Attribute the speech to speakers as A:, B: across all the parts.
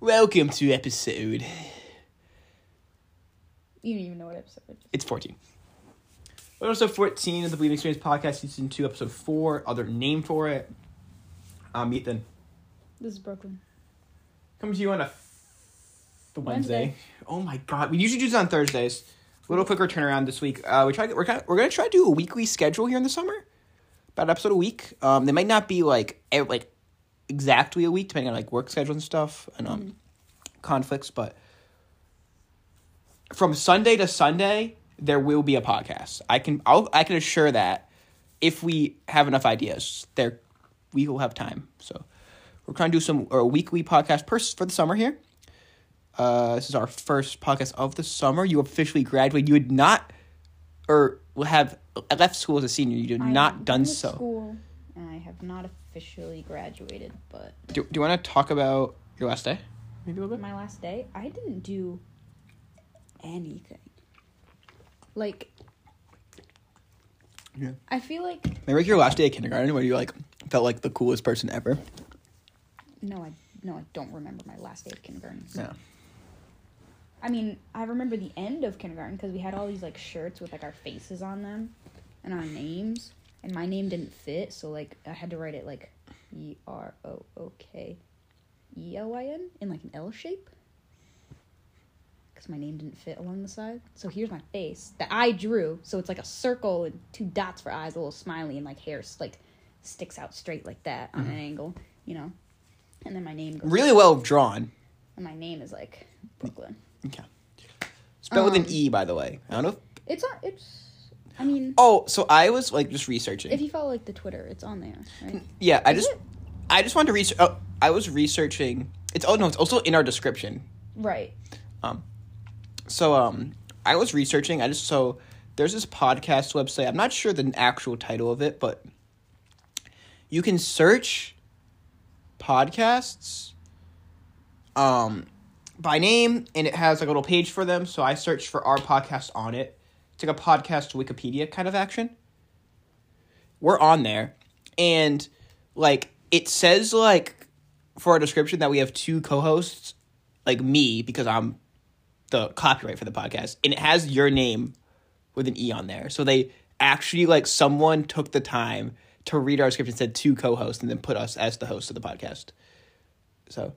A: Welcome to episode.
B: You don't even know what episode it is.
A: It's 14. But also 14 of the Bleed Experience podcast, season 2, episode 4. Other name for it. I'm Ethan.
B: This is Brooklyn.
A: Coming to you on a f- Wednesday.
B: Wednesday.
A: Oh my god. We usually do this on Thursdays. A little quicker turnaround this week. Uh, we try, we're, kind of, we're going to try to do a weekly schedule here in the summer. About an episode a week. Um, they might not be like ev- like exactly a week, depending on like work schedules and stuff and um, conflicts, but from Sunday to Sunday, there will be a podcast. I can I'll, I can assure that if we have enough ideas, there we will have time. So we're trying to do some or a weekly podcast per, for the summer here. Uh, this is our first podcast of the summer. You officially graduated. You had not or have left school as a senior. You did
B: I
A: not
B: am
A: done
B: in
A: so.
B: School, and I have not officially graduated, but
A: Do, do you want to talk about your last day? Maybe a little bit.
B: my last day, I didn't do anything. Like,
A: Yeah.
B: I feel like
A: Remember your last day at kindergarten where you like felt like the coolest person ever.
B: no, I no, I don't remember my last day of kindergarten.
A: Yeah.
B: I mean, I remember the end of kindergarten because we had all these like shirts with like our faces on them and our names, and my name didn't fit, so like I had to write it like E R O O K E L I N in like an L shape because my name didn't fit along the side. So here's my face that I drew, so it's like a circle and two dots for eyes, a little smiley, and like hair s- like sticks out straight like that on an angle, you know. And then my name goes,
A: Really well drawn.
B: and my name is like Brooklyn.
A: Okay. Spelled
B: Um,
A: with an E, by the way. I don't know. If,
B: It's on. It's. I mean,
A: oh, so I was like just
B: if
A: researching.
B: you follow like the Twitter, it's on there. Right?
A: yeah, I
B: Is
A: just,
B: it?
A: I just wanted to research. Oh, I was researching. It's oh no, it's also in our description.
B: right.
A: So um, I was researching. I just so there's this podcast website. I'm not sure the actual title of it, but you can search podcasts um by name and it has like a little page for them so i searched for our podcast on it it's like a podcast wikipedia kind of action we're on there and like it says like for our description that we have two co-hosts like me because i'm the copyright for the podcast and it has your name with an e on there so they actually like someone took the time to read our description said two co-hosts and then put us as the host of the podcast so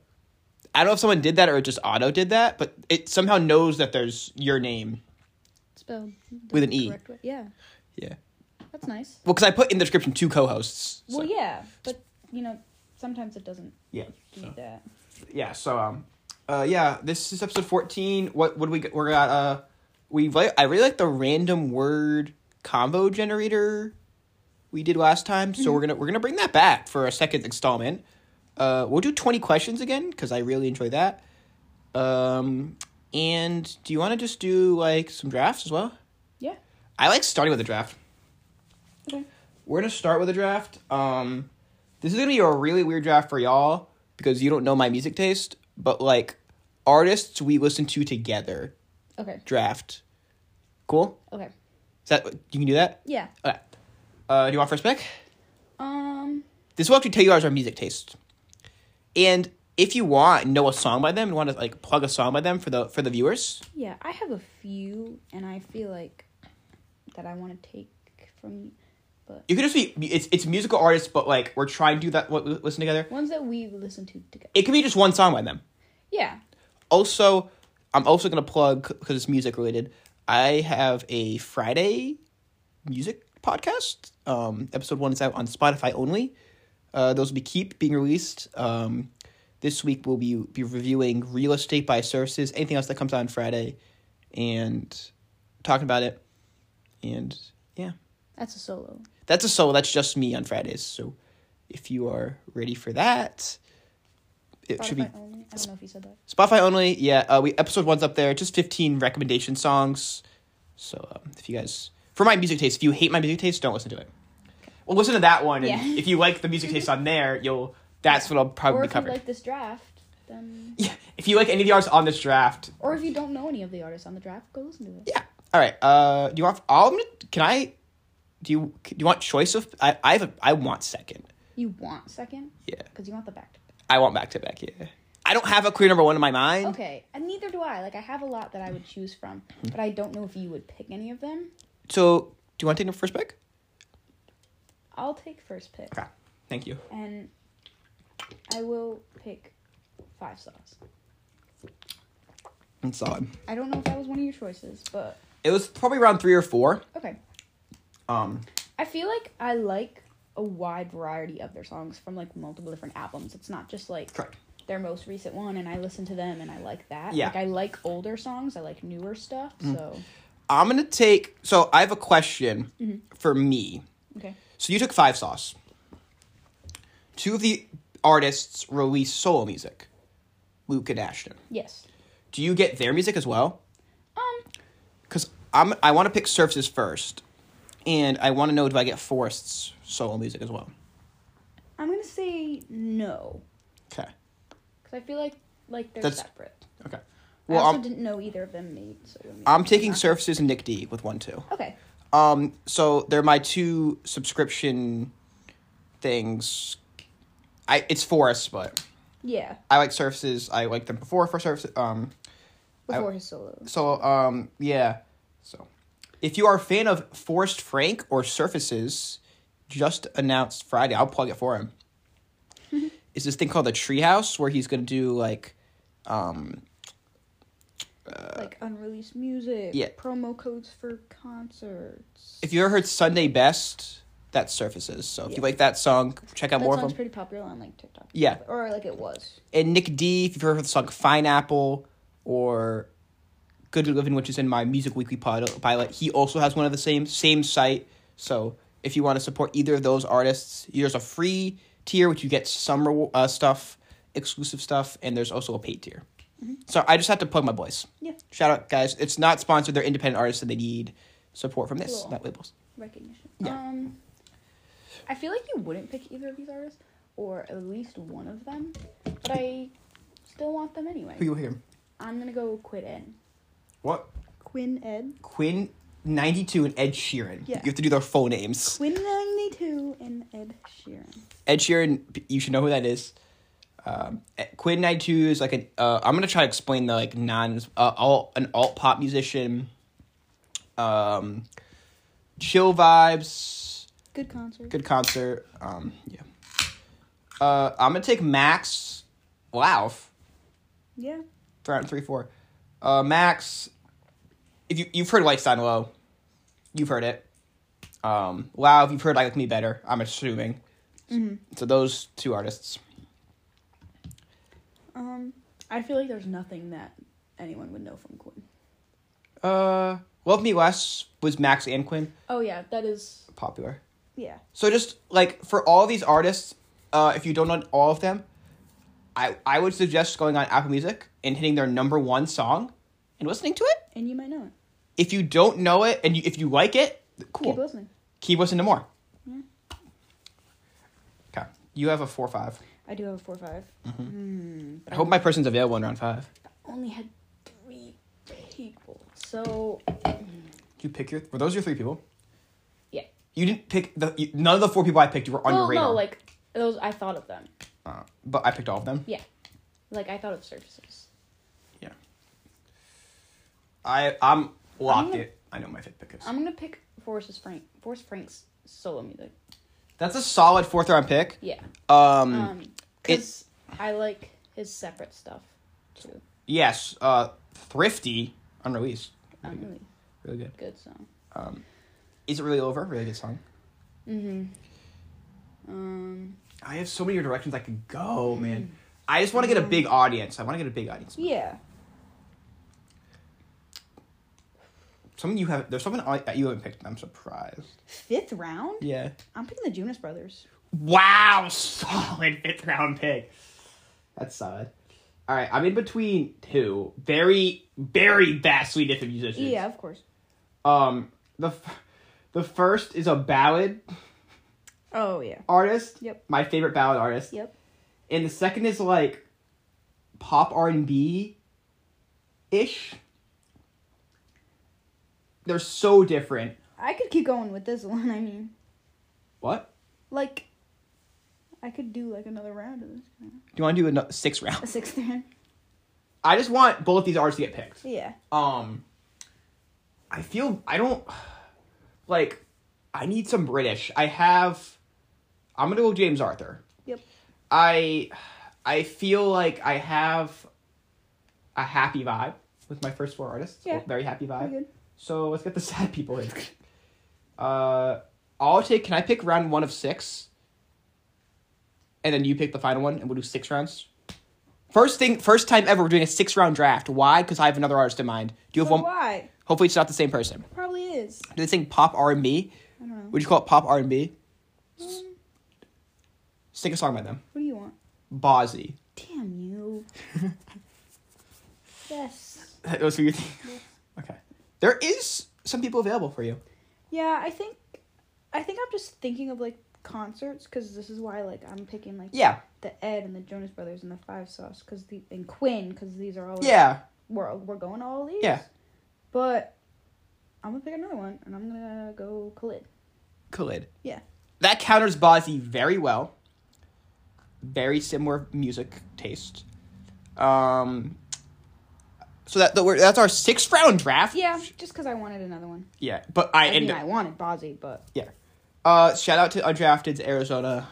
A: I don't know if someone did that or it just auto did that, but it somehow knows that there's your name.
B: Spelled the
A: With an E.
B: correct way. Yeah,
A: Yeah.
B: that's nice.
A: Well, because I put in the description two co-hosts. so-
B: Well, yeah, but you know, sometimes it doesn't
A: yeah.
B: do
A: So.
B: that.
A: Yeah. So um, uh, yeah. This is episode fourteen. What what do we we got? Uh, we like I really like the random word combo generator we did last time. So we're gonna we're gonna bring that back for a second installment. Uh, we'll do twenty questions again because I really enjoy that. Um, and do you want to just do like some drafts as well?
B: Yeah.
A: I like starting with a draft.
B: Okay.
A: We're gonna start with a draft. Um, this is gonna be a really weird draft for y'all because you don't know my music taste, but like artists we listen to together
B: Okay.
A: draft. Cool.
B: Okay.
A: Is that you can do that?
B: Yeah.
A: Okay. Uh, do you want first pick?
B: Um.
A: This will actually tell you ours our music taste, and if you want know a song by them and want to like plug a song by them for the for the viewers,
B: Yeah, I have a few, and I feel like that I want to take from, but
A: you can just be it's it's musical artists, but like we're trying to do that what we listen together.
B: ones that we listen to together.
A: It could be just one song by them.
B: Yeah.
A: also i'm also going to plug because it's music related i have a friday music podcast um, episode one is out on spotify only uh, those will be keep being released um, this week we'll be, be reviewing real estate by services anything else that comes out on friday and talking about it and yeah
B: That's a solo.
A: that's a solo that's just me on fridays so if you are ready for that it should be
B: Spotify only. I don't know if you said that.
A: Spotify only. Yeah, uh, we episode one's up there. Just fifteen recommendation songs. So um, if you guys, for my music taste, if you hate my music taste, don't listen to it. Well, listen to that one, and
B: Yeah.
A: if you like the music taste on there, you'll. That's what I'll
B: Or
A: probably
B: if you
A: cover.
B: like this draft, then.
A: yeah, if you like any of the artists on this draft,
B: Or if you don't know any of the artists on the draft, go listen to it.
A: yeah. All right. Uh, do you want? I'll, can I? Do you do you want choice of? I I have a, I want second.
B: You want second?
A: Yeah.
B: Because you want the back to back.
A: I want back to back. Yeah. I don't have a clear number one in my mind.
B: Okay, and neither do I. Like I have a lot that I would choose from,
A: Mm-hmm.
B: but I don't know if you would pick any of them.
A: So, do you want to take the first pick?
B: I'll take first pick,
A: Okay. Thank you.
B: and I will pick five sauce.
A: I'm solid.
B: I don't know if that was one of your choices, but
A: It was probably around three or four.
B: okay.
A: Um,
B: I feel like I like a wide variety of their songs from like multiple different albums. It's not just like
A: correct.
B: their most recent one, and I listen to them and I like that.
A: Yeah. Mm-hmm.
B: Like I like older songs. I like newer stuff. So
A: I'm gonna take. So I have a question for me.
B: okay,
A: So you took Five Sauce. Two of the artists release solo music, Luke and Ashton.
B: yes.
A: Do you get their music as well?
B: Um,
A: Because I'm I want to pick Surfaces first, and I want to know do I get Forest's solo music as well?
B: I'm gonna say no
A: Okay.
B: because I feel like like they're
A: That's-
B: separate.
A: Okay.
B: I
A: Well,
B: also
A: I'm,
B: didn't know either of them made. So I mean,
A: I'm taking
B: not-
A: Surfaces and Nick D with one two.
B: Okay.
A: Um, so they're my two subscription things. I it's Forest, but
B: Yeah.
A: I like Surfaces. I liked them before for Surfaces. Um,
B: Before his solo.
A: So, um, yeah. So, if you are a fan of Forrest Frank or Surfaces, just announced Friday, I'll plug it for him. Is this thing called the Treehouse where he's gonna do like, um,
B: like unreleased music.
A: uh, yeah.
B: Promo codes for concerts.
A: if you ever heard Sunday Best, that's Surfaces. So if you
B: Yeah.
A: like that song, check out
B: that
A: more of
B: song's
A: them.
B: pretty popular on like TikTok.
A: Yeah.
B: Or like it was.
A: and Nick D, if you've ever heard the song Pineapple or Good Living, which is in my Music Weekly pod- pilot, he also has one of the same same site. So if you want to support either of those artists, there's a free tier which you get some rew- uh, stuff, exclusive stuff, and there's also a paid tier. So I just had to plug my boys.
B: Mm-hmm. Yeah.
A: Shout out, guys! It's not sponsored; they're independent artists, and they need support from this,
B: Cool.
A: not labels.
B: recognition.
A: Yeah.
B: Um, I feel like you wouldn't pick either of these artists, or at least one of them, but I still want them anyway.
A: Who you hear?
B: I'm gonna go Quinn Ed.
A: What?
B: Quinn Ed.
A: Quinn ninety two and Ed Sheeran.
B: Yeah.
A: You have to do their full names.
B: Quinn ninety two and Ed Sheeran.
A: Ed Sheeran, you should know who that is. Um, Ed- Quinn Night Two is like an. Uh, I'm gonna try to explain the like non uh, alt an alt pop musician. Um, chill vibes,
B: Good concert.
A: good concert. Um, yeah. Uh, I'm gonna take Max. Wow,
B: Yeah.
A: three out of three four. Uh, Max, if you you've heard Lights Down Low, you've heard it. Um, wow, if you've heard I Like Me Better, I'm assuming. So those two artists.
B: Um, I feel like there's nothing that anyone would know from Quinn.
A: Uh, Love Me Less was Max and Quinn
B: Oh yeah, that is
A: popular.
B: yeah.
A: So just like for all these artists, uh, if you don't know all of them, I I would suggest going on Apple Music and hitting their number one song, and listening to it.
B: And you might know it.
A: If you don't know it and you, if you like it, cool.
B: Keep listening. Mm-hmm.
A: Keep listening to more. Okay, you have a four five.
B: I do have a four five. Mm, but
A: I hope my person's available in round five.
B: only had three people. So
A: Did you pick your? Were those your three people?
B: yeah.
A: You didn't pick the you, none of the four people I picked. were on
B: well,
A: your radar.
B: no, like those. I thought of them.
A: uh, but I picked all of them.
B: Yeah, like I thought of surfaces.
A: Yeah. I I'm locked
B: I'm gonna-
A: it. I know my fifth pick is.
B: I'm gonna pick Forrest's Frank. Forrest Frank's solo music.
A: That's a solid fourth round pick.
B: Yeah.
A: Um,
B: Um, because I like his separate stuff too.
A: yes, uh Thrifty unreleased. Really
B: Um,
A: good.
B: really
A: Really good.
B: good song.
A: Um Is it really over? Really good song.
B: Mhm. Um.
A: I have so many directions I could go, man. I just want to get a big audience. I want to get a big audience.
B: Yeah.
A: Someone you have there's someone I- that you haven't picked. and I'm surprised.
B: Fifth round.
A: Yeah.
B: I'm picking the Jonas Brothers.
A: Wow, solid fifth round pick. That's solid. All right, I'm in between two very, very vastly different musicians.
B: Yeah, of course.
A: Um, the f- the first is a ballad
B: Oh yeah.
A: artist.
B: Yep.
A: My favorite ballad artist.
B: Yep.
A: And the second is like pop R and B ish. They're so different.
B: I could keep going with this one. I mean,
A: What?
B: like, I I could do like another round of this.
A: Do you want to do a no- six round?
B: A sixth round.
A: I just want both these artists to get picked.
B: Yeah.
A: Um, I feel I don't like. I need some British. I have. I'm gonna go James Arthur.
B: Yep.
A: I I feel like I have a happy vibe with my first four artists.
B: Yeah.
A: Very happy
B: Pretty
A: vibe.
B: good.
A: So let's get the sad people in. Uh, I'll take. Can I pick round one of six? And then you pick the final one, and we'll do six rounds. First thing, first time ever, we're doing a six round draft. Why? Because I have another artist in mind. Do you have
B: So
A: one?
B: why?
A: Hopefully, it's not the same person.
B: Probably is.
A: Do they sing pop R and B?
B: I don't know. Mm.
A: Would you call it pop R and B? Sing a song by them.
B: What do you want?
A: Bozzy.
B: Damn you. yes.
A: Those are your things. Okay. There is some people available for you.
B: Yeah, I think I think I'm just thinking of like concerts because this is why like I'm picking like
A: Yeah.
B: the Ed and the Jonas Brothers and the Five Sauce because the and Quinn because these are all like,
A: Yeah.
B: we're we're going to all these
A: Yeah.
B: but I'm gonna pick another one and I'm gonna go Khalid
A: Khalid.
B: yeah
A: That counters Bozzy very well. Very similar music taste. Um. So that, that we're- that's our sixth round draft.
B: yeah just because I wanted another one
A: Yeah. But I,
B: I
A: end
B: mean
A: up.
B: I wanted Bozzy but
A: Yeah. Uh, shout out to Undrafted's Arizona.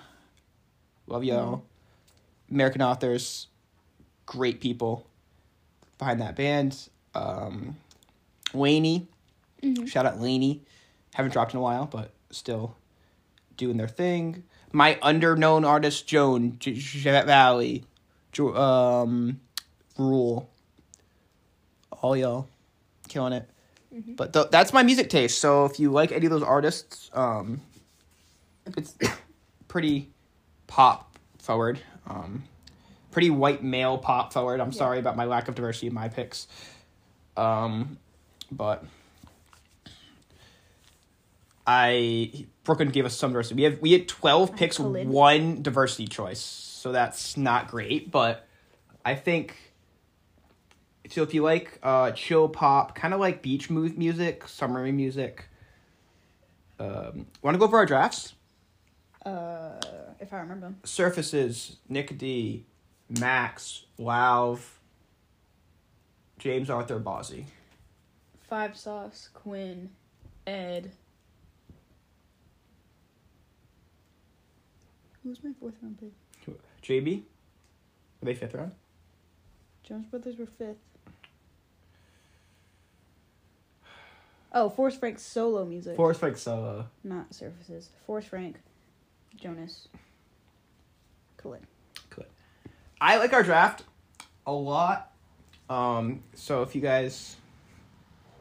A: Love y'all. American authors. Great people behind that band. Um, Laney. Shout out Laney. Haven't dropped in a while, but still doing their thing. My underknown artist, Joan, J- J- Valley, Jo- um, Rule. All y'all killing it. But th- that's my music taste. So if you like any of those artists, um, it's pretty pop forward, um, pretty white male pop forward. I'm sorry about my lack of diversity in my picks, um, but I Brooklyn gave us some diversity. We have we had twelve picks,
B: Khalid.
A: one diversity choice. So that's not great, but I think so if you like uh chill pop, kind of like beach mu- music, summery music. Um, want to go for our drafts?
B: uh if I remember them
A: Surfaces, Nick D, Max, Wow, James Arthur Bozzy.
B: Five Sauce Quinn Ed who's my fourth round pick
A: JB? Are they fifth round?
B: Jones Brothers were fifth. Oh, Forrest Frank's solo music.
A: Forrest Frank Solo.
B: Not surfaces. Forrest Frank, Jonas, Khalid.
A: Good. I like our draft a lot. Um, so if you guys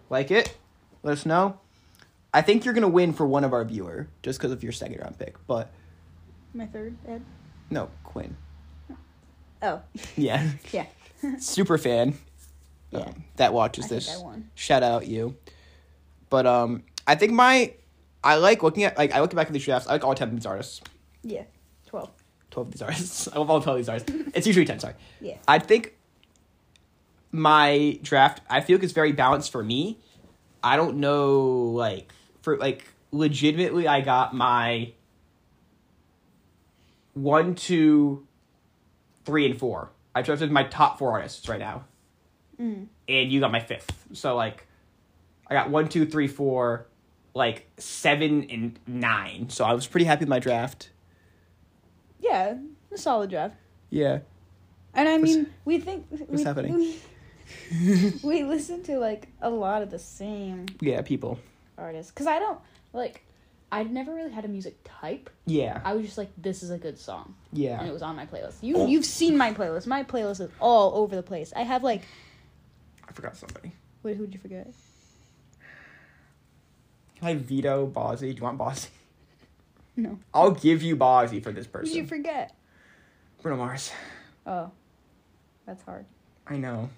A: like it, let us know. I think you're gonna win for one of our viewer just because of your second round pick, but
B: My third, Ed.
A: no, Quinn.
B: Oh,
A: Yeah,
B: yeah.
A: super fan.
B: Yeah.
A: Um, that watches
B: I think
A: this.
B: I won.
A: Shout out you. But um, I think my I like looking at like I look back at these drafts. I like all ten of these artists.
B: Yeah. Twelve.
A: 12 of these artists. I love all 12 of these artists. It's usually 10, sorry.
B: Yeah.
A: I think my draft, I feel like it's very balanced for me. I don't know, like, for, like, legitimately, I got my one, two, three, and four. I drafted my top four artists right now. And you got my fifth. So, like, I got one, two, three, four, like, seven, and nine. So I was pretty happy with my draft.
B: Yeah, a solid draft.
A: Yeah.
B: And I mean, we think. we,
A: happening?
B: We, we listen to like a lot of the same
A: Yeah, people.
B: artists because I don't like. I never really had a music type.
A: Yeah.
B: I was just like, this is a good song. and it
A: yeah.
B: was on my playlist. You
A: Oh.
B: you've seen my playlist. My playlist is all over the place. I have like
A: I forgot somebody.
B: wait, who'd you forget?
A: Can I veto Bozzy? Do you want Bozzy?
B: No.
A: I'll give you Bozzy for this
B: Who'd
A: person.
B: you forget?
A: Bruno Mars.
B: Oh. That's hard.
A: I know.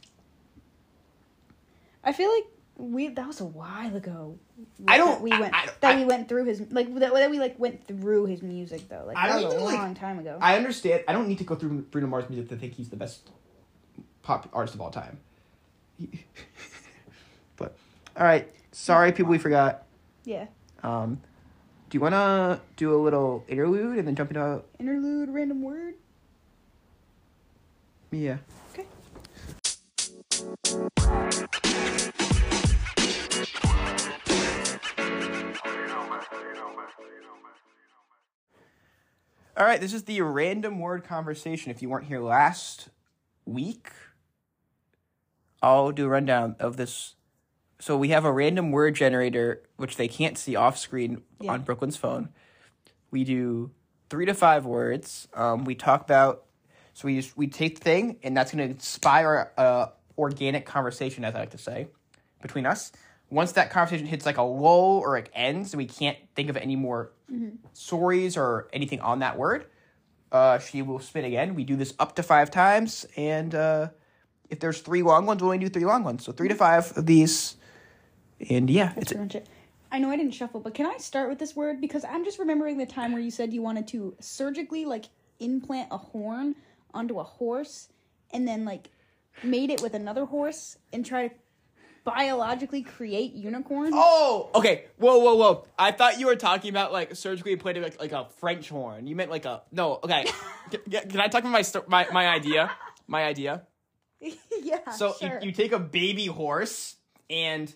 B: I feel like we that was a while ago.
A: I don't-
B: that we
A: I-
B: went
A: I-
B: that
A: I-
B: we went through his like that, that we like went through his music though. Like
A: I
B: that
A: don't
B: was a
A: even, like-
B: long time ago.
A: I understand. I don't need to go through Bruno Mars music to think he's the best pop artist of all time. but all right. Sorry, people, we forgot.
B: yeah.
A: Um, Do you wanna do a little interlude and then jump into
B: Interlude, random word.
A: yeah?
B: Okay.
A: All right, this is the random word conversation. If you weren't here last week, I'll do a rundown of this. So we have a random word generator, which they can't see off screen
B: Yeah.
A: on Brooklyn's phone. We do three to five words. Um, we talk about. So we just, we take the thing, and that's going to inspire a organic conversation, as I like to say, between us. Once that conversation hits like a lull or it ends, and we can't think of any more stories or anything on that word, uh, she will spin again. We do this up to five times, and uh, if there's three long ones, we'll only do three long ones. So three to five of these, and yeah, it's
B: Pretty much it. I know I didn't shuffle, but can I start with this word because I'm just remembering the time where you said you wanted to surgically like implant a horn onto a horse, and then like made it with another horse and try to biologically create unicorns.
A: Oh, okay. Whoa, whoa, whoa! I thought you were talking about like surgically implanted like, like a French horn. You meant like a no. Okay, C- can I talk about my sto- my my idea? My idea.
B: yeah.
A: So
B: sure.
A: you, you take a baby horse and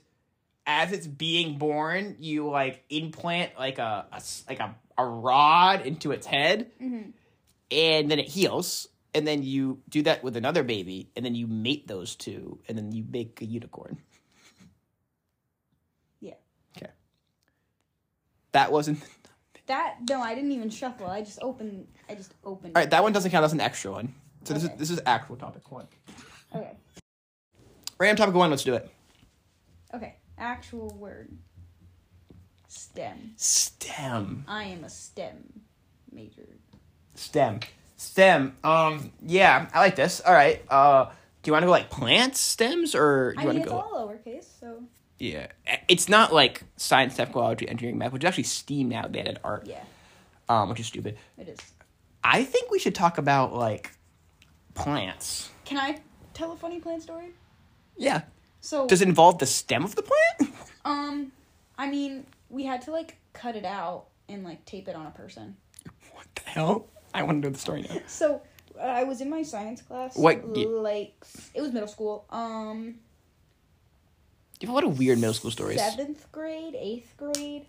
A: as it's being born, you like implant like a, a s- like a, a rod into its head and then it heals and then you do that with another baby and then you mate those two and then you make a unicorn.
B: yeah.
A: Okay. That wasn't
B: That no, I didn't even shuffle. I just opened. I just opened.
A: All right, that one doesn't count. That's an extra one. So this
B: Okay.
A: is this is actual topic 1.
B: Okay.
A: Random topic 1, let's do it.
B: Okay. Actual word. STEM.
A: STEM.
B: I am a STEM major.
A: STEM. STEM. Um, yeah, I like this. All right. Uh, do you want to go like plants, stems, or do
B: I
A: you
B: mean,
A: want to
B: it's
A: go?
B: all lowercase, so
A: Yeah, it's not like science, technology, engineering, math, which is actually STEAM now. They added art,
B: yeah,
A: um, which is stupid.
B: it is.
A: I think we should talk about like plants.
B: Can I tell a funny plant story?
A: Yeah.
B: So,
A: Does it involve the stem of the plant?
B: um, I mean, we had to like cut it out and like tape it on a person.
A: what the hell? I want to know the story now.
B: So uh, I was in my science class.
A: What do-
B: Like it was middle school. Um,
A: You have a lot of weird middle school stories.
B: Seventh grade, eighth grade.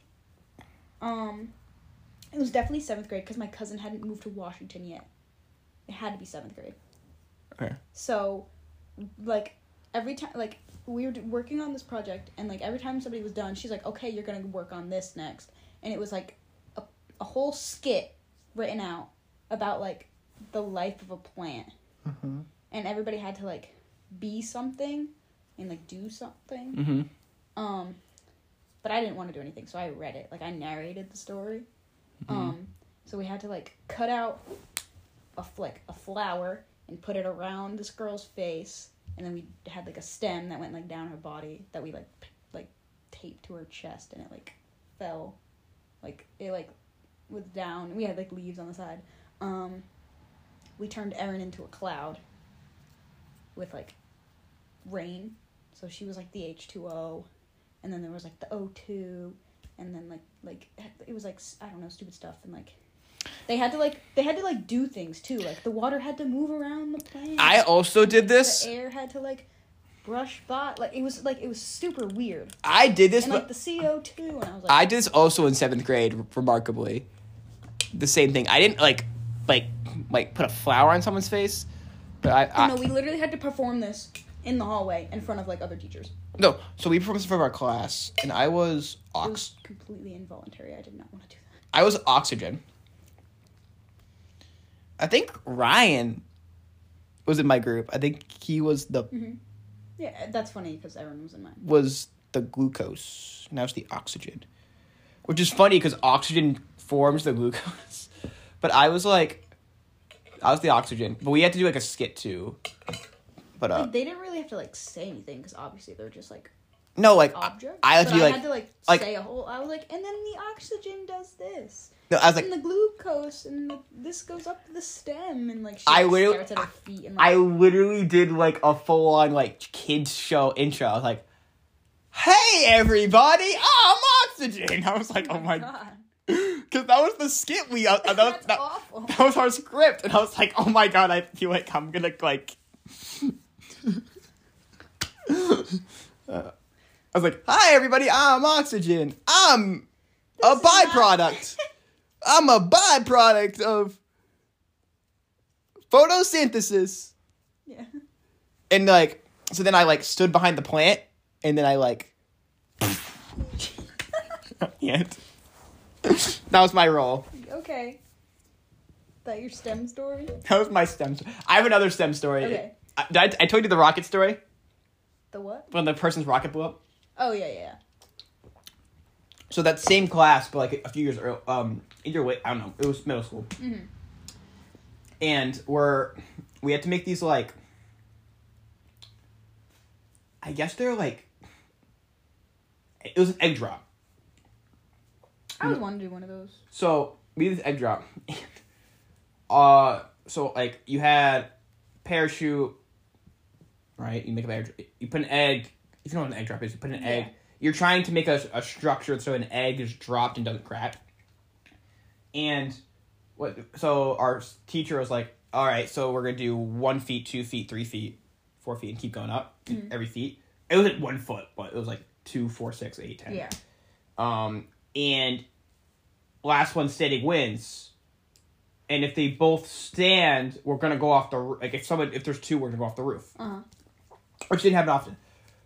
B: Um, it was definitely seventh grade because my cousin hadn't moved to Washington yet. It had to be seventh grade.
A: Okay.
B: So, like every time, like we were d- working on this project, and like every time somebody was done, she's like, "Okay, you're gonna work on this next," and it was like a a whole skit written out about like the life of a plant, and everybody had to like be something and like do something.
A: Mm-hmm.
B: Um, but I didn't want to do anything, so I read it. Like I narrated the story.
A: Mm-hmm.
B: Um, so we had to like cut out a f- like a flower and put it around this girl's face, and then we had like a stem that went like down her body that we like p- like taped to her chest, and it like fell, like it like was down. We had like leaves on the side. Um, we turned Erin into a cloud with like rain. So she was like the H two O, and then there was like the O two, and then like like it was like s- I don't know stupid stuff and like they had to like they had to like do things too. Like the water had to move around the plant.
A: I also did this.
B: the air had to like brush by. Like it was like it was super weird.
A: I did this,
B: And
A: but
B: like the CO two, and I was like
A: I did this also in seventh grade, r- remarkably. The same thing. I didn't like, like, like put a flower on someone's face, but I, I
B: no, we literally had to perform this in the hallway in front of like other teachers.
A: no. So we performed for our class, and I was
B: It
A: ox.
B: was completely involuntary. I did not want to do that.
A: I was oxygen. I think Ryan was in my group. I think he was the
B: Yeah, that's funny because everyone was in mine.
A: was the glucose. Now it's the oxygen, which is funny because oxygen forms the glucose. But I was like, I was the oxygen. But we had to do like a skit too. But uh,
B: Like, they didn't really have to like say anything because obviously they're just like
A: no, like I,
B: objects.
A: I had to
B: but
A: be
B: I
A: like,
B: had to like,
A: like-
B: say a whole. I was like, and then the oxygen does this,
A: no, I was like,
B: and the glucose, and the, this goes up to the stem, and like she
A: I
B: like,
A: literally-
B: starts at her feet, and
A: I
B: like,
A: literally did like a full on like kids show intro. I was like, hey everybody, I'm oxygen. I was like, oh my
B: God.
A: god. Because that was the skit we. Uh, that, was,
B: That's
A: that,
B: awful.
A: that was our script, and I was like, oh my god, I feel like I'm gonna like. Uh, I was like, hi everybody, I'm oxygen. I'm a
B: This is not-
A: byproduct. I'm a byproduct of photosynthesis.
B: Yeah.
A: And like, so then I like stood behind the plant, and then I like. At the end. that was my role.
B: Okay. That your stem story?
A: That was my stem. St- I have another stem story.
B: Okay.
A: I, did I, I told you the rocket story
B: The what?
A: when the person's rocket blew up.
B: Oh yeah, yeah.
A: So that same class, but like a few years early, um, either way, I don't know. It was middle school,
B: Mhm.
A: and we're we had to make these like. I guess they're like. It was an egg drop.
B: I always wanted to do one of those.
A: So we did this egg drop. uh, so like you had parachute, right? You make a egg. You put an egg. If you know what an egg drop is, you put an egg.
B: Yeah.
A: You're trying to make a a structure so an egg is dropped and doesn't crack. And what? So our s- teacher was like, "All right, so we're gonna do one feet, two feet, three feet, four feet, and keep going up
B: Mm-hmm.
A: every feet." It wasn't one foot, but it was like two, four, six, eight, ten.
B: Yeah.
A: Um, and last one standing wins. And if they both stand, we're gonna go off the roo- like if someone if there's two, we're gonna go off the roof,
B: Uh huh.
A: which didn't happen often.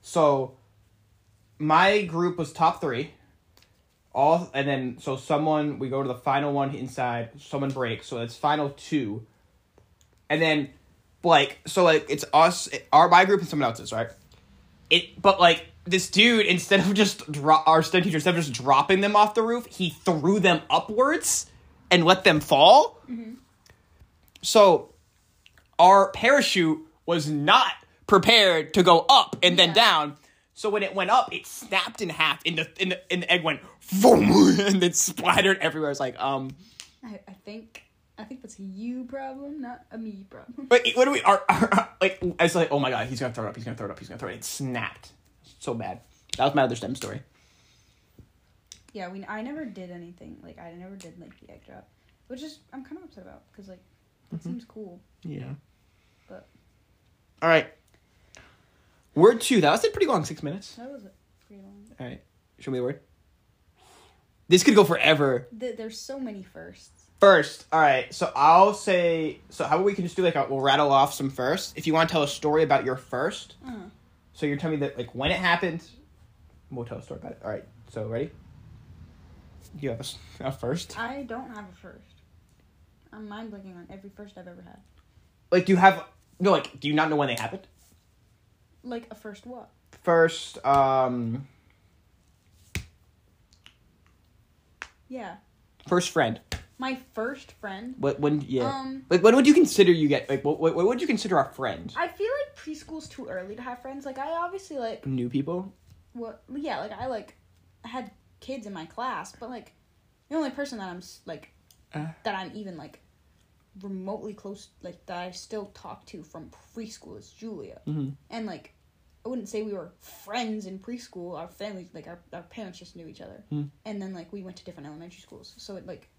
A: So my group was top three. All and then so someone we go to the final one inside. Someone breaks, so it's final two. And then, like so, like it's us, our my group, and someone else's right. It but like this dude instead of just drop our STEM teacher instead of just dropping them off the roof, he threw them upwards and let them fall. So our parachute was not prepared to go up and then
B: Yeah.
A: down. So when it went up, it snapped in half, and the and the, and the egg went boom, and then splattered everywhere. It's like um,
B: I, I think I think that's a you problem, not a me problem.
A: but it- what do we are, are, are- like? I was like, oh my god, he's gonna throw it up, he's gonna throw it up, he's gonna throw it. It snapped, so bad. That was my other STEM story.
B: Yeah, we. I never did anything like I never did like the egg drop, which is I'm kind of upset about because like it seems cool,
A: Yeah.
B: but
A: All right. Word two. That was a pretty long six minutes.
B: that was pretty long.
A: All right. Show me the word. This could go forever.
B: Th- there's so many firsts.
A: First, all right. So I'll say. So how about we can just do like a, we'll rattle off some first. If you want to tell a story about your first,
B: Uh-huh.
A: so you're telling me that like when it happened, we'll tell a story about it. All right. So ready? Do you have a s- a first?
B: I don't have a first. I'm mind blanking on every first I've ever had.
A: Like, do you have no? Like, do you not know when they happened?
B: Like a first what?
A: First, um,
B: Yeah,
A: first friend.
B: my first friend.
A: What when? Yeah.
B: Um,
A: like, when would you consider you get? Like, what? What, what would you consider a friend?
B: I feel like preschool's too early to have friends. Like I obviously like
A: New people.
B: what? Yeah, like I like had kids in my class, but like the only person that I'm s- like
A: Uh.
B: that I'm even like remotely close, like that I still talk to from preschool is Julia,
A: Mhm.
B: and like I wouldn't say we were friends in preschool. Our families, like our our parents, just knew each other,
A: Mm.
B: and then like we went to different elementary schools, so it like.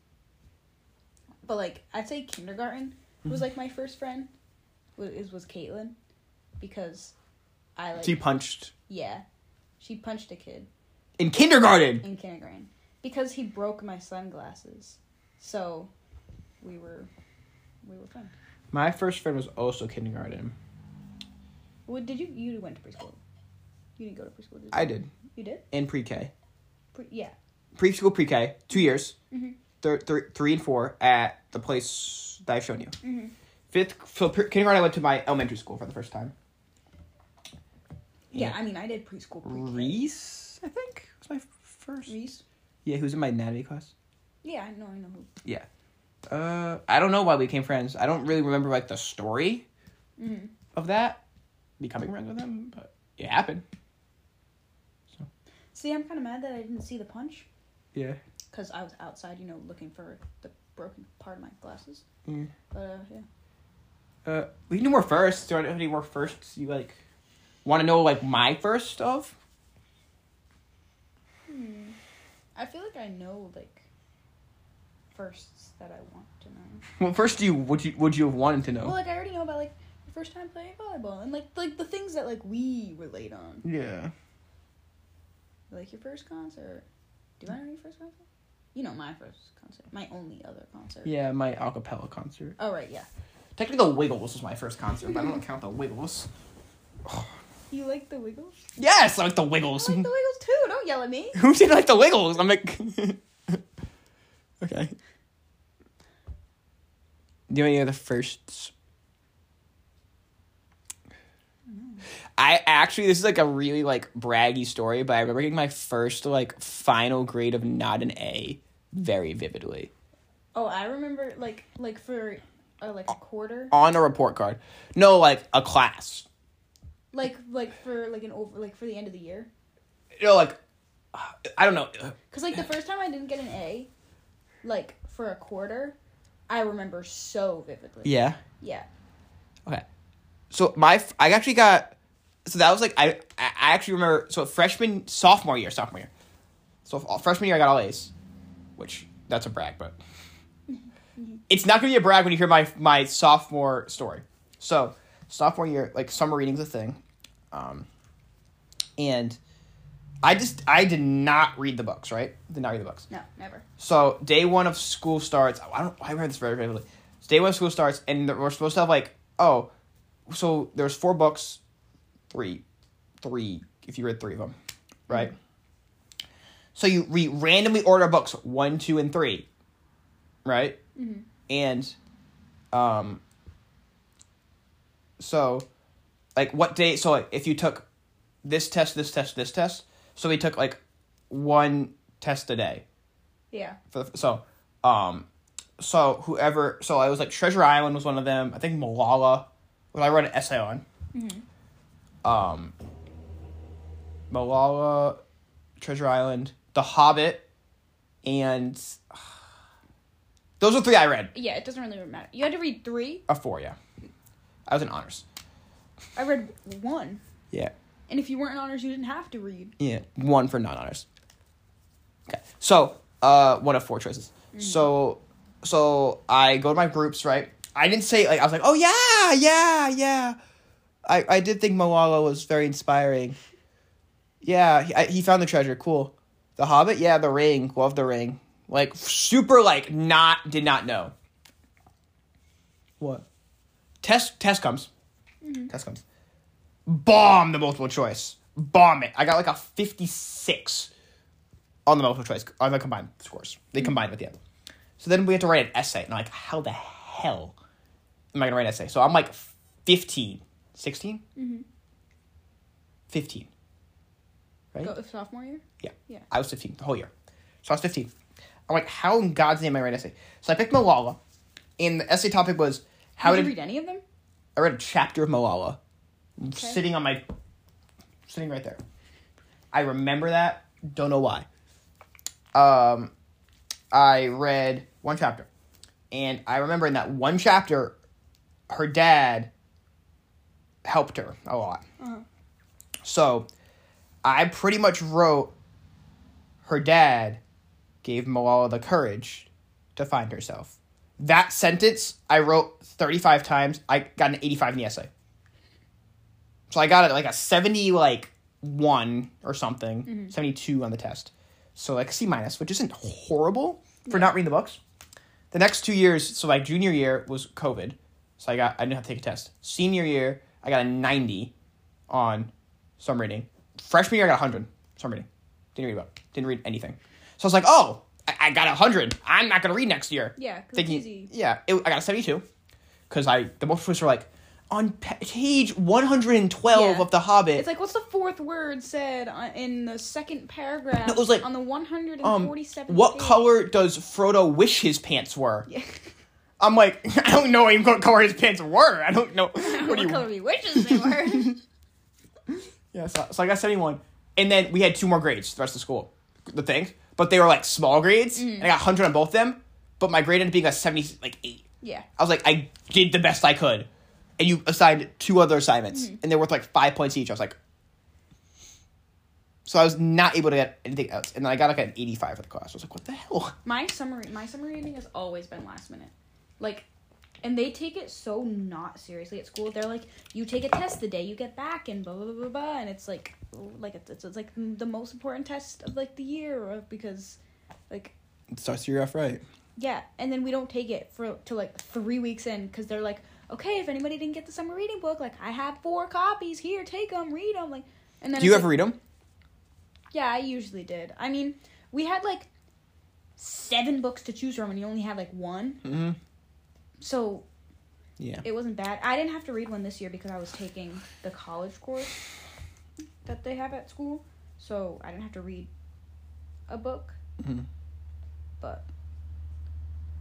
B: But like I'd say kindergarten
A: Hmm.
B: was like my first friend, was was Caitlin, because I like
A: She punched
B: yeah, she punched a kid
A: in kindergarten.
B: in kindergarten because he broke my sunglasses. So we were we were friends.
A: My first friend was also kindergarten.
B: What did you you went to preschool? You didn't go to preschool, did you?
A: I did
B: you did?
A: in pre-K,
B: Pre- yeah.
A: preschool pre-K, two years,
B: Mhm.
A: thir- thir- three and four at the place that I've shown you.
B: Mhm.
A: Fifth, so pre- kindergarten, I went to my elementary school for the first time.
B: Yeah, I mean I did preschool pre
A: Reese, I think, was my f- first.
B: Reese.
A: Yeah, who's in my anatomy class?
B: Yeah, I know, I know who.
A: Yeah. Uh, I don't know why we became friends. I don't really remember like the story
B: Mm-hmm.
A: of that, becoming friends with him, but it happened.
B: See, I'm kind of mad that I didn't see the punch
A: Yeah.
B: because I was outside, you know, looking for the broken part of my glasses.
A: Yeah.
B: But uh, yeah.
A: Uh, we can do more first. Do I have any more firsts? You like want to know like my first of?
B: Hmm. I feel like I know like firsts that I want to know.
A: Well, first, do you would you would you have wanted to know?
B: Well, like I already know about like your first time playing volleyball and like like the things that like we relate on,
A: yeah.
B: like your first concert. Do I know your first concert? You know my first concert, my only other concert.
A: Yeah, my a cappella concert.
B: Oh right, yeah.
A: Technically, the Wiggles was my first concert, but I don't count the Wiggles.
B: You like the Wiggles?
A: Yes, I like the
B: I
A: Wiggles.
B: like the Wiggles too. Don't yell at me.
A: Who didn't like the Wiggles? I'm like, okay. Do you have any other firsts? I actually, this is like a really like braggy story, but I remember getting my first like final grade of not an A very vividly
B: Oh, I remember like like for uh, like a quarter,
A: on a report card. No, like a class.
B: like like for like an over like for the end of the year.
A: You know, like I don't know.
B: Cause like the first time I didn't get an A, like for a quarter, I remember so vividly.
A: Yeah.
B: Yeah.
A: Okay. So my f- I actually got so that was like I I I actually remember so freshman sophomore year sophomore year, so f- uh, freshman year I got all A's, which that's a brag, but it's not gonna be a brag when you hear my my sophomore story. So sophomore year, like summer reading's a thing, um, and I just I did not read the books. Right, did not read the books.
B: No, never.
A: So day one of school starts. I don't. I remember this very vividly. So day one of school starts, and th- we're supposed to have like oh, so there's four books, three, three. If you read three of them, right? So you re- randomly order books one, two, and three, right? And, um. So, like what day? So like, if you took this test, this test, this test, so we took like one test a day,
B: Yeah.
A: for the, so um so whoever so I was like Treasure Island was one of them. I think Malala what I wrote an essay on. Um Malala, Treasure Island, The Hobbit, and those are three I read.
B: Yeah, it doesn't really matter. You had to read three.
A: A four, yeah. I was in honors.
B: I read one.
A: Yeah.
B: And if you weren't in honors, you didn't have to read.
A: Yeah. One for non honors. Okay. So, uh, one of four choices. So, so I go to my groups, right? I didn't say, like, I was like, oh, yeah, yeah, yeah. I, I did think Malala was very inspiring. Yeah, he, I, he found the treasure. Cool. The Hobbit? Yeah, the ring. Love the ring. Like, super, like, not, did not know. What? Test, test comes. Test comes bomb the multiple choice. Bomb it. I got like a 56 on the multiple choice, on the combined scores. They combined with the other. So then we had to write an essay. And I'm like, how the hell am I going to write an essay? So I'm like Mm-hmm. 15, 16? 15. Right?
B: Go sophomore year.
A: Yeah.
B: Yeah.
A: I was 15 the whole year. So I was 15. I'm like, how in God's name am I write an essay? So I picked Malala. And the essay topic was, how
B: How did
A: did
B: you read any of them?
A: I read a chapter of Malala, sitting on my, sitting right there. I remember that. Don't know why. Um, I read one chapter, and I remember in that one chapter, her dad helped her a lot. So, I pretty much wrote. Her dad gave Malala the courage to find herself. That sentence I wrote 35 times. I got an 85 in the essay. So I got it like a 70 like 1 or something, 72 on the test. So like C minus, which isn't horrible for not reading the books. The next 2 years, so my junior year was COVID. So I got I didn't have to take a test. Senior year, I got a 90 on some reading. Freshman year I got 100 some reading. Didn't read about. Didn't read anything. So I was like, "Oh, I, I got 100. I'm not going to read next year."
B: Yeah, 'cause it's
A: thinking,
B: easy.
A: Yeah, it, I got a 72. Because I, the multiple choice were like, on pa- page 112
B: Yeah.
A: of The Hobbit.
B: It's like what's the fourth word said on- in the second paragraph?
A: it was like,
B: on the one hundred and
A: um,
B: forty-seven.
A: what color does Frodo wish his pants were? I'm like, I don't know even what color his pants were. I don't know. What
B: what
A: do you?
B: color he wishes they were.
A: Yeah, so, so I got 71. And then we had two more grades the rest of school, the things. But they were like small grades.
B: Mm.
A: And I got 100 on both of them. But my grade ended up being a 70, like 8.
B: yeah.
A: I was like, I did the best I could. And
B: Mm-hmm.
A: you assigned two other assignments, and they're worth like five points each. I was like, So I was not able to get anything else. And then I got like an 85 for the class. I was like, what the hell?
B: My summary, my summary reading has always been last minute, like, and they take it so not seriously at school. They're like, you take a test the day you get back, and blah blah blah blah, blah and it's like, like it's, it's, it's like the most important test of like the year or- because, like,
A: It starts your year off right.
B: yeah, and then we don't take it for to like three weeks in because they're like, okay, if anybody didn't get the summer reading book, like I have four copies here, take them, read them, like, and then
A: Do you
B: it's
A: ever
B: like-
A: read them?
B: yeah, I usually did. I mean, we had like seven books to choose from, and you only had like one,
A: Mm-hmm.
B: so
A: Yeah.
B: it wasn't bad. I didn't have to read one this year because I was taking the college course that they have at school, so I didn't have to read a book.
A: Mhm.
B: But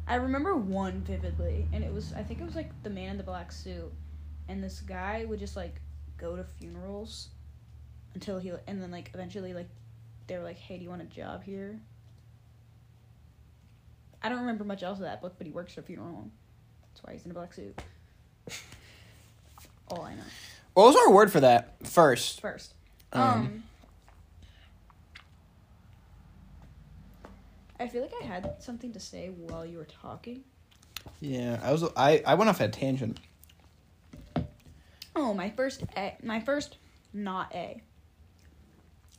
B: I remember one vividly, and it was I think it was like the man in the black suit, and this guy would just like go to funerals until he and then like eventually like they were like, hey, do you want a job here? I don't remember much else of that book, but he works for a funeral home. That's why he's in a black suit. All I know.
A: What was our word for that first?
B: First. Um,
A: Um,
B: I feel like I had something to say while you were talking.
A: Yeah, I was I, I went off at a tangent.
B: Oh, my first A, my first not A.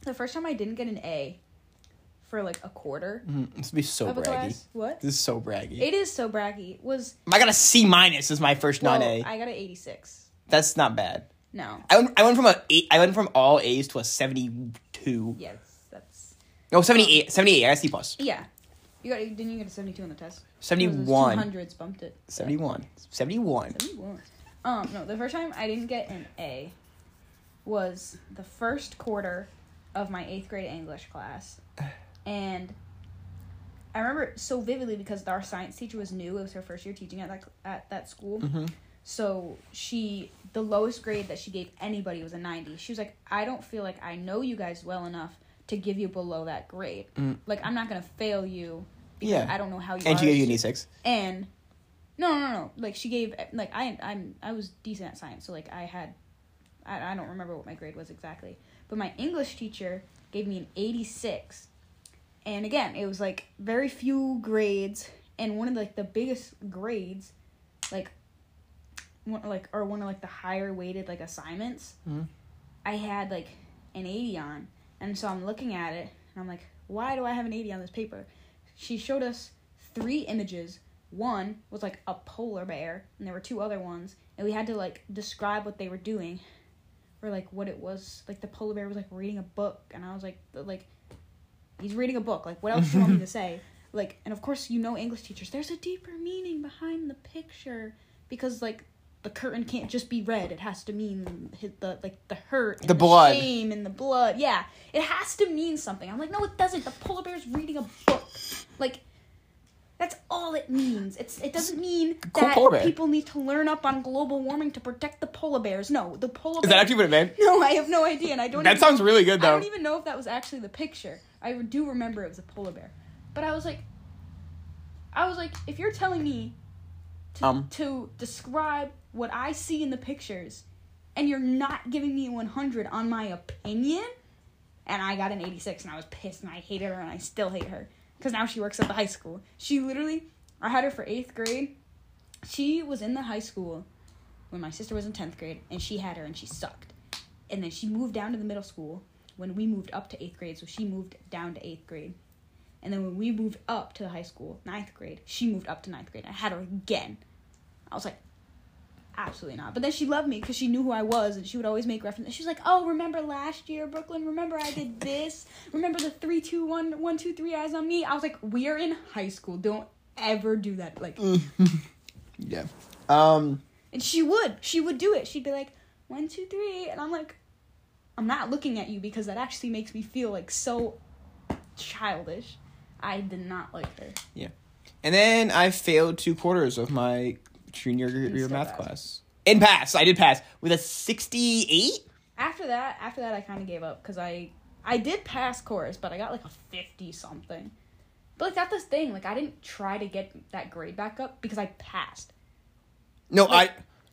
B: The first time I didn't get an A for like a quarter
A: Mm, this would be so
B: of a
A: braggy.
B: class. What?
A: This is so braggy.
B: It is so braggy. Was
A: I got a C minus is my first
B: well,
A: non A.
B: I got an 86.
A: That's not bad.
B: No.
A: I went, I went from a eight, I went from all A's to a 72.
B: Yes, that's
A: No, 78. 78. Oh, I got a C plus.
B: yeah. You got didn't you get a 72 on the test?
A: 71.
B: Hundreds bumped it.
A: 71. 71.
B: Ooh. Um, no, the first time I didn't get an A was the first quarter of my eighth grade English class. And I remember it so vividly because our science teacher was new. It was her first year teaching at that, at that school.
A: Mm-hmm.
B: So she, the lowest grade that she gave anybody was a 90. She was like, I don't feel like I know you guys well enough to give you below that grade. Like, I'm not going to fail you because
A: Mm. Yeah.
B: I don't know how you
A: And
B: are
A: she gave you
B: as
A: an E6.
B: and no no no like she gave like i i'm i was decent at science so like i had i, I don't remember what my grade was exactly but my english teacher gave me an 86 and again it was like very few grades and one of like the biggest grades like one like or one of like the higher weighted like assignments
A: Mhm.
B: i had like an 80 on and so i'm looking at it and i'm like why do i have an 80 on this paper she showed us three images one was like a polar bear and there were two other ones and we had to like describe what they were doing or like what it was like the polar bear was like reading a book and i was like like he's reading a book like what else do you want me to say like and of course you know english teachers there's a deeper meaning behind the picture because like the curtain can't just be red it has to mean hi- the like the hurt and
A: The blood.
B: shame and the blood yeah it has to mean something i'm like no it doesn't the polar bear's reading a book like that's all it means. It's it doesn't mean
A: Cool
B: that
A: polar bear.
B: people need to learn up on global warming to protect the polar bears. No, the polar
A: Is that
B: bear-
A: actually what it meant?
B: No, I have no idea, and I don't.
A: That
B: even,
A: sounds really good
B: I
A: though.
B: don't even know if that was actually the picture. I do remember it was a polar bear, but I was like, I was like, if you're telling me to,
A: Um.
B: to describe what I see in the pictures, and you're not giving me 100 on my opinion, and I got an 86, and I was pissed, and I hated her, and I still hate her because now she works at the high school. She literally, I had her for eighth grade. She was in the high school when my sister was in 10th grade, and she had her, and she sucked. And then she moved down to the middle school when we moved up to eighth grade, so she moved down to eighth grade. And then when we moved up to the high school, ninth grade, she moved up to ninth grade. I had her again. I was like, absolutely not. But then she loved me because she knew who I was, and she would always make reference. She was like, "Oh, remember last year, Brooklyn? Remember I did this? Remember the three, two, one, one, two, three eyes on me?" I was like, "We are in high school. Don't ever do that." Like,
A: Yeah. Um
B: and she would, she would do it. She'd be like, one, two, three," and I'm like, "I'm not looking at you because that actually makes me feel like so childish." I did not like her.
A: and then I failed two quarters of my junior year
B: still
A: math
B: passed.
A: class. And pass. I did pass with a 68.
B: After that, after that, I kind of gave up because I I did pass chorus, but I got like a fifty something. But like that's the thing. Like I didn't try to get that grade back up because I passed.
A: No,
B: Like-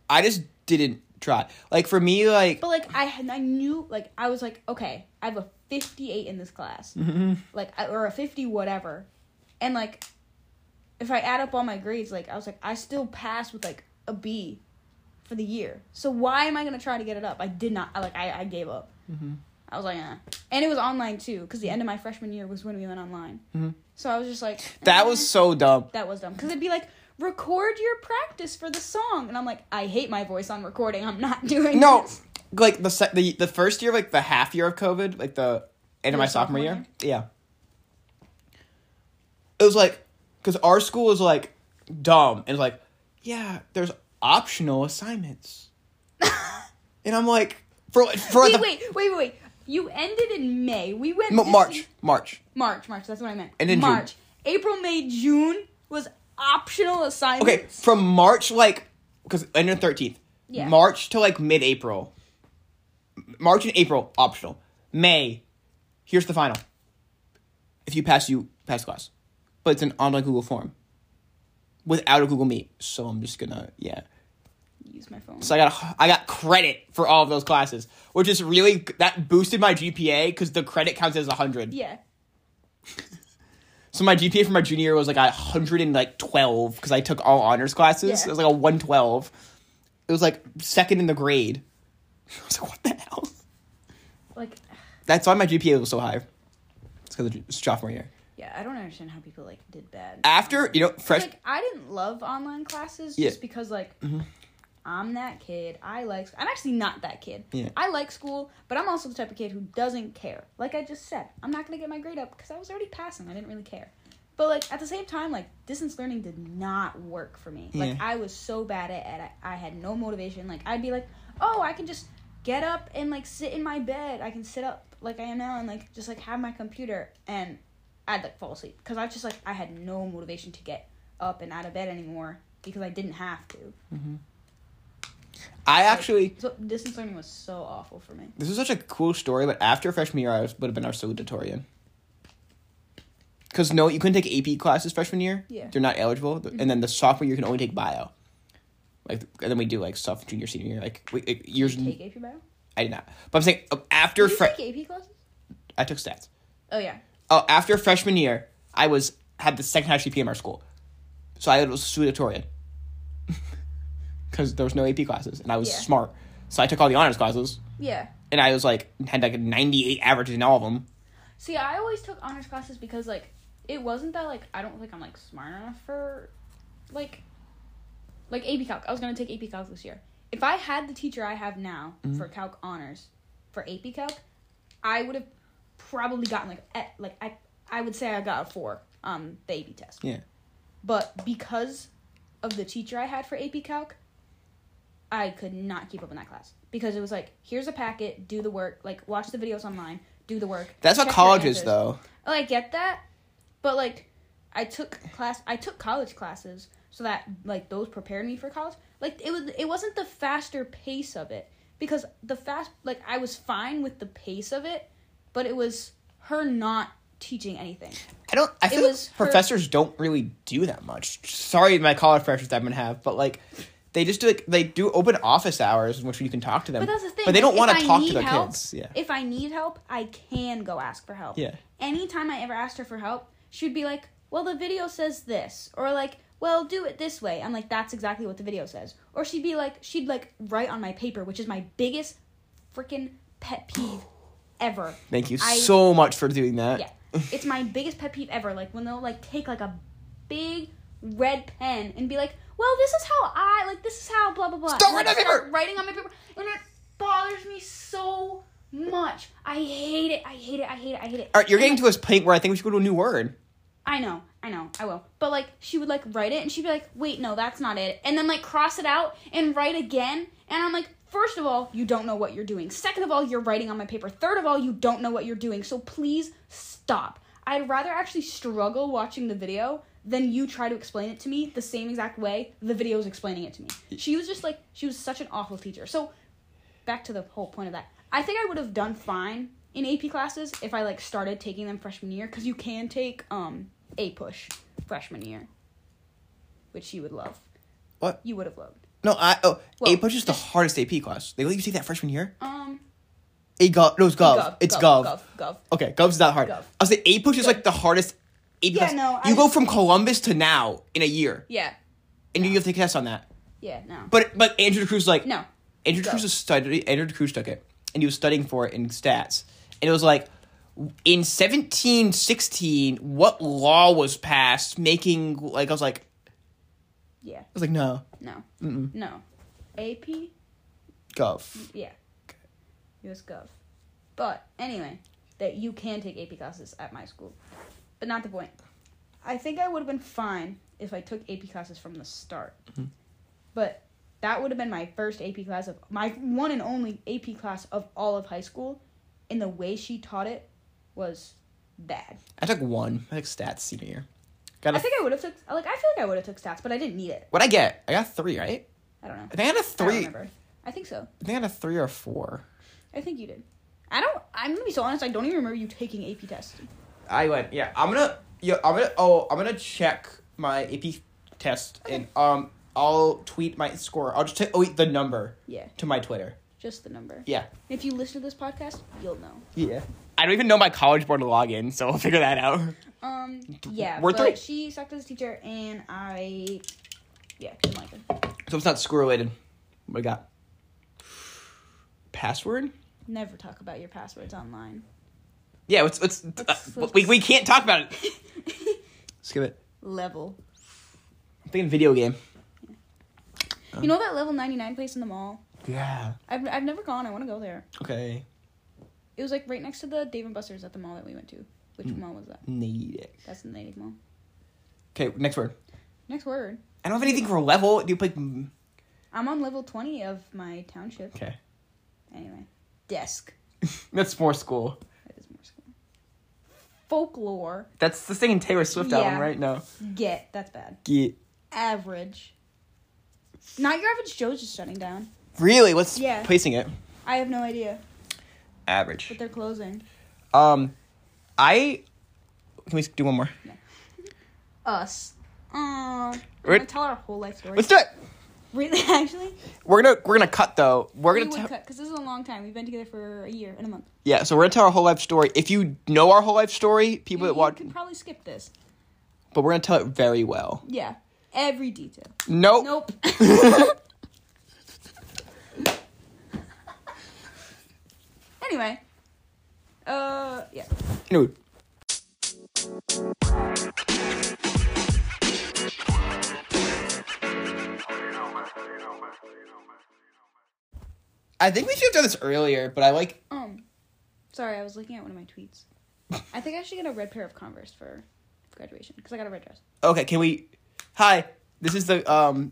A: I I just didn't try. Like for me, like
B: But like I had, I knew like I was like okay, I have a 58 in this class.
A: Mm-hmm.
B: Like I, or a 50 whatever. And like if I add up all my grades like I was like I still passed with like a B for the year. So why am I going to try to get it up? I did not I like I I gave up.
A: Mm-hmm.
B: I was like, eh. and it was online too, because the end of my freshman year was when we went online. So I was just like,
A: Mm-hmm. that
B: eh.
A: was so dumb.
B: That was dumb. Because it'd be like, record your practice for the song. And I'm like, I hate my voice on recording. I'm not doing
A: No,
B: this.
A: like the se- the the first year, like the half year of COVID, like the end of my
B: Your
A: sophomore year.
B: sophomore
A: Yeah. It was like, because our school is like dumb and it's like, yeah, there's optional assignments, and I'm like, for for
B: Wait,
A: the
B: wait, wait, wait, wait. You ended in May. We went
A: M-
B: this-
A: March March.
B: March, March. That's what I meant.
A: And in June.
B: March, April, May, June was optional assignments.
A: Okay, from March like because end of thirteenth.
B: Yeah.
A: March to like mid April. March and April optional. May, here's the final. If you pass, you pass class, but it's an online Google form. Without a Google Meet, so I'm just gonna yeah.
B: Use my phone.
A: So I got I got credit for all of those classes, which is really that boosted my GPA because the credit counts as hundred.
B: yeah.
A: So my GPA for my junior year was like a hundred and like twelve because I took all honors classes.
B: Yeah.
A: It was like a one twelve. It was like second in the grade. I was like, what the hell?
B: Like,
A: That's why my GPA was so high. It's because it's sophomore year.
B: yeah, I don't understand how people, like, did bad.
A: After you know, fresh.
B: like I didn't love online classes
A: Ah, Yeah. Mm-hmm.
B: just because like I'm that kid. I like I'm actually not that kid.
A: Yeah.
B: I like school, but I'm also the type of kid who doesn't care. Like I just said, I'm not going to get my grade up cuz I was already passing. I didn't really care. But like at the same time, like distance learning did not work for me.
A: Yeah.
B: Like I was so bad at it. I, I had no motivation. Like I'd be like, "Oh, I can just get up and like sit in my bed. I can sit up like I am now and like just like have my computer and I'd like fall asleep because I just like I had no motivation to get up and out of bed anymore because I didn't have to.
A: I actually
B: So distance learning was so awful for me.
A: this is such a cool story, but after freshman year, I was, would have been our salutatorian. Because no, you couldn't take AP classes freshman year.
B: Yeah.
A: They're not eligible, and then the sophomore year you can only take bio. Like and then we do like sophomore, junior, senior year, like we, like, years.
B: Take AP bio.
A: I did not. But I'm saying uh, after
B: Did you
A: fre-
B: take AP classes?
A: I took stats.
B: Oh yeah.
A: Oh, after freshman year, I was had the second highest GPA in our school, so I was salutatorian because there was no AP classes, and I was
B: Yeah.
A: smart, so I took all the honors classes,
B: Yeah.
A: and I was like had like a 98 average in all of them.
B: See, I always took honors classes because like it wasn't that like I don't think I'm like smart enough for like like AP Calc. I was gonna take AP Calc this year. If I had the teacher I have now
A: Mm-hmm.
B: for Calc honors for AP Calc, I would have probably gotten like at, like I I would say I got a four um the AP test.
A: Yeah,
B: But because of the teacher I had for AP Calc, I could not keep up in that class because it was like here's a packet, do the work, like watch the videos online, do the work.
A: that's
B: check
A: what
B: your
A: college is
B: answers.
A: though.
B: Oh, I get that, but like, I took class. I took college classes so that like those prepared me for college. Like it was. It wasn't the faster pace of it because the fast. Like I was fine with the pace of it, but it was her not teaching anything.
A: I don't. I feel like
B: was her-
A: professors don't really do that much. Sorry, my college professors that I'm gonna have, but like. They just do like they do open office hours in which you can talk to them.
B: But that's the thing.
A: But they don't
B: if
A: want
B: I
A: to talk to
B: need
A: their
B: help-
A: kids. Yeah.
B: If I need help, I can go ask for help.
A: Yeah.
B: Anytime I ever asked her for help, she'd be like, "Well, the video says this," or like, "Well, do it this way." I'm like, "That's exactly what the video says." Or she'd be like, she'd like write on my paper, which is my biggest freaking pet peeve ever.
A: Thank you
B: I-
A: so much for doing that.
B: Yeah. It's my biggest pet peeve ever. Like when they'll like take like a big red pen and be like, "Well, this is how I like. This is how blah blah blah."
A: Stop
B: And, like,
A: writing on my
B: start
A: paper!
B: writing on my paper, and it bothers me so much. I hate it. I hate it. I hate it. I hate it.
A: All right, you're getting to a point where I think we should go to a new word.
B: I know, I know, I will. But like, she would like write it, and she'd be like, "Wait, no, that's not it," and then like cross it out and write again. And I'm like, first of all, you don't know what you're doing. Second of all, you're writing on my paper. Third of all, you don't know what you're doing. So please stop. I'd rather actually struggle watching the video than you try to explain it to me the same exact way the video is explaining it to me. She was just like, she was such an awful teacher. So back to the whole point of that. I think I would have done fine in AP classes if I like started taking them freshman year because you can take um a push freshman year, which you would love.
A: What?
B: You would have loved.
A: No, I oh
B: Well,
A: AP is the hardest AP class. They let you take that freshman year.
B: Um,
A: A gov, no, it's gov. it's gov.
B: Gov. Gov.
A: Okay, gov's not hard.
B: Gov.
A: I'll say AP is like the hardest. AP
B: Yeah,
A: class.
B: no,
A: you
B: I-
A: go from Columbus to now in a year,
B: Yeah.
A: and you have to take a test on that.
B: Yeah. No.
A: But but Andrew Cruz like
B: no.
A: Andrew
B: Go.
A: Cruz was study. Andrew Cruz took it, and he was studying for it in stats. And it was like, in seventeen sixteen, what law was passed making like I was like I
B: Yeah.
A: was like no
B: No. No. AP.
A: gov.
B: Yeah. U.S. Gov. But anyway, that you can take AP classes at my school, but not the point. I think I would have been fine if I took AP classes from the start, but that would have been my first AP class of my one and only AP class of all of high school, and the way she taught it was bad.
A: I took one. I took stats senior year. Got
B: I
A: a,
B: think I would have took like I feel like I would have took stats, but I didn't need it.
A: what I get? I got three right.
B: I don't know.
A: I think I had a
B: I don't
A: three. I,
B: remember. I think so.
A: think I had a three or a four.
B: I think you did. I don't. I'm gonna be so honest. I don't even remember you taking AP tests.
A: I went. Yeah, I'm gonna. Yeah, I'm gonna. Oh, I'm gonna check my AP test and um, I'll tweet my score. I'll just take. Oh, wait, the number
B: Yeah,
A: to my Twitter.
B: just the number.
A: Yeah.
B: If you listen to this podcast, you'll know.
A: Yeah. I don't even know my college board login, so I'll figure that out.
B: Um, yeah,
A: we're
B: but
A: through.
B: she sucked as a teacher, and I, yeah, didn't like her.
A: So it's not school related. What I got? Password?
B: Never talk about your passwords online.
A: Yeah, what's what's
B: Let's-
A: uh, we we can't talk about it. Skip it.
B: level.
A: I'm thinking video game.
B: You know that level ninety nine place in the mall?
A: Yeah.
B: I've I've never gone. I want to go there.
A: Okay.
B: It was like right next to the Dave and Buster's at the mall that we went to. Which mall was that?
A: Need it.
B: That's the Natick Mall.
A: Okay, next word.
B: Next word.
A: I don't have anything for level. Do you play mm,
B: I'm on level twenty of my township.
A: Okay.
B: Anyway, desk.
A: That's more school.
B: That is more school. Folklore.
A: That's the singing Taylor Swift album
B: Yeah.
A: right now.
B: Get. That's bad.
A: Get.
B: Average. Not your average Joe's just shutting down.
A: Really? What's
B: Yeah.
A: placing it?
B: I have no idea,
A: Average.
B: but they're closing.
A: Um I can we do one more?
B: Us. Aww. We're
A: We're-
B: gonna tell our whole life story.
A: Let's do it.
B: Really, actually,
A: We're gonna we're gonna cut though. We're
B: we
A: gonna
B: would
A: tell
B: cut because this is a long time. We've been together for a year and a month.
A: yeah. So we're gonna tell our whole life story. If you know our whole life story, people
B: you
A: that watch,
B: could probably skip this.
A: but we're gonna tell it very well.
B: Yeah, every detail.
A: Nope.
B: Nope. anyway, uh, yeah.
A: No. I think we should have done this earlier, but I like
B: Um, sorry, I was looking at one of my tweets. I think I should get a red pair of Converse for graduation because I got a red dress.
A: okay. Can we? Hi, this is the um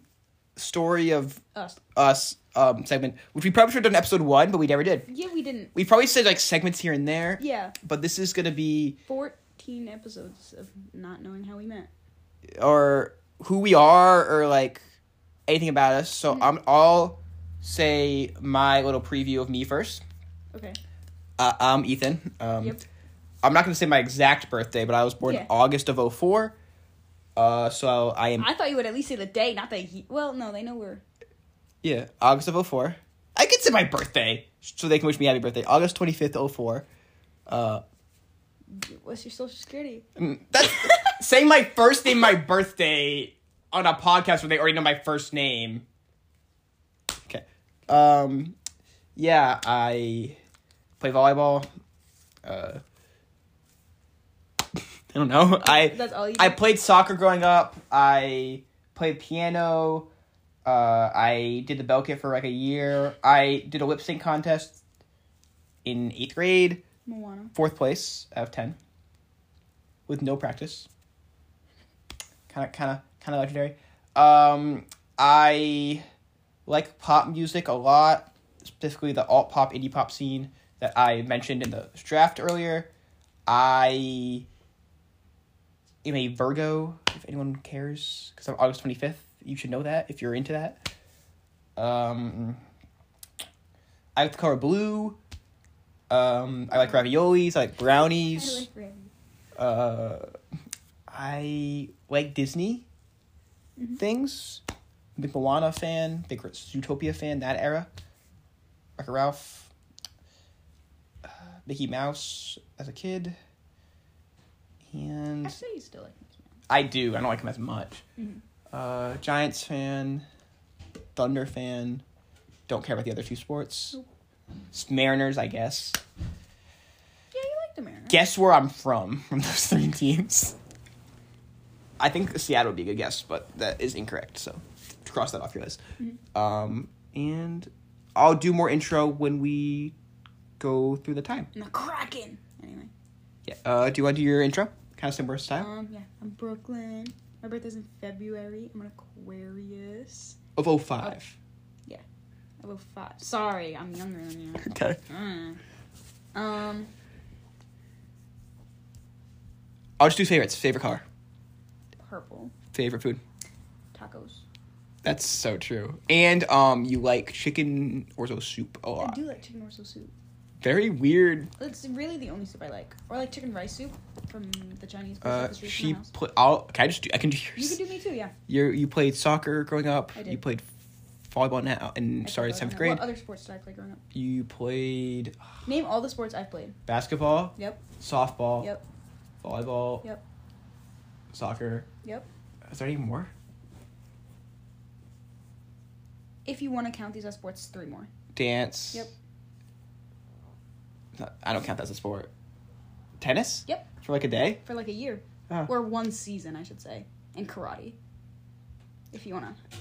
A: story of
B: Us.
A: us um segment, which we probably should have done episode one, but we never did.
B: Yeah, we didn't.
A: We probably said like segments here and there.
B: Yeah,
A: But this is gonna be
B: fourteen episodes of not knowing how we met.
A: or who we are or like anything about us.
B: Mm-hmm.
A: So I'm I'll say my little preview of me first.
B: Okay.
A: Uh, I'm Ethan. Um,
B: Yep.
A: I'm not gonna say my exact birthday, but I was born
B: Yeah.
A: in August of 04. Uh, so I am
B: I thought you would at least say the day, not the he- well. No, they know we're.
A: yeah August of 04. I could say my birthday so they can wish me happy birthday. August oh 25th 04. Uh,
B: What's your social security?
A: mm, that's saying my first name, my birthday on a podcast where they already know my first name. Okay. Um, yeah, I play volleyball. Uh, I don't know. I
B: That's all you.
A: I
B: do?
A: played soccer growing up. I played piano. Uh, I did the bell kit for like a year. I did a lip sync contest in eighth grade,
B: Moana.
A: fourth place out of ten, with no practice. Kind of, kind of, kind of legendary. Um, I like pop music a lot, specifically the alt pop, indie pop scene that I mentioned in the draft earlier. I am a Virgo, if anyone cares, because I'm August 25th. You should know that if you're into that. Um, I like the color blue. Um, I like raviolis. I like
B: I
A: brownies.
B: like Randy.
A: Uh, I like Disney things. big Moana fan, big Zootopia fan, that era. Wreck Ralph, uh, Mickey Mouse as a kid. And
B: Actually, you still like Mickey Mouse.
A: I do. I don't like him as much. Uh, Giants fan, Thunder fan. Don't care about the other two sports.
B: Nope.
A: S- Mariners, I guess.
B: Yeah, you like the Mariners.
A: Guess where I'm from from those three teams. I think Seattle would be a good guess, but that is incorrect. So cross that off your list. Um, and I'll do more intro when we go through the time.
B: I'm a Kraken. Anyway,
A: Yeah. Uh, do you want to do your intro? Kind of similar style.
B: um, yeah, I'm Brooklyn. My birthday's in February. I'm an Aquarius.
A: of 05.
B: I was five. Oh, Sorry, I'm younger than you.
A: Okay.
B: Mm. Um,
A: I'll just do favorites. Favorite car.
B: purple
A: Favorite food.
B: tacos.
A: That's so true. And um, you like chicken orzo soup a
B: I
A: lot.
B: do like chicken orzo soup.
A: Very weird.
B: It's really the only soup I like. Or I like chicken rice soup from the Chinese place up
A: Uh,
B: the street from
A: she
B: my house.
A: put. I'll. Can I just do? I can do
B: You
A: yours.
B: could do me too, yeah.
A: You you played soccer growing up.
B: I did.
A: You played volleyball now and
B: I
A: started
B: forgot
A: seventh
B: now.
A: grade.
B: What other sports did I play growing up?
A: You played
B: Name all the sports I've played.
A: basketball,
B: Yep,
A: softball,
B: yep,
A: volleyball,
B: Yep.
A: soccer.
B: yep.
A: Is there any more?
B: If you want to count these as sports, three more.
A: Dance.
B: Yep.
A: Not- I don't count that as a sport. Tennis.
B: Yep.
A: For like a day.
B: For like a year.
A: Ah.
B: Or one season, I should say. And karate. If you want to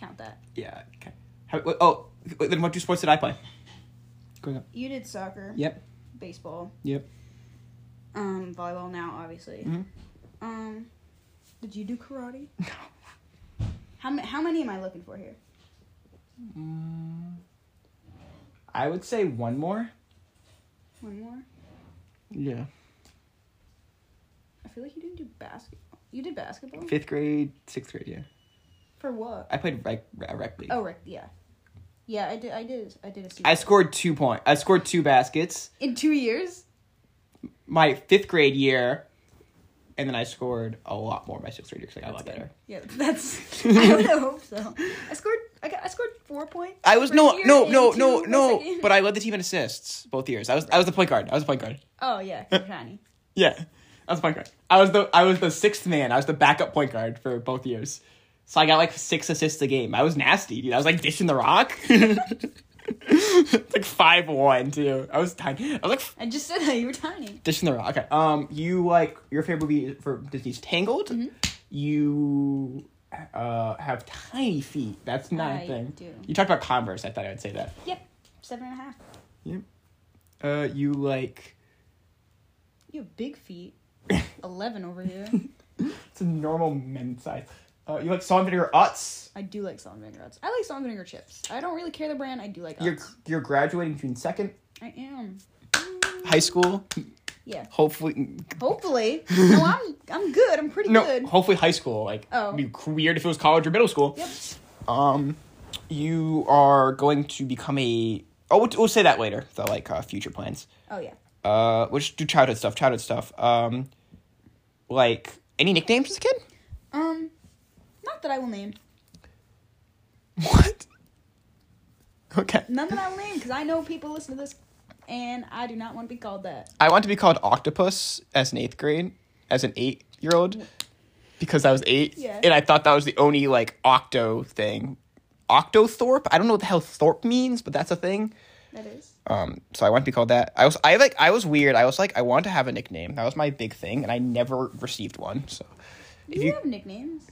B: count that.
A: Yeah. Okay. How, wait, oh, wait, then what two sports did I play? Growing up.
B: You did soccer,
A: Yep.
B: baseball,
A: Yep.
B: um, volleyball now, obviously.
A: Mhm.
B: Um, did you do karate?
A: No.
B: How, ma- how many am I looking for here?
A: Mm, I would say one more.
B: One more?
A: Yeah.
B: I feel like you didn't do basketball. You did basketball?
A: Fifth grade, sixth grade. Yeah.
B: For what?
A: I played rec, re- rec league.
B: Oh, right, yeah. Yeah, I did. I did. I did a season.
A: I scored two point. I scored two baskets.
B: In two years?
A: my fifth grade year, and then I scored a lot more my sixth grade year because I got a lot better.
B: Yeah, that's. I would hope so. I scored. I, got, I scored four points.
A: I was
B: first
A: no,
B: year
A: no,
B: and
A: no,
B: two
A: no,
B: my
A: no.
B: second-
A: But I led the team in assists both years. I was I was the point guard. I was the point guard.
B: Oh yeah, Johnny.
A: Yeah, I was the point guard. I was the I was the sixth man. I was the backup point guard for both years. So I got like six assists a game. I was nasty, dude. I was like dishing the rock. like five one too. I was tiny. I was like
B: I just said that you were tiny.
A: Dishing the Rock. Okay. Um, you like your favorite movie for Disney's Tangled.
B: Mm-hmm.
A: You uh have tiny feet. That's not
B: I
A: a thing.
B: do.
A: You talked about Converse. I thought I would say that.
B: Yep, seven and a half.
A: Yep. Uh, you like
B: You have big feet. Eleven over here.
A: it's a normal men's size. Uh, you like salt and vinegar Utz.
B: I do like salt and vinegar Utz. I like salt and vinegar chips. I don't really care the brand. I do like
A: You're
B: Utz.
A: you're graduating June second,
B: I am.
A: high school.
B: Yeah.
A: Hopefully,
B: Hopefully. no, I'm. I'm good. I'm pretty
A: no.
B: good.
A: Hopefully, high school. Like,
B: Oh.
A: it'd be weird if it was college or middle school.
B: Yep.
A: Um, you are going to become a. Oh, we'll, we'll say that later. The like uh, future plans.
B: Oh yeah.
A: Uh, we'll just do childhood stuff. Childhood stuff. Um, like any nicknames as a kid?
B: Um, not that I will name.
A: What? Okay.
B: None that I will name because I know people listen to this, and I do not want to be called that.
A: I want to be called Octopus as an eighth grade, as an eight year old, because I was eight,
B: Yeah.
A: and I thought that was the only like octo thing. Octothorpe. I don't know what the hell Thorpe means, but that's a thing.
B: That is.
A: Um, so I want to be called that. I was I like I was weird. I was like I wanted to have a nickname. That was my big thing, and I never received one. So
B: Do
A: if
B: you
A: you
B: have nicknames?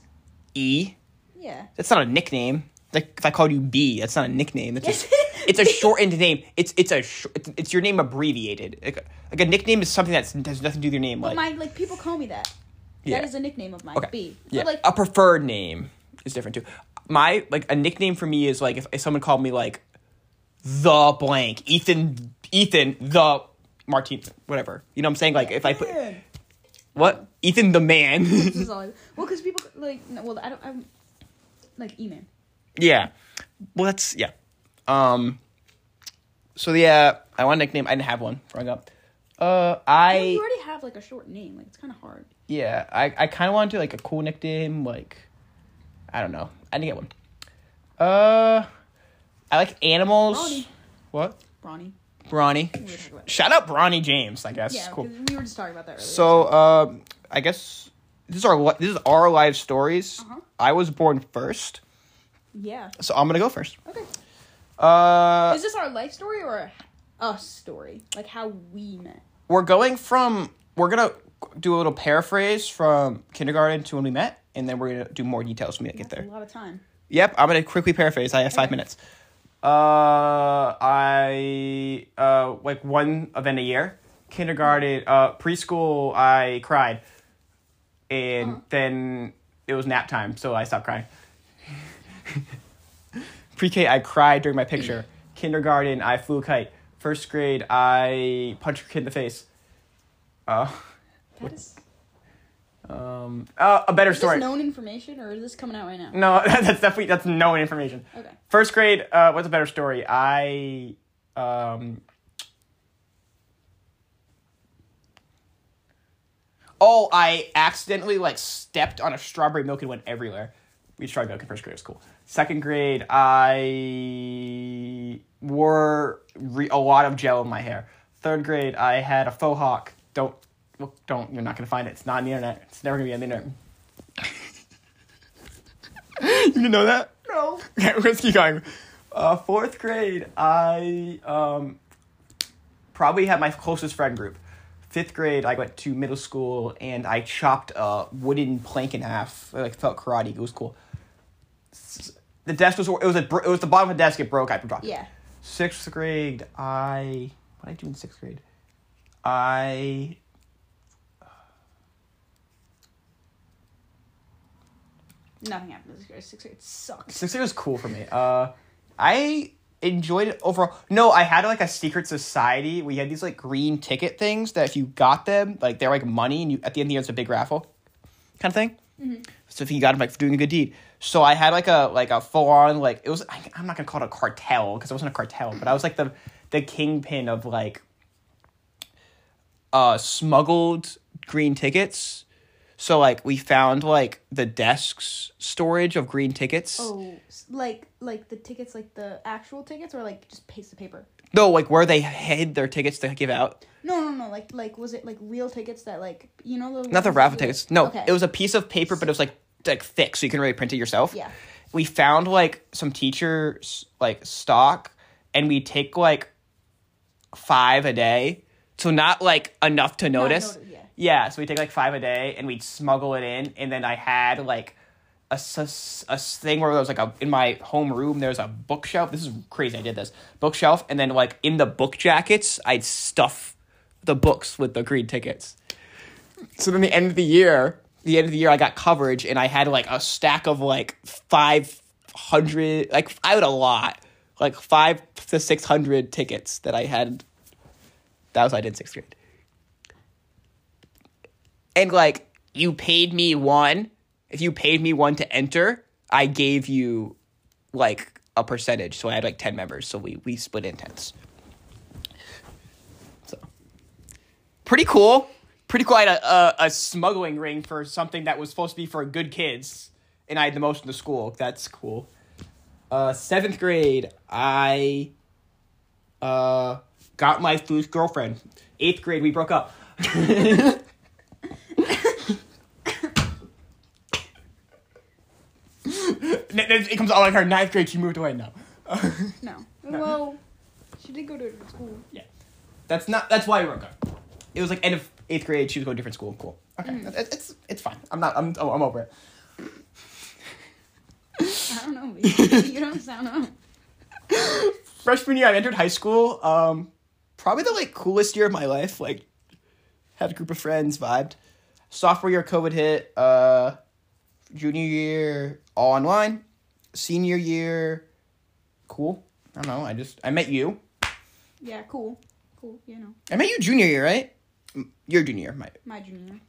A: E,
B: Yeah.
A: that's not a nickname. Like if I called you B, that's not a nickname. That's
B: Yes.
A: just, it's a shortened name. It's it's a sh- it's, it's your name abbreviated. Like, a- like a nickname is something that's has nothing to do with your name.
B: But
A: Like
B: my like people call me that.
A: Yeah.
B: That is a nickname of mine.
A: okay,
B: B. But,
A: yeah, Oh,
B: like
A: a preferred name is different too. My like a nickname for me is like if, if someone called me like the blank Ethan Ethan the Martin whatever. You know what I'm saying? Like if I put
B: man,
A: What? Ethan the man.
B: this is all. I- Well, because people like no, well I don't I'm like E-Man.
A: yeah. Well, that's yeah. Um. So yeah, I want a nickname. I didn't have one growing up. Uh, I
B: you already have like a short name. Like it's kind of hard.
A: yeah, I I kind of wanted to like a cool nickname, like I don't know. I didn't get one. Uh, I like animals.
B: Brawny.
A: What?
B: Bronny.
A: Bronny.
B: We were talking about
A: Shout out Bronny James. I guess.
B: Yeah,
A: cool.
B: 'cause we were just talking about that earlier.
A: So, uh, I guess this is our li- this is our live stories.
B: Uh-huh.
A: I was born first,
B: yeah.
A: so I'm gonna go first.
B: Okay.
A: Uh,
B: Is this our life story or us story? Like how we met?
A: we're going from we're gonna do a little paraphrase from kindergarten to when we met, and then we're gonna do more details when we get
B: That's
A: there.
B: A lot of time.
A: Yep, I'm gonna quickly paraphrase. I have five minutes. Uh, I uh like one event a year. Kindergarten, uh, preschool. I cried, and then it was nap time, so I stopped crying. Pre-K, I cried during my picture. Kindergarten, I flew a kite. First grade, I punched a kid in the face. Uh,
B: That is,
A: um, uh, a better
B: is this
A: story.
B: known information or is this coming out right now?
A: No, that's definitely that's known information.
B: Okay.
A: First grade, uh, what's a better story? I um Oh, I accidentally like stepped on a strawberry milk and went everywhere. We tried milk in first grade, it was cool. Second grade, I wore re- a lot of gel in my hair. Third grade, I had a faux hawk. Don't look, don't. You're not gonna find it. It's not on the internet. It's never gonna be on the internet. you didn't know that?
B: No.
A: Okay, let's keep going. Uh, fourth grade, I um, probably had my closest friend group. Fifth grade, I went to middle school and I chopped a wooden plank in half. I like felt karate. It was cool. S- The desk was it was a br- it was the bottom of the desk. It broke. I dropped. it.
B: Yeah.
A: Sixth grade, I what did I do in sixth grade? I
B: Nothing happened this year. Sixth grade sucks.
A: Sixth grade was cool for me. Uh, I enjoyed it overall. No, I had like a secret society. We had these like green ticket things that if you got them, like they're like money, and you at the end of the year it's a big raffle, kind of thing. So if you got them like for doing a good deed, so I had like a like a full on like it was I, I'm not gonna call it a cartel because it wasn't a cartel, but I was like the the kingpin of like uh smuggled green tickets. So like we found like the desks storage of green tickets.
B: Oh, s- like like the tickets, like the actual tickets, or like just paste of paper.
A: No, like where they hid their tickets to give out.
B: No, no, no. Like like was it like real tickets that like you know the
A: Not the
B: ones
A: raffle
B: that-
A: tickets. No,
B: Okay.
A: it was a piece of paper, but it was like like thick, so you can really print it yourself.
B: Yeah.
A: We found like some teachers like stock, and we take like five a day, so not like enough to notice.
B: noti- yeah.
A: So we take like five a day, and we'd smuggle it in, and then I had like. A, sus- a thing where there was like a in my home room there was a bookshelf this is crazy i did this bookshelf and then like in the book jackets i'd stuff the books with the green tickets so then the end of the year the end of the year i got coverage and i had like a stack of like 500 like i had a lot like five to 600 tickets that i had that was what i did in sixth grade and like you paid me one if you paid me one to enter i gave you like a percentage so i had like 10 members so we we split in tens so pretty cool pretty cool i had a, a, a smuggling ring for something that was supposed to be for good kids and i had the most in the school that's cool uh seventh grade i uh got my first girlfriend eighth grade we broke up N- n- It comes out like her ninth grade. She moved away now.
B: No. Well, she did go to a different school.
A: Yeah, that's not. That's why we broke up. It was like end of eighth grade. She was going to different school. Cool. Okay, It- it's it's fine. I'm not. I'm oh, I'm over it.
B: I don't know. but you don't sound up.
A: Freshman year, I entered high school. Um, probably the like coolest year of my life. Like, had a group of friends, vibed. Sophomore year, COVID hit. Uh, junior year, all online. Senior year, cool. I don't know. I just I met you.
B: Yeah. Cool. Cool. You know,
A: I met you junior year, right? M- Your junior year, my
B: my junior.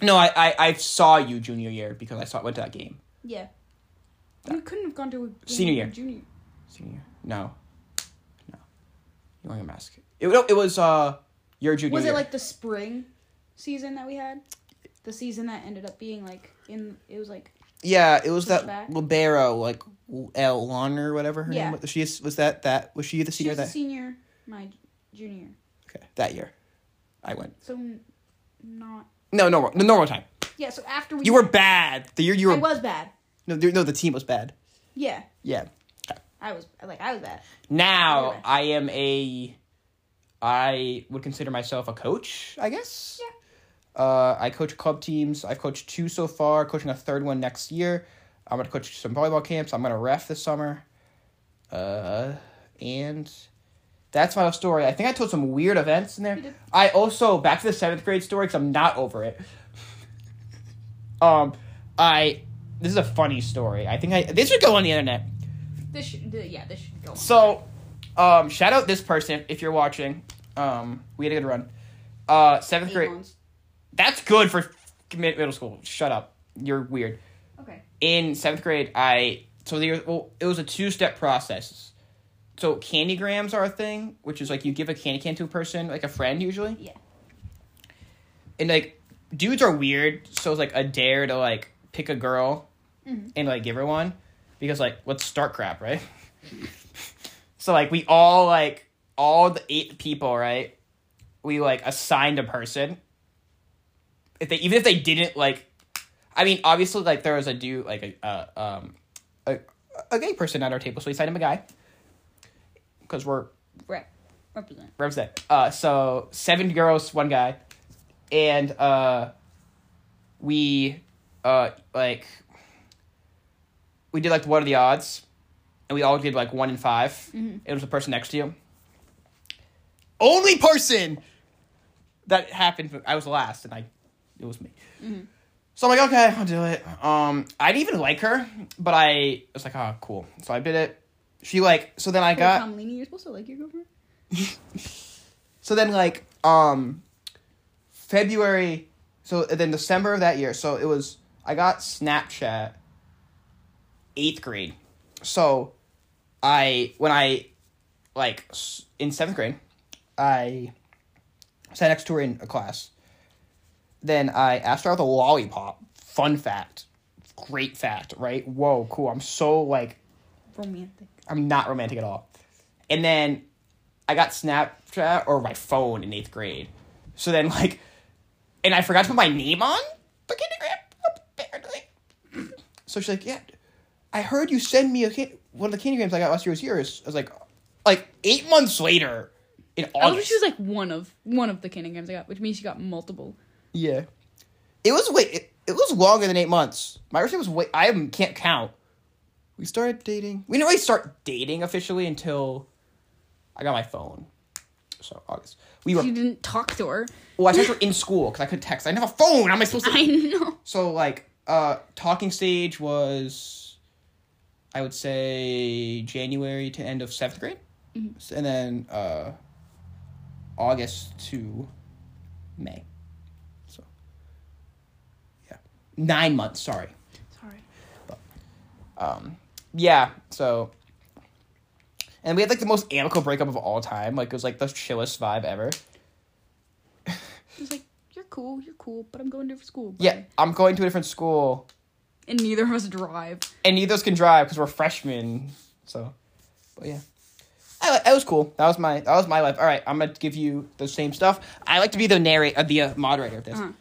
A: No, I, I, I saw you junior year because I saw went to that game.
B: Yeah. You couldn't have gone to a game
A: Senior year.
B: Junior.
A: Senior year. No. No. You wearing a mask. It, no, it was uh your junior
B: Was
A: year.
B: it like the spring season that we had? The season that ended up being like in it was like
A: Yeah, it was
B: Pushback.
A: that libero, like L Lon or whatever her
B: Yeah.
A: name was. She is- was that that was she the
B: She
A: senior
B: was a
A: that
B: senior, my junior.
A: okay that year? I went
B: So not
A: no normal the normal time.
B: yeah. So after we
A: You were bad the year you
B: I
A: were
B: was bad.
A: no the- no the team was bad.
B: Yeah,
A: Yeah.
B: I was like I was bad.
A: Now
B: Anyway.
A: I am a I would consider myself a coach, I guess. Yeah. Uh, I coach club teams. I've coached two so far, coaching a third one next year. I'm gonna coach some volleyball camps. I'm gonna ref this summer. Uh, and that's my story. I think I told some weird events in there.
B: You did.
A: I also back to the seventh grade story because I'm not over it. um, I this is a funny story. I think I this should go on the internet.
B: This should th- yeah this should go. On.
A: So, um, shout out this person if you're watching. Um, we had a good run. Uh, seventh
B: Eight
A: grade.
B: months.
A: That's good for mid- middle school. Shut up. You're weird.
B: Okay.
A: In seventh grade, I so there well, it was a two step process. So candy grams are a thing, which is like you give a candy can to a person, like a friend usually
B: Yeah.
A: and like dudes are weird so it's like a dare to like pick a girl and like give her one because like let's start crap right so like we all like all the eight people right we like assigned a person if they even if they didn't like i mean obviously like there was a dude like a uh, um a, a gay person at our table so we assigned him a guy because we're
B: Rep. Represent.
A: represent. Uh, so seven girls, one guy, and uh, we uh like we did like what are the odds, and we all did like one in 5 It was the person next to you. Only person that happened. I was last, and I it was me. So I'm like, okay, I'll do it. Um, I didn't even like her, but I was like, oh, cool. So I did it. She like, so then I
B: Hey,
A: got.
B: Tom Leaney, you're supposed to like your girlfriend.
A: So then like um February so and then December of that year. So it was I got Snapchat 8th grade. So I when I like s- in 7th grade, I sat next to her in a class. Then I asked her out with a lollipop. Fun fact. Great fact, right? Whoa, cool. I'm so like
B: Romantic.
A: I'm not romantic at all. And then I got Snapchat or my phone in eighth grade. So then like, and I forgot to put my name on the kindergarten. Apparently, so she's like, "Yeah, I heard you send me a kid- one of the kindergartens I got last year was yours." I was like, like eight months later in
B: I was
A: August.
B: Oh, she was like one of one of the kindergartens I got, which means she got multiple.
A: yeah, it was wait, it, it was longer than eight months. My relationship was wait, I can't count. We started dating. We didn't really start dating officially until I got my phone. So August. We were
B: You didn't talk to her.
A: Well, I texted her in school because I couldn't text. I didn't have a phone. How am I supposed to?
B: I know.
A: so like, uh, talking stage was, I would say January to end of seventh grade, S- and then uh, August to May. So yeah, nine months. Sorry.
B: Sorry.
A: Yeah. So. And we had like the most amicable breakup of all time. Like it was like the chillest vibe ever.
B: She was like, "You're cool. You're cool, but I'm going to different school." bye."
A: Yeah, I'm going to a different school.
B: And neither of us drive.
A: and neither of us can drive because we're freshmen. So, but yeah, I, that was cool. That was my that was my life. All right, I'm gonna give you the same stuff. I like to be the narrator, uh, the uh, moderator of this.
B: Uh-huh.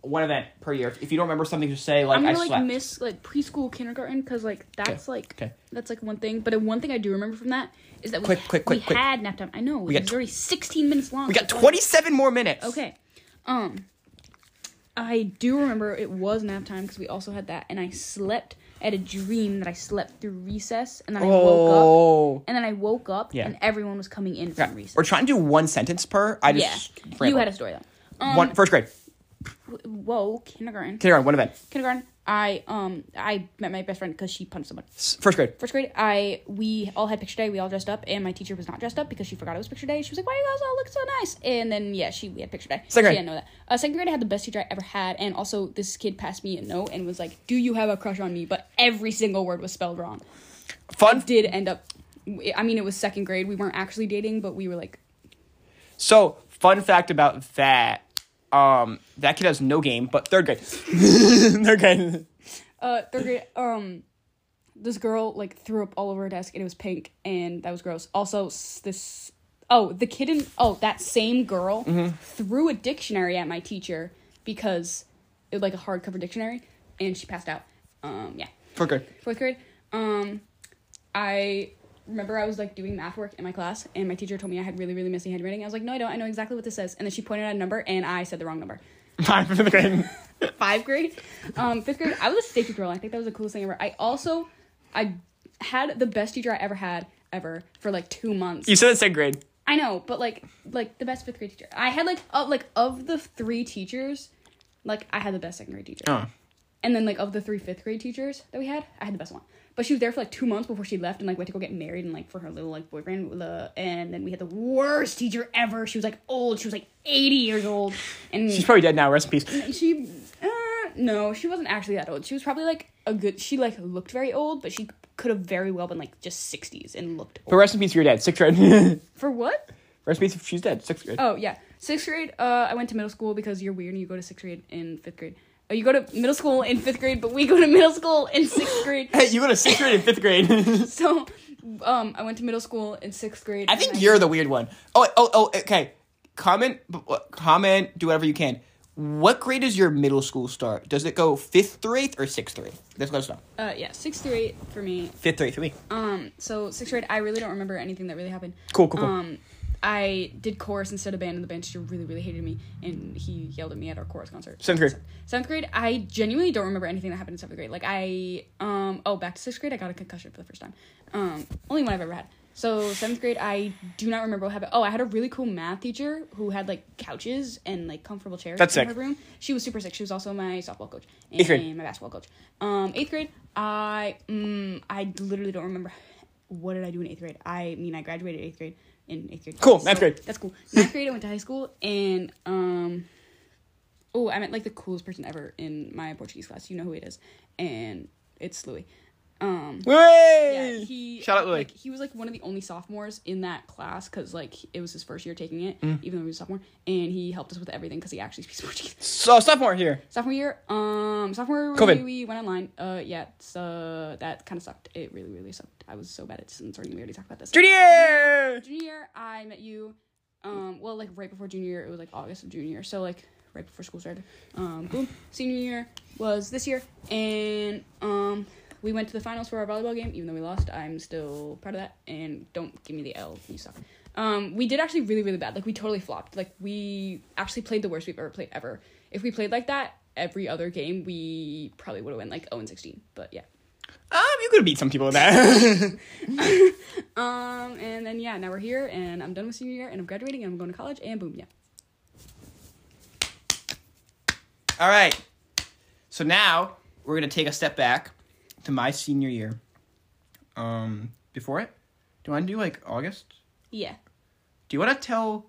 A: One event per year. If you don't remember something, just say like
B: I'm
A: I
B: gonna like
A: slept.
B: miss like preschool, kindergarten, because like that's like
A: okay.
B: that's like one thing. But uh, one thing I do remember from that is that
A: Quick,
B: we,
A: quick,
B: we
A: quick, quick.
B: had nap time. I know we
A: got
B: it was
A: tw-
B: already 16 minutes long.
A: we got 27 more minutes.
B: Okay, um, I do remember it was nap time because we also had that, and I slept. I had a dream that I slept through recess, and then I woke up,
A: Oh.
B: and then I woke up,
A: Yeah.
B: and everyone was coming in from
A: Okay.
B: recess.
A: We're trying to do one sentence per. I
B: yeah,
A: just
B: you
A: rambled.
B: had a story though. Um,
A: one first grade
B: w- whoa, kindergarten,
A: kindergarten one event
B: kindergarten. I um I met my best friend because she punched someone.
A: S- first grade.
B: first grade, I we all had picture day. We all dressed up, and my teacher was not dressed up because she forgot it was picture day. She was like, "Why you guys all look so nice?" And then yeah, she we had picture day.
A: Second grade.
B: she didn't know that. Uh, second grade, I had the best teacher I ever had, and also this kid passed me a note and was like, "Do you have a crush on me?" But every single word was spelled wrong.
A: Fun.
B: Did end up, I mean, it was second grade. We weren't actually dating, but we were like,
A: So fun fact about that. Um, that kid has no game, but third grade. third grade.
B: uh, third grade, um, this girl like threw up all over her desk and it was pink and that was gross. Also, s- this oh the kid in oh that same girl threw a dictionary at my teacher because it was like a hardcover dictionary and she passed out. Um, yeah,
A: For good.
B: fourth grade. Um, I remember I was like doing math work in my class and my teacher told me I had really really messy handwriting. I was like, no, I don't. I know exactly what this says. And then she pointed at a number and I said the wrong number
A: Fine for the grade.
B: five grade. Um, fifth grade, I was a safety girl. I think that was the coolest thing ever. I also, I had the best teacher I ever had ever for like two months.
A: You said it's second grade.
B: I know, but like, like the best fifth grade teacher. I had like, of like of the three teachers, like I had the best second grade teacher.
A: Oh.
B: And then like of the three fifth grade teachers that we had, I had the best one. But she was there for like two months before she left and like went to go get married and like for her little like boyfriend. uh, And then we had the worst teacher ever. She was like old. She was like eighty years old. And
A: She's probably dead now. Rest in peace.
B: she uh, no she wasn't actually that old she was probably like a good she like looked very old but she could have very well been like just 60s and looked old.
A: But rest in peace for your dad. Sixth grade. rest
B: for what
A: in peace if she's dead. Sixth grade.
B: oh yeah sixth grade uh i went to middle school because you're weird and you go to sixth grade in fifth grade uh, you go to middle school in fifth grade but we go to middle school in sixth grade
A: Hey, you go to sixth grade and fifth grade.
B: so um i went to middle school in sixth grade
A: I
B: and
A: think you're the weird one. Oh, oh, oh. Okay. Comment, b- w- comment. Do whatever you can. What grade does your middle school start? Does it go fifth through eighth or sixth through eighth? Let's let us know.
B: uh yeah sixth through eight for me
A: Fifth through eighth for me.
B: Um, so sixth grade, I really don't remember anything that really happened.
A: Cool, cool, cool.
B: Um, I did chorus instead of band, and the band teacher really, really hated me, and he yelled at me at our chorus concert.
A: Seventh grade.
B: Seventh grade, I genuinely don't remember anything that happened in seventh grade. Like I, um, oh, back to sixth grade, I got a concussion for the first time. Um, only one I've ever had. So seventh grade, I do not remember what happened. Oh, I had a really cool math teacher who had like couches and like comfortable chairs
A: That's
B: in
A: sick.
B: her room. She was super sick. She was also my softball coach and
A: Eighth grade.
B: my basketball coach. Um, eighth grade, I mm, I literally don't remember what did I do in eighth grade. I mean, I graduated eighth grade in eighth grade.
A: Cool, ninth grade.
B: That's cool. Ninth grade, I went to high school, and um, oh, I met like the coolest person ever in my Portuguese class. You know who it is, and it's Louis. Um,
A: Whey!
B: yeah, he
A: Shout out Lily.
B: Like, he was like one of the only sophomores in that class because like it was his first year taking it,
A: Mm.
B: even though he was a sophomore, and he helped us with everything because he actually speaks Portuguese.
A: so sophomore here.
B: sophomore year, um, sophomore
A: COVID.
B: year we went online. Uh, yeah, so that kind of sucked. It really, really sucked. I was so bad at distance learning. We already talked about this.
A: Junior. year!
B: Junior year, I met you. Um, well, like right before junior year, it was like August of junior year, so like right before school started. Um, boom. Senior year was this year, and um, we went to the finals for our volleyball game. Even though we lost, I'm still proud of that. And don't give me the L. You suck. Um, we did actually really, really bad. Like we totally flopped. Like we actually played the worst we've ever played ever. If we played like that every other game, we probably would have went like 0 and 16. But yeah.
A: Um, you could have beat some people with that.
B: Um, and then yeah, now we're here, and I'm done with senior year, and I'm graduating, and I'm going to college, and boom, yeah.
A: All right. So now we're gonna take a step back to my senior year. Um, before it, do you want to do like August?
B: Yeah.
A: Do you want to tell?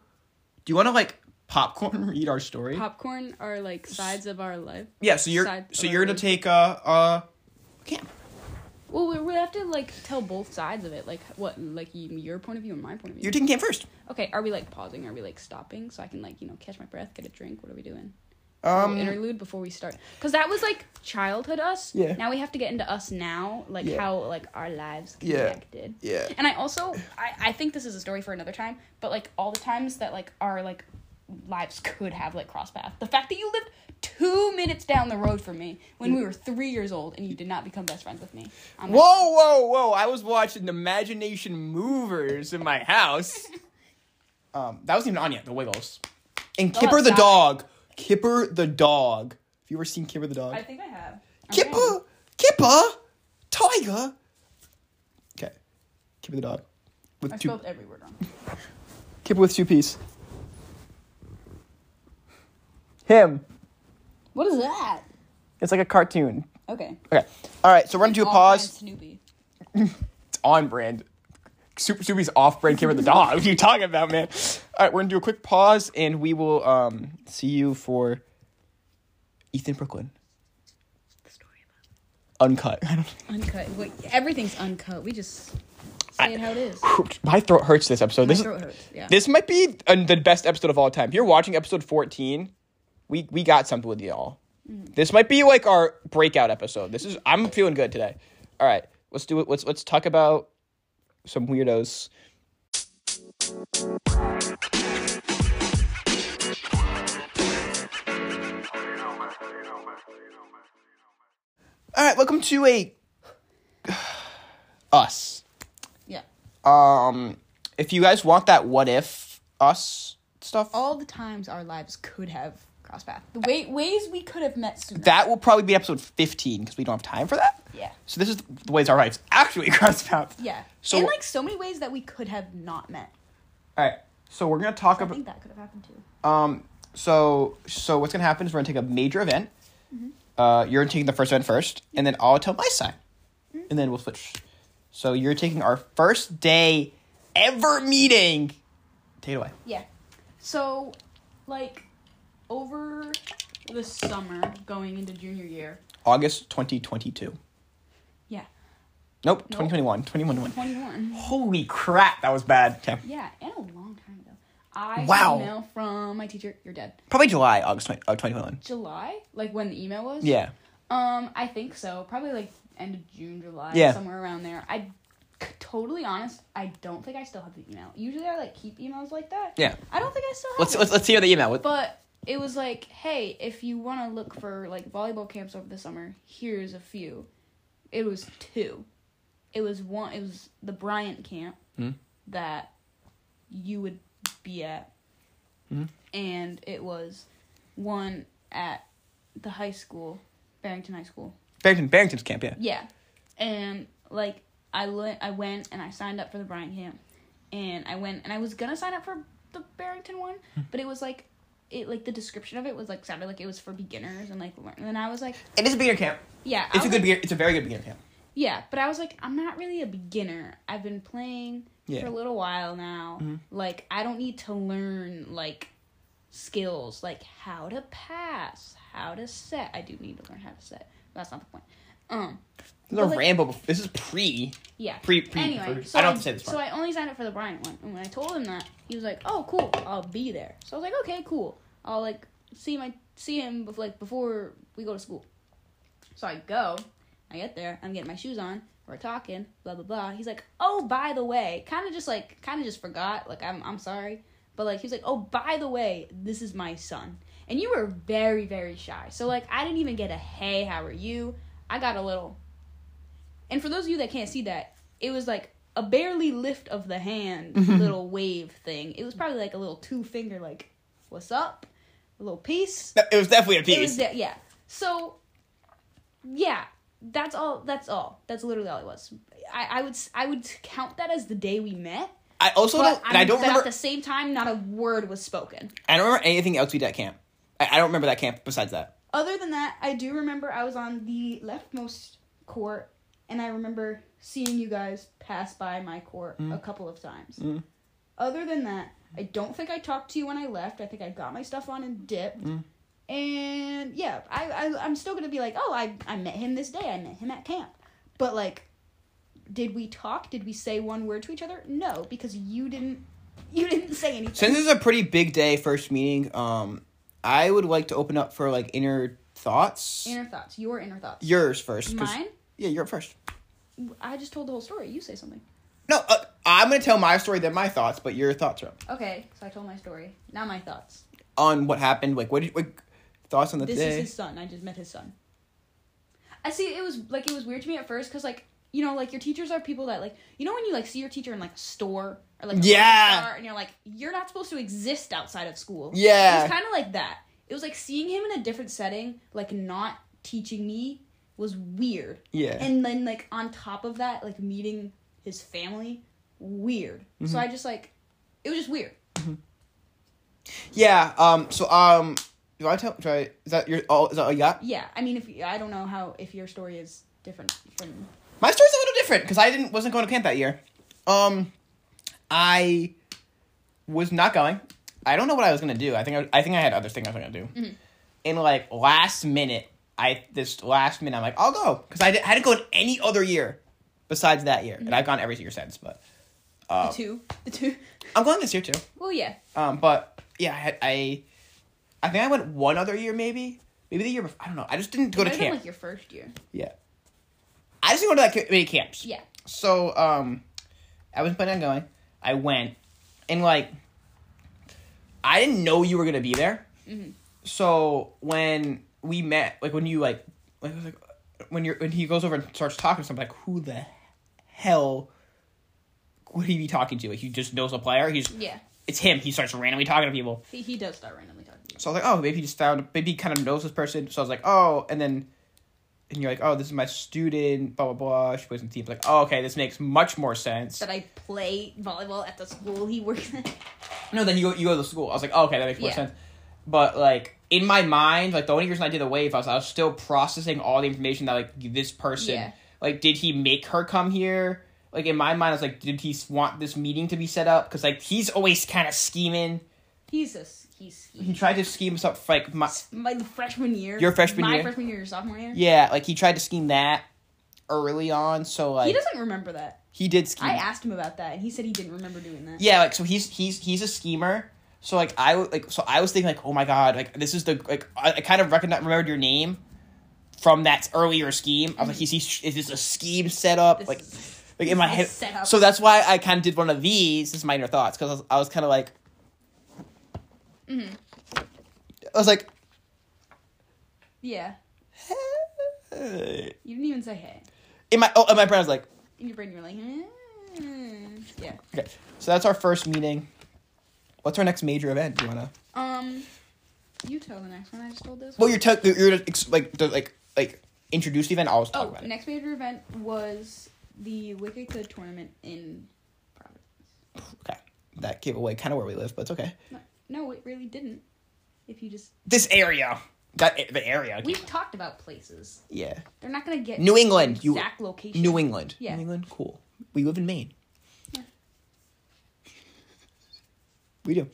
A: Do you want to like popcorn read our story?
B: Popcorn are like sides of our life.
A: yeah. So you're
B: Side
A: so
B: of
A: you're
B: our
A: gonna
B: life.
A: take a uh camp.
B: Well, we we have to like tell both sides of it, like what, like y- your point of view and my point of view.
A: You're taking camp first.
B: okay, are we like pausing? Are we like stopping so I can like you know catch my breath, get a drink? What are we doing? Little
A: Um,
B: interlude before we start, because that was like childhood us.
A: Yeah.
B: Now we have to get into us now, like
A: Yeah.
B: how like our lives
A: Yeah.
B: connected.
A: yeah.
B: And I also I, I think this is a story for another time, but like all the times that like our like lives could have like cross path. The fact that you lived two minutes down the road from me when we were three years old and you did not become best friends with me. Um, I'm like,
A: Whoa, whoa, whoa! I was watching Imagination Movers in my house. um, that wasn't even on yet. The Wiggles and Kipper the
B: outside.
A: dog. Kipper the dog. Have you ever seen Kipper the dog?
B: I think I have. Okay.
A: Kipper, Kipper, Tiger. Okay, Kipper the dog with
B: I
A: two.
B: spelled every word wrong.
A: Kipper with two piece. Him.
B: What is that?
A: It's like a cartoon.
B: Okay.
A: Okay. All right. So we're gonna do a
B: All
A: pause.
B: brand Snoopy.
A: It's on brand. Super Subi's off brand Kipper the dog. What are you talking about, man? All right, we're gonna do a quick pause, and we will um see you for Ethan Brooklyn uncut. I don't.
B: Uncut. Wait, everything's uncut. We just say it how it is.
A: My throat hurts this episode.
B: My
A: this
B: throat hurts. Yeah.
A: This might be uh, the best episode of all time. If you're watching episode 14, we we got something with y'all.
B: Mm-hmm.
A: This might be like our breakout episode. This is I'm feeling good today. All right, let's do it. Let's let's talk about some weirdos. All right, welcome to a us.
B: Yeah.
A: Um, if you guys want that what if us stuff,
B: All the times our lives could have crossed paths. The way, ways we could have met sooner.
A: that will probably be episode 15 because we don't have time for that.
B: Yeah.
A: So this is the ways our lives actually cross paths.
B: Yeah.
A: So-
B: in like so many ways that we could have not met.
A: All right. So we're gonna talk
B: I
A: about
B: think that could have happened too.
A: um. So so what's gonna happen is we're gonna take a major event.
B: Mm-hmm.
A: Uh, you're taking the first event first, and then I'll tell my side,
B: Mm-hmm.
A: and then we'll switch. So you're taking our first day ever meeting. Take it away.
B: Yeah. So, like, over the summer going into junior year.
A: August 2022.
B: Yeah.
A: Nope, 2021. 2021.
B: 21.
A: Holy crap, that was bad. Okay.
B: Yeah, and a long time ago. I
A: Wow.
B: got an email from my teacher, you're dead.
A: Probably July, August 20, oh, 2021.
B: July? Like when the email was?
A: Yeah.
B: Um, I think so. Probably like end of June, July,
A: Yeah.
B: somewhere around there. I totally honest, I don't think I still have the email. Usually I like keep emails like that.
A: Yeah.
B: I don't think I still have
A: Let's
B: it.
A: let's, let's hear the email. What-
B: But it was like, hey, if you want to look for like volleyball camps over the summer, here's a few. It was two. It was one. It was the Bryant camp that you would be at, and it was one at the high school, Barrington High School.
A: Barrington Barrington's camp, yeah.
B: Yeah, and like I le- I went and I signed up for the Bryant camp, and I went and I was gonna sign up for the Barrington one,
A: Hmm.
B: but it was like, it like the description of it was like sounded like it was for beginners and like learn. And then I was like,
A: It is a beginner camp.
B: yeah, I
A: It's a
B: was
A: good
B: like-
A: beginner, it's a very good beginner camp.
B: yeah, but I was like, I'm not really a beginner. I've been playing
A: Yeah. Mm-hmm.
B: for a little while now. Like, I don't need to learn like skills like how to pass, how to set. I do need to learn how to set. That's not the point. Um,
A: This is a
B: But, like-
A: ramble. bef- This is pre.
B: Yeah.
A: Pre- pre-
B: Anyway,
A: pre-
B: so
A: I don't have to say this
B: So
A: part.
B: I only signed up for the Bryant one, and when I told him that, he was like, "Oh, cool, I'll be there." So I was like, "Okay, cool. I'll like see my see him bef- like before we go to school." So I go, I get there, I'm getting my shoes on, we're talking, blah blah blah. He's like, "Oh, by the way," kind of just like kind of just forgot, like I'm I'm sorry, but like he was like, "Oh, by the way, this is my son." And you were very very shy, so like I didn't even get a "Hey, how are you?" I got a little. And for those of you that can't see that, it was like a barely lift of the hand
A: Mm-hmm.
B: little wave thing. It was probably like a little two finger like, "What's up?" A little peace.
A: No, It was definitely a
B: It was
A: piece.
B: there, yeah. So, yeah, that's all. That's all. That's literally all it was. I, I would s- I would count that as the day we met.
A: I also
B: But,
A: don't, and I don't
B: but at
A: remember.
B: the same time, not a word was spoken.
A: I don't remember anything else we did at camp. I, I don't remember that camp besides that.
B: Other than that, I do remember I was on the leftmost court, and I remember seeing you guys pass by my court a
A: Mm.
B: couple of times. Other than that, I don't think I talked to you when I left. I think I got my stuff on and dipped.
A: Mm.
B: And yeah, I, I I'm still gonna be like, oh, I I met him this day. I met him at camp. But like, did we talk? Did we say one word to each other? No, because you didn't. You didn't say anything.
A: Since this is a pretty big day, first meeting. Um, I would like to open up for like inner thoughts.
B: inner thoughts. Your inner thoughts.
A: Yours first. 'cause-
B: Mine.
A: Yeah, you're up first.
B: I just told the whole story. You say something.
A: No, uh, I'm gonna tell my story, then my thoughts, but your thoughts are up.
B: Okay, so I told my story. Now my thoughts.
A: on what happened. Like, what? Did, like, thoughts on the
B: This
A: day?
B: is his son. I just met his son. I see. It was like it was weird to me at first because like you know like your teachers are people that like you know when you like see your teacher in like a store or like a
A: Yeah.
B: grocery store, and you're like you're not supposed to exist outside of school.
A: Yeah.
B: it was kind of like that. It was like seeing him in a different setting, like not teaching me was weird.
A: Yeah.
B: and then like on top of that, like meeting his family, weird.
A: Mm-hmm.
B: So I just like it was just weird.
A: yeah. Um. So, um. Do I tell? Do I? Is that your? All? Is that all you got?
B: Yeah, I mean, if I don't know how if your story is different from
A: My story's a little different because I didn't wasn't going to camp that year. Um, I was not going. I don't know what I was gonna do. I think I, I think I had other things I was gonna do.
B: Mm-hmm.
A: And like last minute, I this last minute I'm like I'll go because I, di- I hadn't gone any other year besides that year,
B: Mm-hmm.
A: and I've gone every year since. But Oh.
B: the two, the two.
A: I'm going this year too.
B: Well, yeah,
A: Um, but yeah, I, had, I I think I went one other year maybe Maybe the year before. I don't know. I just didn't go to
B: Might have been,
A: camp.
B: like your first year.
A: yeah. I just didn't go to like many camps.
B: Yeah.
A: So um, I was planning on going. I went, and like, I didn't know you were gonna be there.
B: Mm-hmm.
A: So when we met, like when you like, like, I was like when you're when he goes over and starts talking to somebody, like who the hell would he be talking to? Like he just knows a player. He's
B: Yeah.
A: it's him. He starts randomly talking to people.
B: He, he does start randomly talking to you.
A: So I was like, oh, maybe he just found, maybe he kind of knows this person. So I was like, oh, and then, and you're like, oh, this is my student, blah blah blah. She plays in teams. Like, oh, okay, this makes much more sense.
B: That I play volleyball at the school he works at.
A: No, then you go you go to school. I was like, oh, okay, that makes more
B: Yeah.
A: sense. But like in my mind, like the only reason I did the wave, I was I was still processing all the information that like this person,
B: Yeah.
A: like did he make her come here? Like in my mind, I was like, did he s- want this meeting to be set up? Because like he's always kind of scheming.
B: He's a s- he's
A: He
B: he,
A: tried to scheme us up for like my
B: my freshman year.
A: Your freshman
B: my
A: year?
B: freshman year, sophomore year.
A: yeah, like he tried to scheme that early on. So like
B: He
A: he,
B: doesn't remember that.
A: did scheme.
B: I asked him about that, and he said he didn't remember doing that.
A: yeah like so he's he's he's a schemer so like i w- like so i was thinking like oh my god like this is the like i, I kind of recognize remembered your name from that earlier scheme i was like is, he, is this a scheme set up
B: This
A: like
B: is-
A: like in my
B: this
A: head
B: is set up.
A: so that's why i kind of did one of these this is minor thoughts because i was, I was kind of like
B: Mm-hmm.
A: i was like
B: yeah. You didn't even say hey.
A: in my oh and my brain I was like
B: In your brain, you were like, hmm. yeah.
A: okay so that's our first meeting what's our next major event do you want to
B: Um, you tell the next one. I just told this.
A: well
B: one.
A: you're tell you're gonna ex- like the like like introduce the event i was talking
B: Oh,
A: about it.
B: next major event was the Wicked Good tournament in Providence.
A: Okay. That gave away kind of where we live, but it's okay.
B: No, no, it really didn't. If you just
A: This area. That a- the area.
B: we've talked about places,
A: yeah.
B: they're not gonna get
A: New England,
B: the
A: you-
B: exact location.
A: New England.
B: Yeah.
A: New England, cool. We live in Maine.
B: Yeah.
A: We do.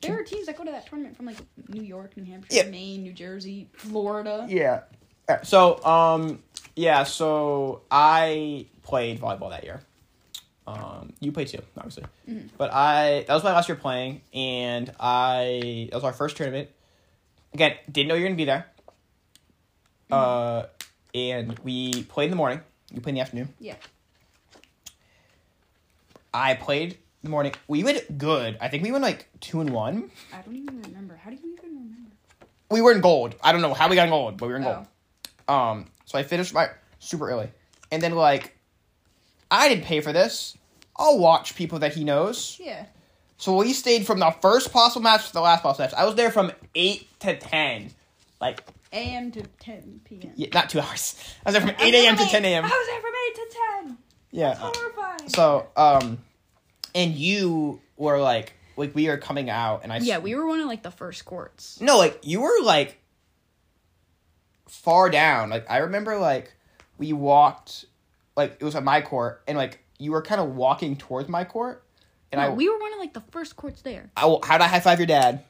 B: There are teams that go to that tournament from like New York, New Hampshire,
A: Yeah.
B: Maine, New Jersey, Florida.
A: Yeah. Alright, So, um yeah, so I played volleyball that year. Um you played too, obviously. But I that was my last year playing and I that was our first tournament. Again, didn't know you were gonna be there. Uh and we played in the morning. You played in the afternoon.
B: Yeah.
A: I played in the morning. We went good. I think we went like two and one.
B: I don't even remember. How do you even remember?
A: We were in gold. I don't know how we got in gold, but we were in
B: Oh.
A: gold. Um, so I finished my super early, and then like, I didn't pay for this. I'll watch people that he knows.
B: Yeah.
A: So we stayed from the first possible match to the last possible match. I was there from eight to ten, like
B: A.M. to 10 p.m.
A: yeah, not two hours. I was there from
B: I was
A: eight a.m. to
B: there-
A: ten a.m.
B: I was there from 8 to 10.
A: Yeah.
B: Horrifying.
A: So um, and you were like, like we are coming out, and I
B: yeah, we were one of like the first courts.
A: No, like you were like far down. Like I remember like we walked like it was at my court and like you were kind of walking towards my court and I
B: No, we were one of like the first courts there
A: I will- how'd I high five your dad?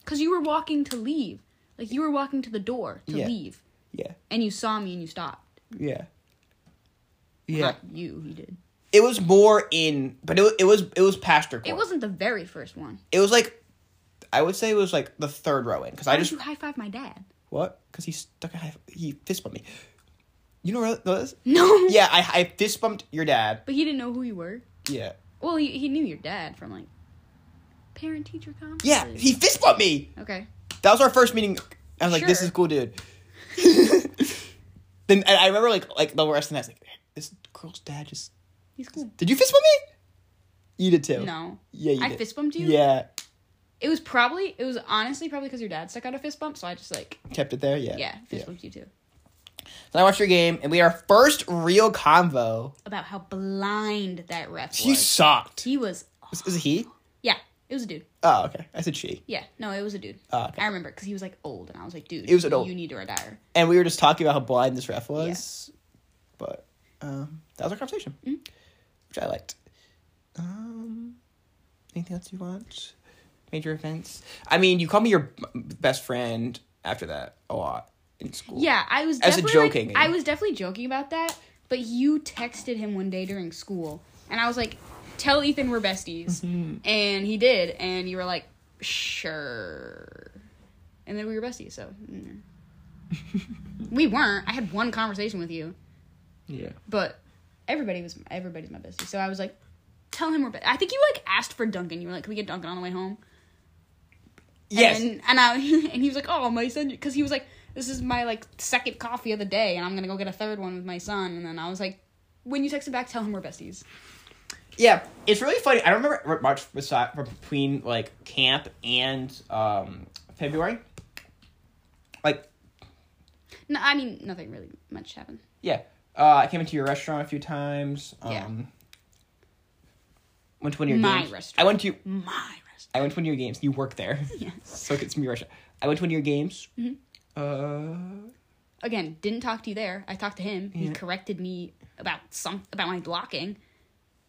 B: because you were walking to leave. Like you were walking to the door to
A: Yeah.
B: leave,
A: Yeah.
B: and you saw me and you stopped.
A: Yeah. Yeah.
B: Not you. He did.
A: It was more in but it was it was it was past your court.
B: It wasn't the very first one.
A: it was like I would say it was like the third row in because I
B: Why did
A: just
B: you high five my dad?
A: what because he stuck a high he fist bumped me. You know what this?
B: No.
A: Yeah, I I fist bumped your dad.
B: But he didn't know who you were.
A: Yeah.
B: Well, he, he knew your dad from like parent teacher conference.
A: Yeah, he fist bumped me.
B: Okay.
A: That was our first meeting. I was like, "This
B: Sure.
A: is cool, dude." then and I remember like like the rest of the night, I was like, "This girl's dad just
B: He's cool.
A: did you fist bump me?" You did too.
B: No.
A: Yeah, you
B: I
A: did.
B: fist bumped you.
A: Yeah,
B: It was probably. It was honestly probably because your dad stuck out a fist bump. So I just like
A: kept it there. Yeah.
B: yeah, fist bumped you too.
A: So I watched your game, and we had our first real convo.
B: About how blind that ref
A: She
B: was.
A: sucked.
B: He was.
A: Was, was it he?
B: Yeah, it was a dude.
A: Oh, okay. I said she.
B: Yeah, no, it was a dude.
A: Oh, okay.
B: I remember because he was like old, and I was like, dude,
A: It was an old-
B: You need to retire.
A: And we were just talking about how blind this ref was, but um, that was our conversation,
B: Mm-hmm.
A: which I liked. Um, anything else you want? Major events? I mean, you call me your b- best friend after that a lot in school.
B: Yeah, I was
A: As a
B: definitely, like-
A: joking.
B: I was definitely joking about that, but you texted him one day during school, and I was like, "Tell Ethan we're
A: Mm-hmm.
B: besties," and he did, and you were like, "Sure." and then we were besties. So mm. we weren't. I had one conversation with you,
A: Yeah.
B: but everybody was everybody's my bestie. So I was like, tell him we're. Be-. I think you like asked for Duncan. You were like, can we get Duncan on the way home?
A: Yes.
B: And, and I and he was like, "Oh, my son," because he was like, "This is my like second coffee of the day, and I'm gonna go get a third one with my son." And then I was like, "When you text him back, tell him we're besties."
A: Yeah, it's really funny. I don't remember much besi- between like camp and um, February. Like,
B: No, I mean nothing really much happened.
A: yeah, uh, I came into your restaurant a few times. Um,
B: Yeah.
A: Went to one of your
B: My
A: games.
B: restaurant.
A: I went to
B: My rest.
A: I went to one of your games. You work there,
B: Yes.
A: so it's me restaurant. I went to one of your games.
B: Mm-hmm.
A: Uh,
B: Again, didn't talk to you there. I talked to him. He
A: Yeah.
B: corrected me about some about my blocking,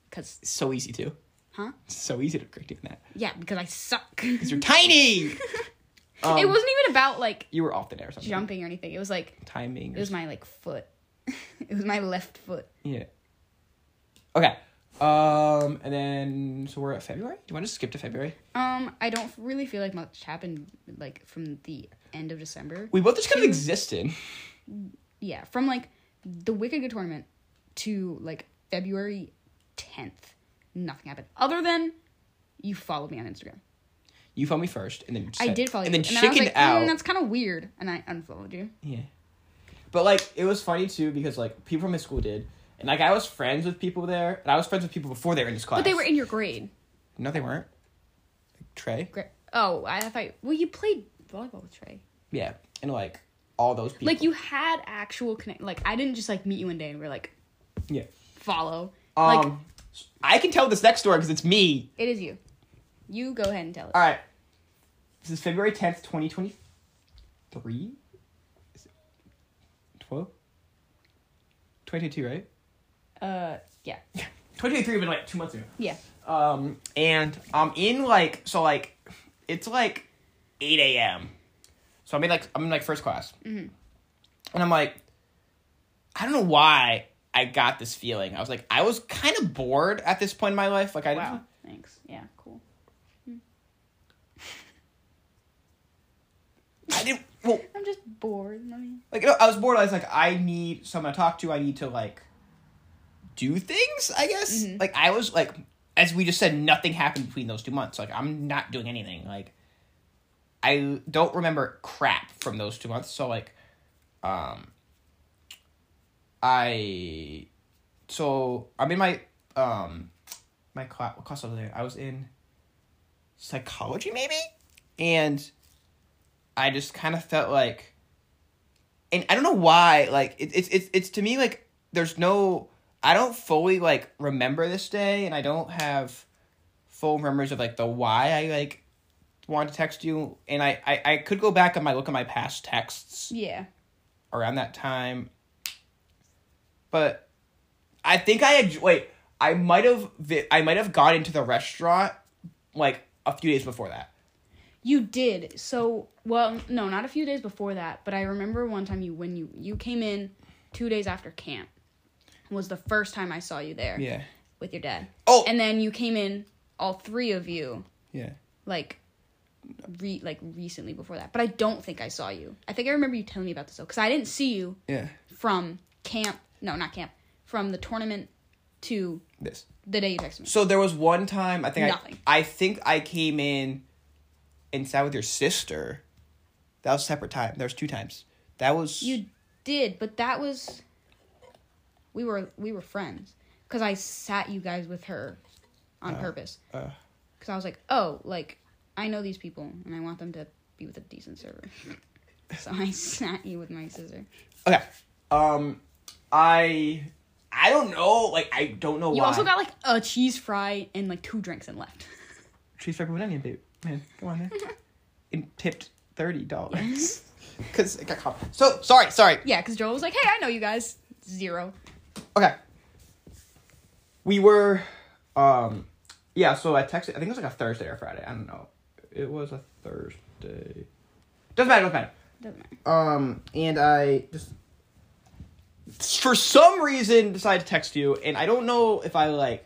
B: because
A: it's so easy to.
B: huh?
A: It's so easy to correct doing that
B: Yeah, because I suck.
A: because you're tiny. Um,
B: it wasn't even about like
A: You were off the air or something.
B: jumping or anything. It was like
A: timing.
B: it
A: Or
B: was my like foot. it was my left foot.
A: Yeah. Okay. Um, and then so we're at February. Do you want to skip to February?
B: Um, I don't really feel like much happened like from the end of December.
A: We both just
B: Hmm.
A: kind of existed.
B: Yeah, from like the Wicked Good tournament to like February tenth, nothing happened other than you followed me on Instagram.
A: You found me first, and then you
B: I
A: said-
B: did follow
A: and
B: you,
A: then
B: and then I was
A: chickened
B: like,
A: out.
B: "Mm, that's kind of weird, and I unfollowed you.
A: yeah. But like, it was funny too because like people from my school did, and like I was friends with people there, and I was friends with people before they were in this class.
B: But they were in your grade.
A: no, they weren't. Trey.
B: Gra- oh, I thought. Well, you played volleyball with Trey.
A: Yeah, and like all those people.
B: Like you had actual connect. Like I didn't just like meet you one day and we're like
A: Yeah.
B: follow.
A: Um,
B: like
A: I can tell this next story because it's me.
B: it is you. You go ahead and tell it.
A: All right. This is February 10th, 2023. Is it 12? 2022, right?
B: Uh, yeah,
A: 2023 would have been like two months ago.
B: yeah.
A: Um, and I'm in like, so like, it's like 8 a.m. So I'm in like, I'm in like first class. And I'm like, I don't know why I got this feeling. I was like, I was kind of bored at this point in my life. Like, I
B: Wow. Thanks. Yeah, cool.
A: I didn't, well,
B: I'm just bored. I mean,
A: like you know, I was bored. I was like, I need someone to talk to. I need to like do things. I guess
B: Mhm.
A: like I was like, as we just said, nothing happened between those two months. Like I'm not doing anything. Like I don't remember crap from those two months. So like, um, I so I'm in my um my class. What class was I in? I was in psychology, maybe, and I just kind of felt like and I don't know why. Like it, it's it's it's to me like there's no. I don't fully like remember this day, and I don't have full memories of like the why I like wanted to text you. And I I, I could go back and my look at my past texts
B: yeah.
A: around that time, but I think I had wait. I might have vi- I might have gone into the restaurant like a few days before that.
B: You did. So, well, no, not a few days before that, but I remember one time you when you you came in 2 days after camp was the first time I saw you there.
A: Yeah.
B: With your dad.
A: Oh.
B: And then you came in all three of you
A: Yeah.
B: like re like recently before that. But I don't think I saw you. I think I remember you telling me about this though cuz I didn't see you
A: Yeah.
B: from camp. No, not camp. From the tournament to
A: This.
B: the day you texted me.
A: So there was one time I think
B: Nothing.
A: I, I think I came in and sat with your sister. That was a separate time. There was two times. That was
B: You did, but that was we were we were friends because I sat you guys with her on purpose
A: uh.
B: because I was like, oh, like I know these people and I want them to be with a decent server, so I sat you with my scissor.
A: okay. Um, I I don't know. Like I don't know
B: You
A: why.
B: also got like a cheese fry and like two drinks and left.
A: cheese pepper with onion, babe. Man, come on, man. and tipped thirty dollars because it got caught. So sorry, sorry.
B: yeah, because Joel was like, hey, I know you guys. Zero.
A: Okay. We were, um, yeah. So I texted. I think it was like a Thursday or Friday. I don't know. It was a Thursday. Doesn't matter. Doesn't matter.
B: Doesn't matter.
A: Um, and I just for some reason decided to text you, and I don't know if I like,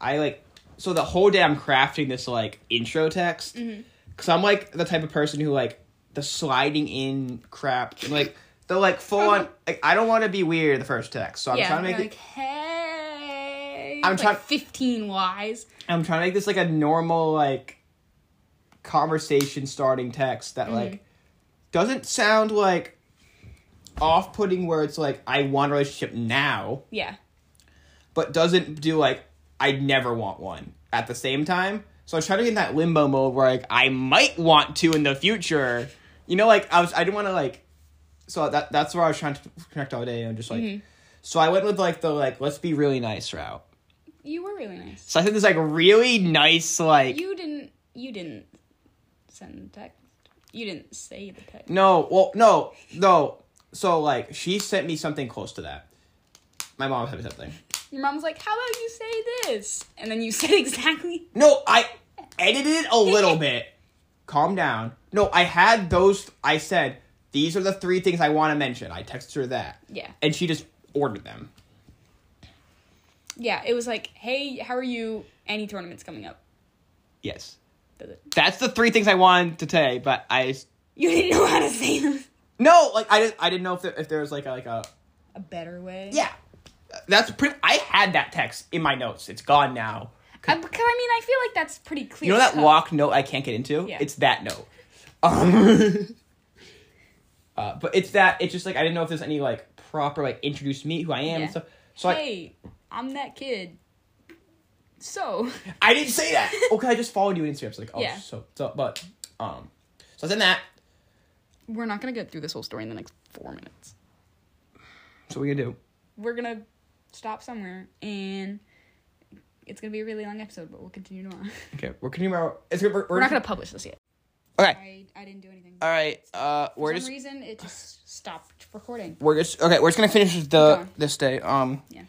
A: I like, so the whole day I'm crafting this like intro text, because I'm like the type of person who like the sliding in crap, and, like the like full on. Like, I don't want to be weird the first text, so I'm
B: yeah,
A: trying to
B: you're
A: make
B: like,
A: it,
B: hey,
A: I'm
B: like
A: trying-
B: fifteen wise.
A: I'm trying to make this like a normal like conversation starting text that like doesn't sound like off putting where it's like I want a relationship now,
B: Yeah,
A: but doesn't do like I never want one at the same time. So I was trying to get in that limbo mode where like I might want to in the future. You know, like I was I didn't want to like so that that's where I was trying to connect all day and just like so I went with like the like let's be really nice route.
B: you were really nice.
A: So I said this like really nice like
B: You didn't. You didn't send the text. You didn't say the text.
A: No, well, no, no. So like, she sent me something close to that. My mom sent me something.
B: Your mom's like, "How about you say this?" And then you said exactly.
A: No, I edited it a little bit. Calm down. No, I had those. I said these are the three things I want to mention. I texted her that,
B: Yeah,
A: and she just ordered them.
B: yeah. It was like, "Hey, how are you? Any tournaments coming up?"
A: Yes,
B: Does it-
A: that's the three things I wanted to say. But I s-
B: You didn't know how to say them.
A: no, like I didn't. I didn't know if there, if there was like a, like a
B: A better way.
A: yeah. That's pretty. I had that text in my notes. It's gone now.
B: I, because I mean, I feel like that's pretty clear.
A: You know that
B: cut.
A: walk note I can't get into?
B: Yeah.
A: It's that note. Um, uh, but it's that. It's just like I didn't know if there's any like proper like introduce me who I am
B: Yeah.
A: and stuff. So
B: hey, I'm that kid. So
A: I I didn't say that. okay, I just followed you on Instagram. So like oh
B: Yeah.
A: so so but um so I said that.
B: we're not gonna get through this whole story in the next four minutes.
A: So we gonna do.
B: We're gonna stop somewhere, and it's gonna be a really long episode, but we'll continue on.
A: Okay, we're continuing our. It's gonna, we're,
B: We're not gonna publish this yet.
A: Okay.
B: I, I didn't do anything.
A: All right. Uh,
B: For
A: we're
B: some
A: just
B: reason, it just stopped recording.
A: we're just okay. We're just gonna finish the
B: Okay.
A: this day. Um.
B: Yeah.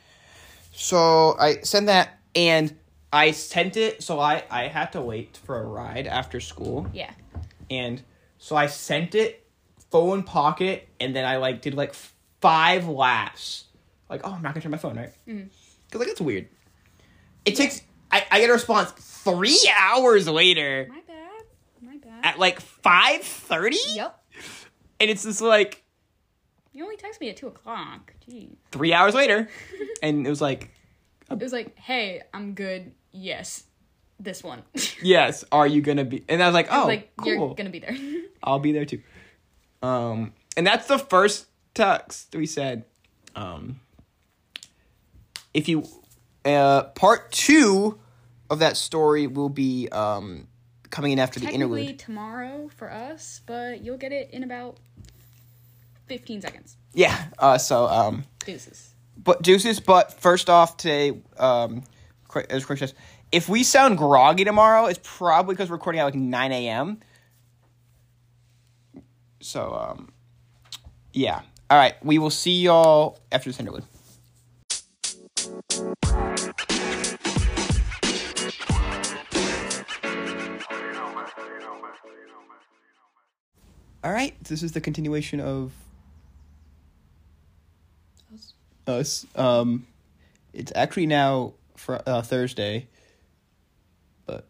A: So I sent that and I sent it. So I I had to wait for a ride after school.
B: Yeah.
A: and so I sent it phone pocket, and then I like did like five laps. Like, oh, I'm not gonna turn my phone right because
B: Mm.
A: like it's weird. It takes. I, I get a response three hours later
B: My bad. My bad.
A: at like five thirty,
B: yep.
A: and it's just like
B: You only text me at two o'clock. Jeez.
A: three hours later, and it was like,
B: It was like, hey, I'm good. Yes, this one.
A: yes, are you gonna be? And I was like, oh,
B: like
A: cool,
B: you're gonna be there.
A: I'll be there too. Um, and that's the first text we said. Um, if you uh, part two of that story will be um, coming in after the
B: Technically
A: interlude.
B: tomorrow for us, but you'll get it in about fifteen seconds.
A: Yeah. Uh, so, um,
B: Deuces.
A: but deuces. But first off, today, um, quick, as quick as if we sound groggy tomorrow, it's probably because we're recording at like nine a.m. So, um, yeah. All right. We will see y'all after this interlude. All right, this is the continuation of us. Um, it's actually now fr- uh, Thursday, but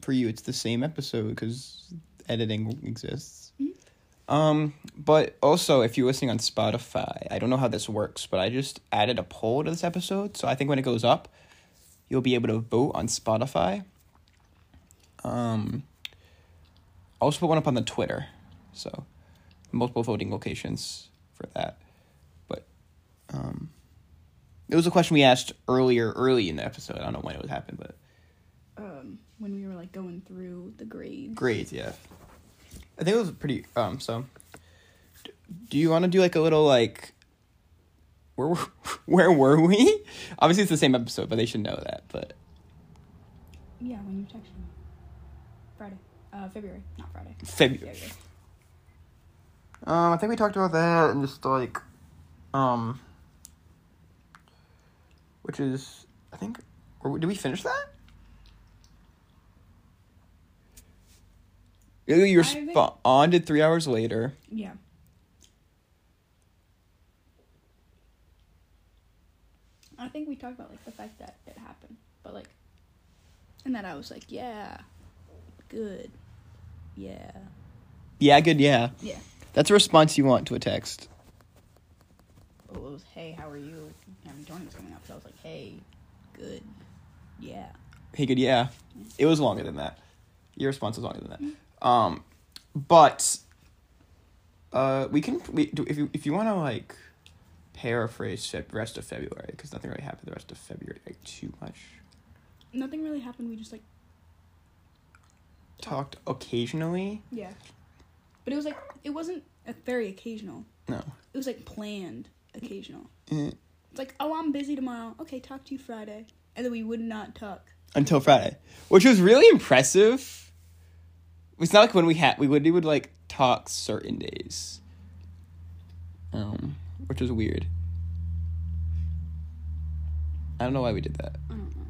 A: for you, it's the same episode because editing exists. Um, but also, if you're listening on Spotify, I don't know how this works, but I just added a poll to this episode, so I think when it goes up, you'll be able to vote on Spotify. Um, I also put one up on the Twitter, so multiple voting locations for that. But um, it was a question we asked earlier, early in the episode. I don't know when it would happen, but
B: Um, when we were like going through the grades.
A: grades, yeah. I think it was pretty. Um, so d- do you want to do like a little like where were, where were we? Obviously, it's the same episode, but they should know that. But
B: Yeah, when you texted me. Friday. Uh, February, not Friday.
A: February. Um, I think we talked about that and just like, um, which is I think, or did we finish that? You you
B: I think-
A: responded three hours later.
B: Yeah.
C: I think we talked about like the fact that it happened, but like, and then I was like, yeah, good, yeah,
A: Yeah, good, yeah.
D: Yeah.
A: That's a response you want to a text.
D: But it was, hey, how are you? And tournament's coming up, so I was like, hey, good. Yeah.
A: Hey, good, yeah. It was longer than that. Your response was longer than that. Um, but uh, we can we do if you if you want to like paraphrase Feb- rest of February because nothing really happened the rest of February like too much.
E: Nothing really happened. We just like
A: Talked occasionally.
E: yeah, but it was like it wasn't a very occasional.
A: No.
E: It was like planned occasional.
A: Eh,
E: It's like oh I'm busy tomorrow. Okay, talk to you Friday, and then we would not talk.
A: until Friday, which was really impressive. It's not like when we had we would we would like talk certain days, um, which was weird. I don't know why we did that,
B: I don't know.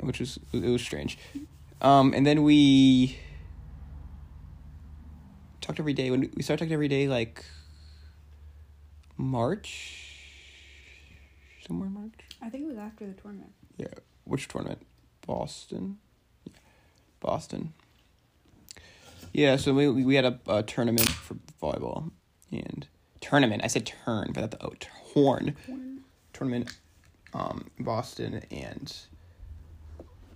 A: which was it was strange. Um, and then we talked every day when we started talking every day like March, somewhere in March.
E: I think it was after the tournament.
A: Yeah. Which tournament? Boston. Boston. Yeah, so we we had a, a tournament for volleyball and tournament. I said turn, but that's the oh, horn. Tournament um Boston and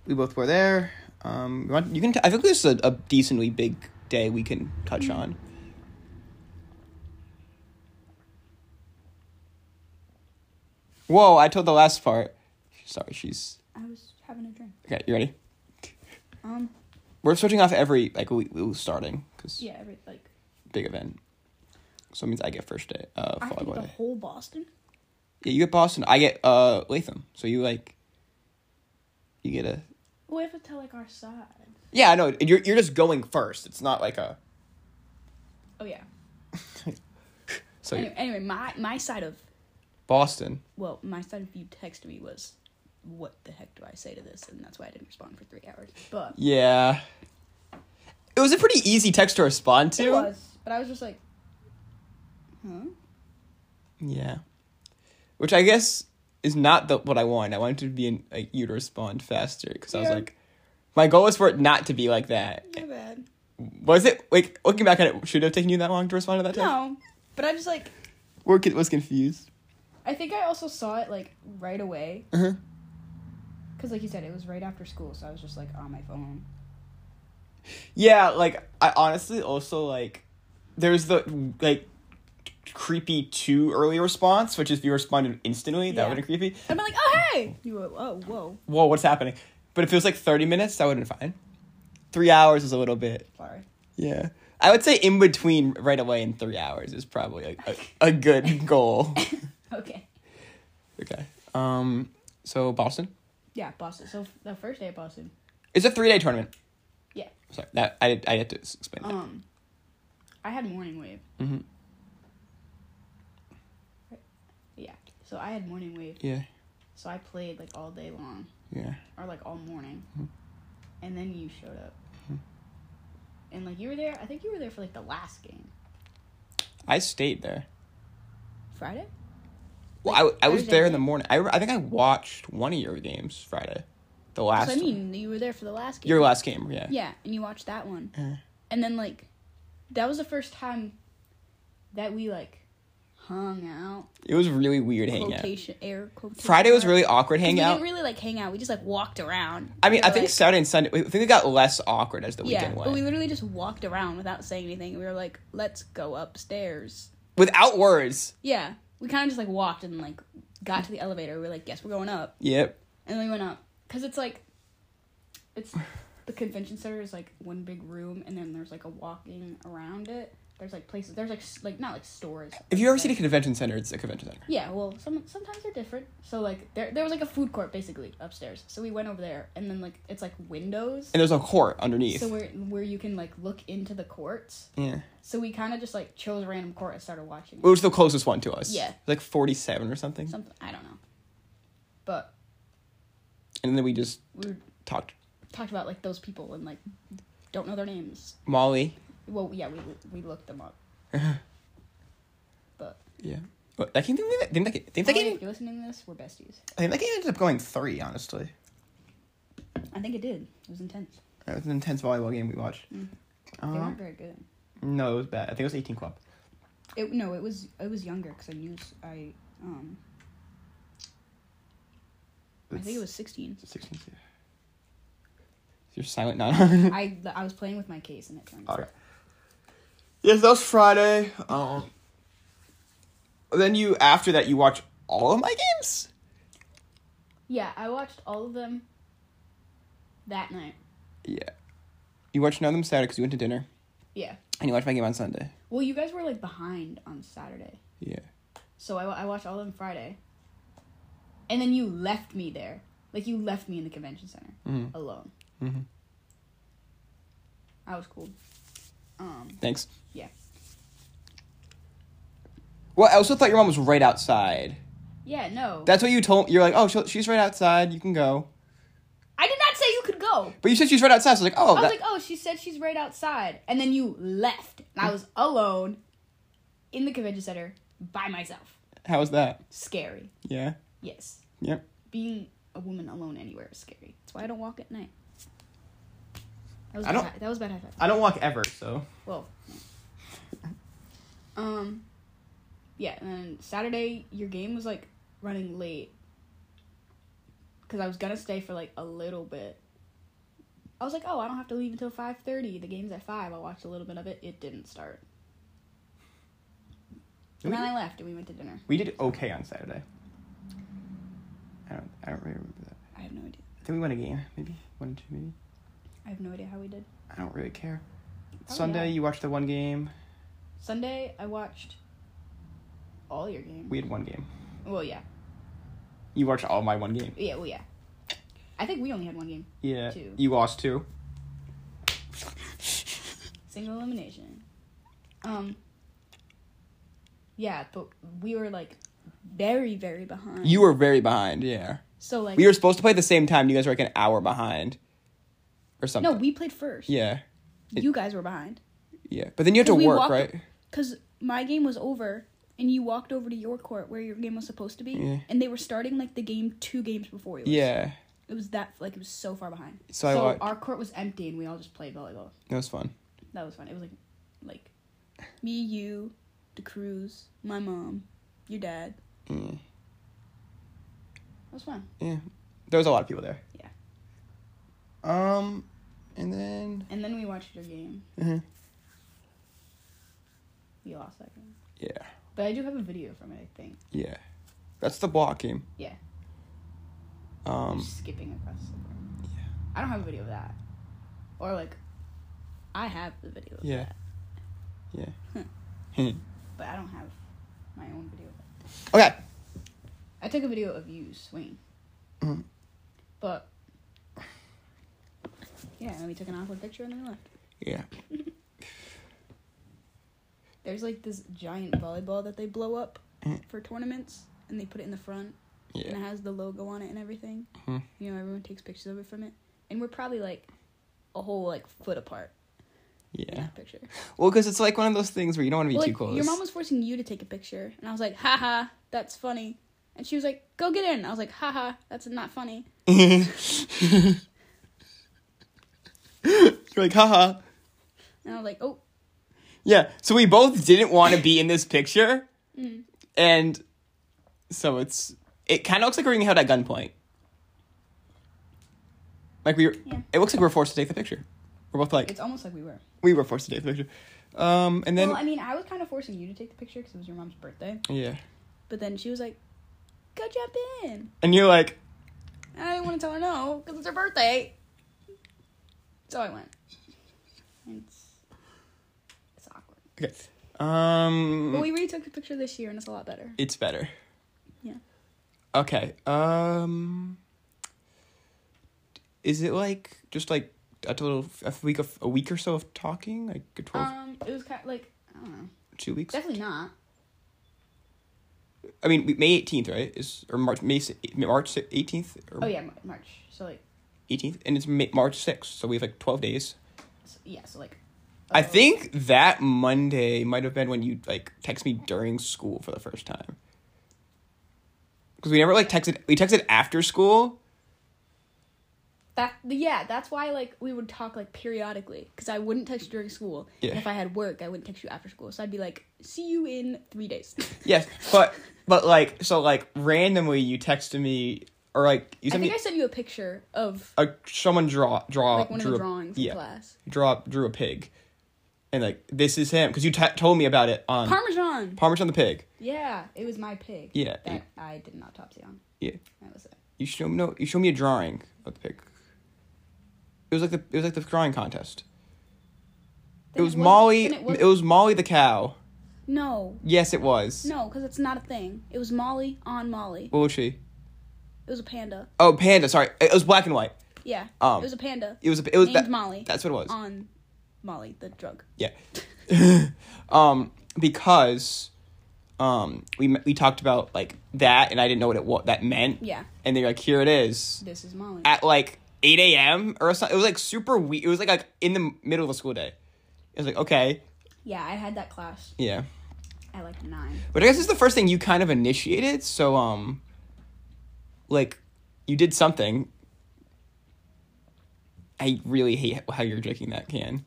A: we both were there. Um you want- you can t- I think this is a, a decently big day we can touch on. Whoa, I told the last part. Sorry, she's
E: I was having a drink.
A: Okay, you ready?
E: Um.
A: We're switching off every like we we starting because
E: Yeah. Every like.
A: big event. So it means I get first day. Uh,
E: I have to get
A: volleyball
E: the
A: day.
E: whole Boston.
A: Yeah, you get Boston. I get uh Latham. So you like. You get a.
E: We have to tell like our side.
A: Yeah, I know. You're you're just going first. It's not like a.
E: Oh yeah.
A: So
B: Anyway, anyway, my my side of
A: Boston.
B: well, my side of you texted me was, what the heck do I say to this? And that's why I didn't respond for three hours. But
A: Yeah. It was a pretty easy text to respond to.
E: It was, but I was just like, huh?
A: Yeah. Which I guess is not the what I want. I wanted to be in, like you to respond faster because I was
E: Yeah.
A: like, my goal was for it not to be like that.
E: My bad.
A: Was it like looking back at it? Should it have taken you that long to respond to that text?
E: No, but I just like.
A: Or con- was confused.
E: I think I also saw it like right away.
A: Uh-huh.
D: Because, like you said, it was right after school, so I was just, like, on my phone.
A: Yeah, like I honestly also like there's the like creepy too early response, which is if you responded instantly, that
E: Yeah.
A: would have been creepy.
E: I'd be like, oh hey, you were, oh whoa.
A: Whoa, what's happening? But if it was like thirty minutes, that would have been fine. Three hours is a little bit.
D: Sorry.
A: Yeah. I would say in between right away in three hours is probably like, a, a good goal.
D: Okay.
A: okay. Um so Boston.
D: Yeah, Boston. So f- the first day at Boston.
A: It's a three day tournament.
D: Yeah.
A: Sorry, that I I had to s- explain that.
B: um, I had morning wave.
A: Mhm.
B: Yeah, so I had morning wave.
A: Yeah.
B: So I played like all day long
A: Yeah.
B: or like all morning,
A: Mhm.
B: and then you showed up. And like you were there, I think you were there for like the last game,
A: I stayed there.
B: Friday.
A: Well, I, w- I was
B: Thursday
A: there in
B: night?
A: the morning. I, re- I think I watched one of your games Friday, the last
B: So I
A: one.
B: mean, you were there for the last game.
A: your last game, yeah.
B: Yeah, and you watched that one.
A: Yeah.
B: And then like that was the first time that we like hung out.
A: It was really weird hangout.
B: Quotation air quotation.
A: Friday was
B: marks.
A: really awkward
B: 'Cause
A: hangout.
B: We didn't really like hang out. We just like walked around.
A: I mean,
B: We
A: I
B: were,
A: think
B: like-
A: Saturday and Sunday. I think it got less awkward as the
B: Yeah,
A: weekend
B: but
A: went.
B: we literally just walked around without saying anything. We were like, "Let's go upstairs."
A: Without words.
B: Yeah, we kind of just like walked and like got to the elevator. We were like, "Yes, we're going up,"
A: Yep.
B: and then we went up because it's like it's the convention center is like one big room, and then there's like a walking around it. There's like places. There's like s- like not like stores.
A: If you ever
B: but-
A: see a convention center, it's a convention center.
B: Yeah, well, some sometimes they're different. So like there there was like a food court basically upstairs. So we went over there, and then like it's like windows.
A: And there's a court underneath.
B: So where where you can like look into the courts.
A: yeah.
B: So we kind of just like chose a random court and started watching
A: It was the closest one to us.
B: Yeah.
A: Like 47 or something.
B: something. I don't know, but
A: And then we just
B: we were,
A: talked.
B: talked about like those people and like don't know their names.
A: Molly.
B: Well, yeah, we we looked them up. but
A: Yeah. But I think I think that, I think that
B: Molly, Oh, if
A: game,
B: you're listening to this, we're besties.
A: I think that game ended up going three, honestly.
B: I think it did. It was intense.
A: It was an intense volleyball game we watched.
B: Mm. They
A: Um,
B: weren't very good.
A: No, it was bad. I think it was 18 Club.
B: It no, it was it was younger because I knew s- I um I think it was sixteen.
A: It's 16. yeah. You're silent now.
B: I I was playing with my case and it turned.
A: Alright. Yes, that was Friday. Um, then you, after that, you watch all of my games?
B: Yeah, I watched all of them that night.
A: Yeah. You watched none of them Saturday because you went to dinner.
B: Yeah.
A: And you watched my game on Sunday.
B: Well, you guys were like behind on Saturday,
A: Yeah.
B: so I wa- I watched all of them Friday. And then you left me there, like you left me in the convention center
A: Mhm.
B: alone.
A: Mhm.
B: I was cool. Um.
A: Thanks.
B: Yeah.
A: Well, I also thought your mom was right outside.
B: Yeah. No.
A: That's what you told. You're like, oh, she'll, she's right outside. You can go.
B: I did not say you could go.
A: But you said she's right outside. So I was like, oh,
B: I was
A: that-
B: like, oh, she said she's right outside. And then you left. And I was alone in the convention center by myself.
A: how was that?
B: Scary.
A: Yeah.
B: Yes.
A: Yep.
B: Being a woman alone anywhere is scary. That's why I don't walk at night. That was,
A: I
B: bad,
A: don't-
B: hi- that was bad high five.
A: I don't walk ever, so.
B: Well. Um, yeah, and then Saturday, your game was like running late. Because I was going to stay for like a little bit. I was like, oh, I don't have to leave until 5.30. The game's at 5. I watched a little bit of it. It didn't start.
A: We,
B: And then I left and we went to dinner.
A: we did okay on Saturday. I don't. I don't really remember that.
B: I have no idea.
A: I think we won a game, maybe one or two, maybe.
B: I have no idea how we did.
A: I don't really care.
B: Oh,
A: Sunday,
B: yeah.
A: you watched the one game.
B: Sunday, I watched all your games.
A: We had one game.
B: Well, yeah.
A: You watched all my one game.
B: Yeah, well, yeah. I think we only had one game.
A: Yeah.
B: Two.
A: You lost two.
B: Single elimination. Um. Yeah, but we were like very, very behind.
A: You were very behind. Yeah.
B: so like
A: We were supposed to play at the same time. You guys were like an hour behind, or something.
B: no, we played first.
A: Yeah,
B: you guys were behind
A: yeah. But then you have to
B: Cause we
A: work,
B: walked-
A: right?
B: because
F: My game was over, and you walked over to your court where your game was supposed to be,
A: Yeah.
F: and they were starting like the game two games before yours.
A: Yeah.
F: It was that like it was so far behind.
A: So,
B: so
A: I watched.
B: our court was empty and we all just played volleyball.
A: that was fun.
B: That was fun. It was like like
F: Me, you, the crews, my mom, your dad.
A: Mm,
B: it was fun.
A: yeah. There was a lot of people there.
B: Yeah.
A: Um, and then
B: And then we watched your game.
A: Mhm.
B: We lost that game,
A: yeah,
B: but I do have a video from it. I think
A: yeah. That's the block game.
B: Yeah.
A: Um.
B: Just skipping across the board. I don't have a video of that, or like I have the video of
A: Yeah.
B: that,
A: hmm.
B: but I don't have my own video. of it.
A: okay.
B: I took a video of you swing,
A: Mhm.
B: but yeah, and we took an awkward picture and then we left.
A: Yeah.
B: There's like this giant volleyball that they blow up
A: Mhm.
B: for tournaments, and they put it in the front,
A: Yeah.
B: and it has the logo on it and everything.
A: Mhm.
B: You know, everyone takes pictures of it from it, and we're probably like a whole like foot apart in
A: Yeah.
B: that picture.
A: Well, because it's like one of those things where you don't want to be
F: Well,
A: too
F: like,
A: close.
F: your mom was forcing you to take a picture, and I was like, haha, that's funny. And she was like, go get in. I was like, haha, that's not funny.
A: You're like, haha.
F: And I was like, oh,
A: Yeah. So we both didn't want to be in this picture,
F: Mm.
A: and so it's it kind of looks like we're being held at gunpoint. Like we, were,
B: Yeah.
A: it looks like we're forced to take the picture. We're both like
B: It's almost like we were.
A: we were forced to take the picture. Um, and then
B: well, I mean, I was kind of forcing you to take the picture because it was your mom's birthday.
A: yeah,
F: but then she was like, go jump in.
A: and you're like,
F: And I didn't want to tell her no because it's her birthday.
B: So I went. It's it's awkward.
A: okay, um,
F: But we retook the picture this year, and it's a lot better.
A: it's better.
F: Yeah.
A: Okay. Um, is it like just like a total a week of a week or so of talking, like a twelve,
B: Um, it was kind of like I don't know.
A: two weeks?
B: Definitely not.
A: I mean, we- May eighteenth, right? Is or March May si- March eighteenth or
B: Oh yeah, Mar- March. So like
A: eighteenth, and it's May, March sixth, so we have like twelve days.
B: so, yeah, so like.
A: I
B: uh,
A: think that Monday might have been when you like text me during school for the first time. Because we never like texted. We texted after school.
B: That yeah, that's why like we would talk like periodically because I wouldn't text you during school.
A: Yeah.
B: And if I had work, I wouldn't text you after school. So I'd be like, "See you in three days."
A: Yes, but but like so like randomly you texted me or like you
B: I
A: sent
B: think
A: me
B: I sent you a picture of
A: a someone draw draw
B: like one of
A: drew
B: the
A: a-
B: drawings
A: yeah
B: in class.
A: draw drew a pig, and like this is him because you t- told me about it on
B: Parmesan.
A: Parmesan the pig.
B: Yeah, it was my pig.
A: Yeah,
B: that
A: yeah.
B: I did an autopsy on.
A: Yeah,
B: That was it.
A: you show me no you show me a drawing of the pig. It was like the it was like the drawing contest.
B: Then
A: it was
B: wasn't-
A: Molly.
B: then
A: It
B: it
A: was,
B: was-
A: Molly the cow.
B: no,
A: Yes, it was.
B: no, because it's not a thing. It was Molly on Molly.
A: What was she?
B: It was a panda.
A: Oh, panda. Sorry, it was black and white.
B: Yeah,
A: Um,
B: it was a panda
A: It was. It was
B: named
A: that,
B: Molly Um.
A: That's what it was.
B: on Molly, the drug.
A: Yeah. um, because um, we m- we talked about like that, and I didn't know what it what that meant.
B: Yeah.
A: And they're like, here it is
B: This is Molly.
A: at like eight a.m. or something. It was like super weird. It was like like in the middle of the school day. It was like okay,
B: yeah, I had that class
A: yeah.
B: at like nine.
A: But I guess it's the first thing you kind of initiated. So um, like you did something. I really hate how you're drinking that can.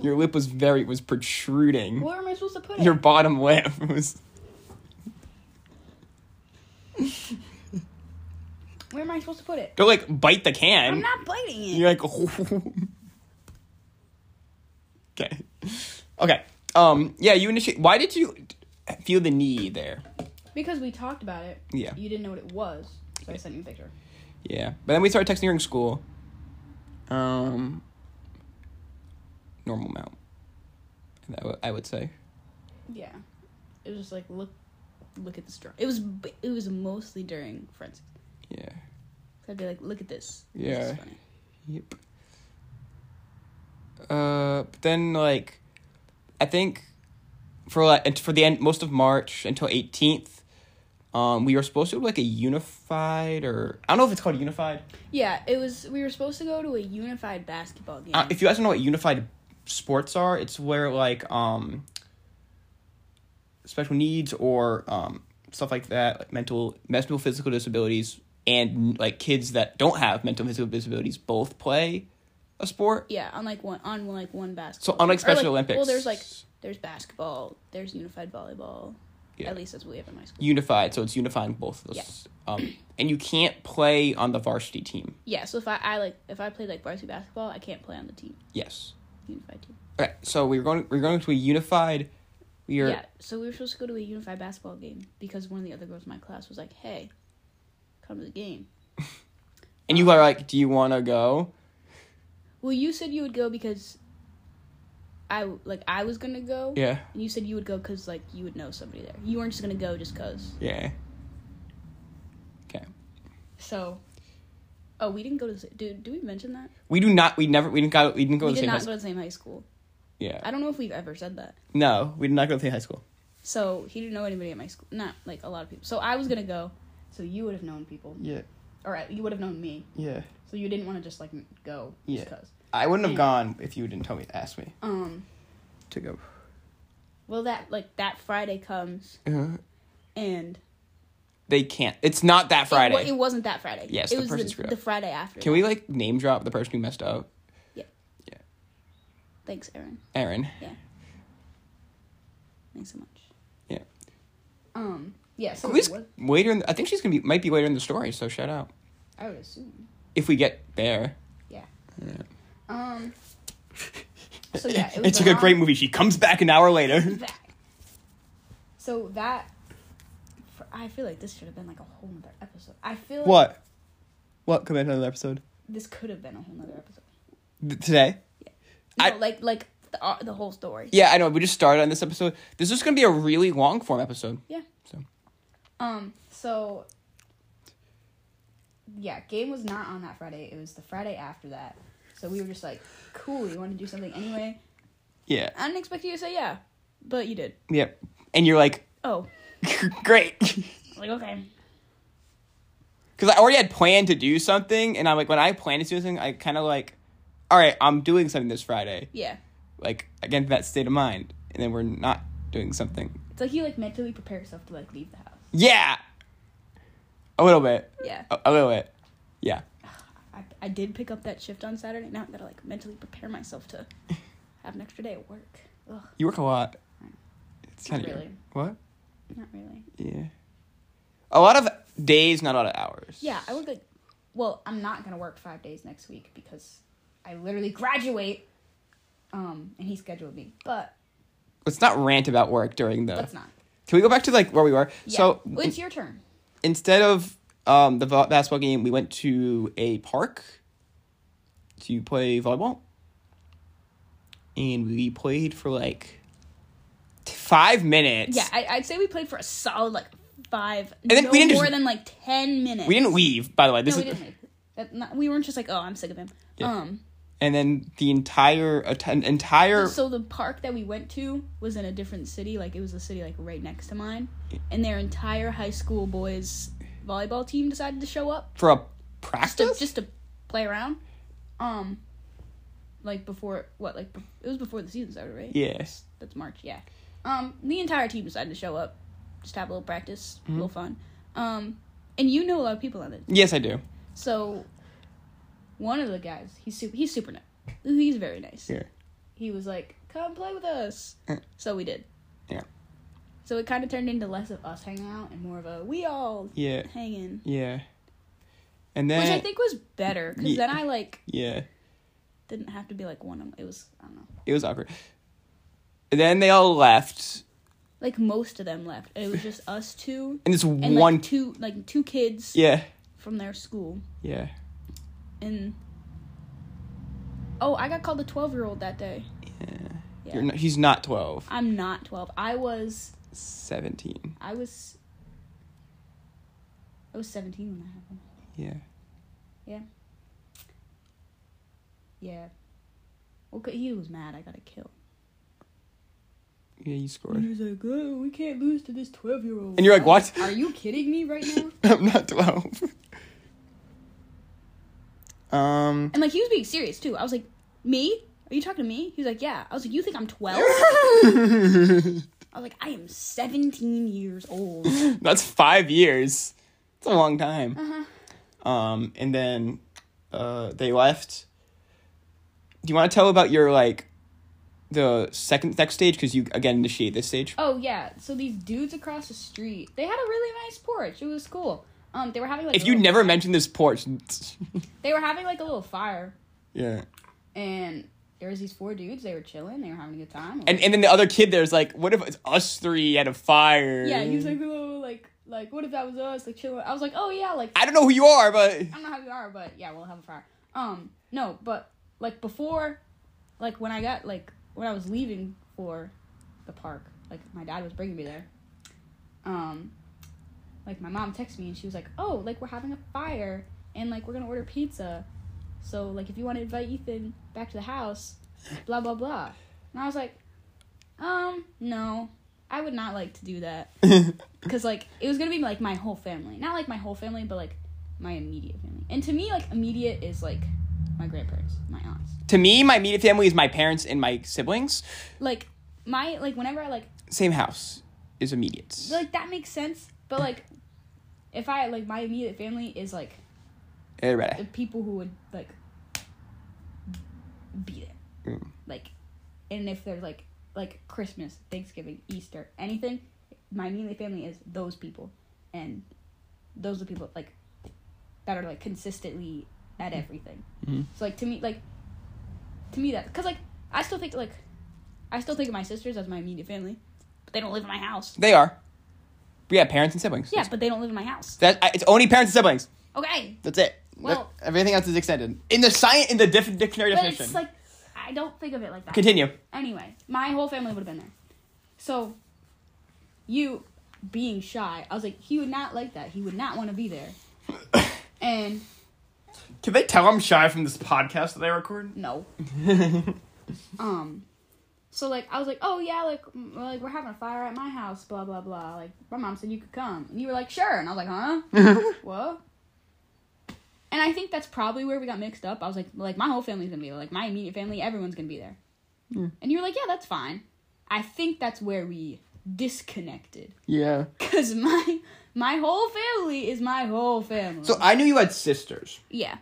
A: Your lip was very was protruding.
B: Where am I supposed to put it?
A: your bottom lip was
B: Where am I supposed to put it?
A: go like bite the can.
B: I'm not biting it.
A: You're like okay, okay. Um, yeah, you initiate. Why did you feel the need there?
B: Because we talked about it.
A: Yeah.
B: You didn't know what it was, so I sent you a picture.
A: Yeah, but then we started texting during school. Um, normal amount. That w- I would say.
B: Yeah. It was just like look, look at this drawing. It was b- it was mostly during forensics.
A: Yeah.
B: I'd be like, look at this. This
A: Yeah.
B: is funny.
A: Yep. Uh, but then like, I think for like and for the end most of March until eighteenth, um, we were supposed to do like a unified or I don't know if it's called unified.
B: Yeah. It was. We were supposed to go to a unified basketball game.
A: Uh, if you guys don't know what unified sports are, it's where like um special needs or um stuff like that, like mental mental physical disabilities and like kids that don't have mental physical disabilities both play a sport.
B: yeah. On like one on like one basketball.
A: So unlike
B: team. Or,
A: Special Olympics,
B: Well, there's like there's basketball. There's unified volleyball.
A: Yeah.
B: At least that's what we have in my school.
A: unified, so it's unifying both of those. Um, and you can't play on the varsity team.
B: Yeah. So if I, I like if I played like varsity basketball, I can't play on the team
A: Yes.
B: unified team.
A: Okay, so we're going. We're going to a unified. We are.
B: Yeah, so we were supposed to go to a unified basketball game because one of the other girls in my class was like, "Hey, come to the game."
A: And you are like, do you want to go?
B: Well, you said you would go because I like I was gonna go,
A: Yeah.
B: and you said you would go because like you would know somebody there. You weren't just gonna go just cause.
A: Yeah. Okay.
B: So, oh, we didn't go to. The, sa- did, did we mention that?
A: We do not. We never. We didn't go. We didn't go
B: we
A: to the same
B: did not
A: high
B: go
A: school.
B: to the same high school. I
A: Yeah.
B: don't know if we've ever said that.
A: No, we did not go to the same high school.
B: So he didn't know anybody at my school. Not like a lot of people. So I was gonna go. So you would have known people,
A: Yeah.
B: or uh, you would have known me.
A: Yeah.
B: So you didn't want to just like m- go
A: Yeah.
B: just cause.
A: I wouldn't have
B: Yeah.
A: gone if you didn't tell me. Ask me
B: Um.
A: to go.
B: Well, that like that Friday comes
A: Uh,
B: and
A: they can't. It's not that
B: It, wa-
A: Friday.
B: it wasn't that Friday.
A: Yes,
B: it
A: the
B: was
A: person
B: the,
A: screwed up.
B: the Friday after.
A: Can
B: that.
A: we like name drop the person who messed up?
B: Thanks, Aaron.
A: Aaron.
B: Thanks so much.
A: Yeah.
B: Um. Yeah. So
A: Who is
B: it was-
A: later? In the, I think she's gonna be might be later in the story. So shout out
B: I would assume.
A: if we get there.
B: Um. So yeah, it was
A: it's like a
B: around-
A: great movie. She comes back an hour later.
B: That. So that. For, I feel like this should have been like a whole nother episode. I feel like
A: what? What? Come in another episode
B: this could have been a whole nother episode.
A: Th- today.
B: No,
A: I-
B: like like the uh, the whole story.
A: Yeah, I know. We just started on this episode. This is gonna be a really long form episode.
B: Yeah.
A: So
B: Um, so yeah, game was not on that Friday. It was the Friday after that. So we were just like, cool, you want to do something anyway?
A: yeah,
B: I didn't expect you to say yeah, but you did.
A: yep. And you're like,
B: Oh,
A: great,
B: like okay.
A: because I already had planned to do something, and I'm like, when I plan to do something, I kind of like, all right, I'm doing something this Friday.
B: Yeah.
A: Like again, that state of mind, and then we're not doing something.
B: It's like you like mentally prepare yourself to like leave the house.
A: Yeah, a little bit,
B: Yeah.
A: a, a little bit. Yeah.
F: I did pick up that shift on Saturday. Now I gotta like mentally prepare myself to have an extra day at work. Ugh,
A: You work a lot. It's kind of
B: Really?
A: what?
F: not really.
A: Yeah. A lot of days, not a lot of hours.
B: Yeah, I work like. Well, I'm not gonna work five days next week because I literally graduate. Um, and he scheduled me, but
A: Let's not rant about work during the.
B: let's not.
A: Can we go back to like where we were?
B: Yeah.
A: So
B: Well, it's your turn.
A: instead of um, the vo- basketball game, we went to a park to play volleyball, and we played for like t- five minutes.
F: Yeah, I, I'd say we played for a solid like five,
A: then
F: no
A: we didn't just-
F: more than like ten minutes.
A: we didn't leave, by the way. This
F: No, we
A: is,
F: didn't. Make that, not, we weren't just like, oh, I'm sick of him.
A: Yeah.
F: Um.
A: and then the entire att- entire
F: So the park that we went to was in a different city. Like it was a city like right next to mine, and their entire high school boys volleyball team decided to show up
A: for a
F: just to,
A: practice.
F: just to play around. Um, like before what? Like bef- it was before the season started, right?
A: yes.
F: That's March. Yeah. Um, the entire team decided to show up, just have a little practice,
A: Mm-hmm.
F: a little fun. Um, and you know a lot of people on it.
A: Yes, I do.
F: So, one of the guys, he's super, he's super nice. He's very nice.
A: Yeah.
F: He was like, "Come play with us."
A: Mm.
F: So we did.
A: Yeah.
F: So it kind of turned into less of us hanging out and more of a we all
A: Yeah.
F: hanging,
A: Yeah. And then
F: which I think was better because
A: Yeah.
F: then I like
A: yeah,
F: didn't have to be like one of it was I don't know
A: it was awkward. And then they all left,
F: like most of them left. It was just us two
A: and this
F: and
A: one
F: like two like two kids
A: yeah
F: from their school
A: yeah
F: and oh I got called a twelve year old that day.
A: You're not, he's not 12.
F: I'm not twelve. I was
A: 17.
F: I was I was seventeen when that happened.
A: Yeah.
F: Yeah. Well, 'cause he was mad. I got a kill.
A: Yeah, you
B: Mm-hmm.
A: scored.
F: was like, "Oh, we can't lose to this twelve-year-old."
A: And you're like, what?
B: Are you kidding me right now?
A: I'm not 12. um.
F: And like, he was being serious too. I was like, "Me? Are you talking to me?" He was like, "Yeah." I was like, "You think I'm 12? I was like, "I am seventeen years old."
A: That's five years. It's a long time. Um, and then uh, they left. Do you want to tell about your like the second next stage? Because you again initiate this stage.
B: Oh yeah, so these dudes across the street, they had a really nice porch. It was cool. Um, they were having like
A: If
B: a
A: you
B: little-
A: never mention this porch,
B: they were having like a little fire,
A: yeah.
B: and there was these four dudes. They were chilling. They were having a good time.
A: And and then the other kid there's like, what if it's us three at a fire?
B: yeah, he was like, "Oh, like, like, what if that was us? Like, chilling." I was like, "Oh yeah, like,
A: I don't know who you are, but
B: I don't know how you are, but yeah, we'll have a fire." Um, no, but like before, like when I got like when I was leaving for the park, like my dad was bringing me there. Um, like my mom texted me and she was like, "Oh, like we're having a fire and like we're gonna order pizza, so like if you want to invite Ethan back to the house, blah blah blah." And I was like, "Um, no, I would not like to do that because like it was gonna be like my whole family, not like my whole family, but like my immediate family. And to me, like immediate is like my grandparents, my aunts,
A: to me, my immediate family is my parents and my siblings.
B: like my like whenever I like
A: Same house is immediate.
B: like that makes sense, but like if I like my immediate family is like
A: Everybody.
B: the people who would like be there.
A: Mm.
B: Like and if they're like like Christmas, Thanksgiving, Easter, anything, my immediate family is those people. And those are people like that are like consistently at everything.
A: Mhm.
B: So like to me like to me that cuz like I still think like I still think of my sisters as my immediate family, but they don't live in my house.
A: They are. We have parents and siblings.
B: Yeah, but they don't live in my house.
A: That I- it's only parents and siblings.
B: Okay.
A: That's it.
B: Well-
A: That- everything else is extended in the science in the diff- dictionary
B: But
A: definition.
B: it's like I don't think of it like that.
A: Continue.
B: Anyway, my whole family would have been there. So, you being shy, I was like, he would not like that. He would not want to be there. and
A: Can they tell I'm shy from this podcast that they record?
B: no. um, so like I was like, oh yeah, like mm, like we're having a fire at my house, blah blah blah. Like my mom said you could come, and you were like, sure, and I was like, huh, what? And I think that's probably where we got mixed up. I was like, like my whole family's gonna be there, like my immediate family, everyone's gonna be there. And you were like, yeah, that's fine. I think that's where we disconnected
A: Yeah.
B: because my my whole family is my whole family.
A: So I knew you had sisters.
B: yeah,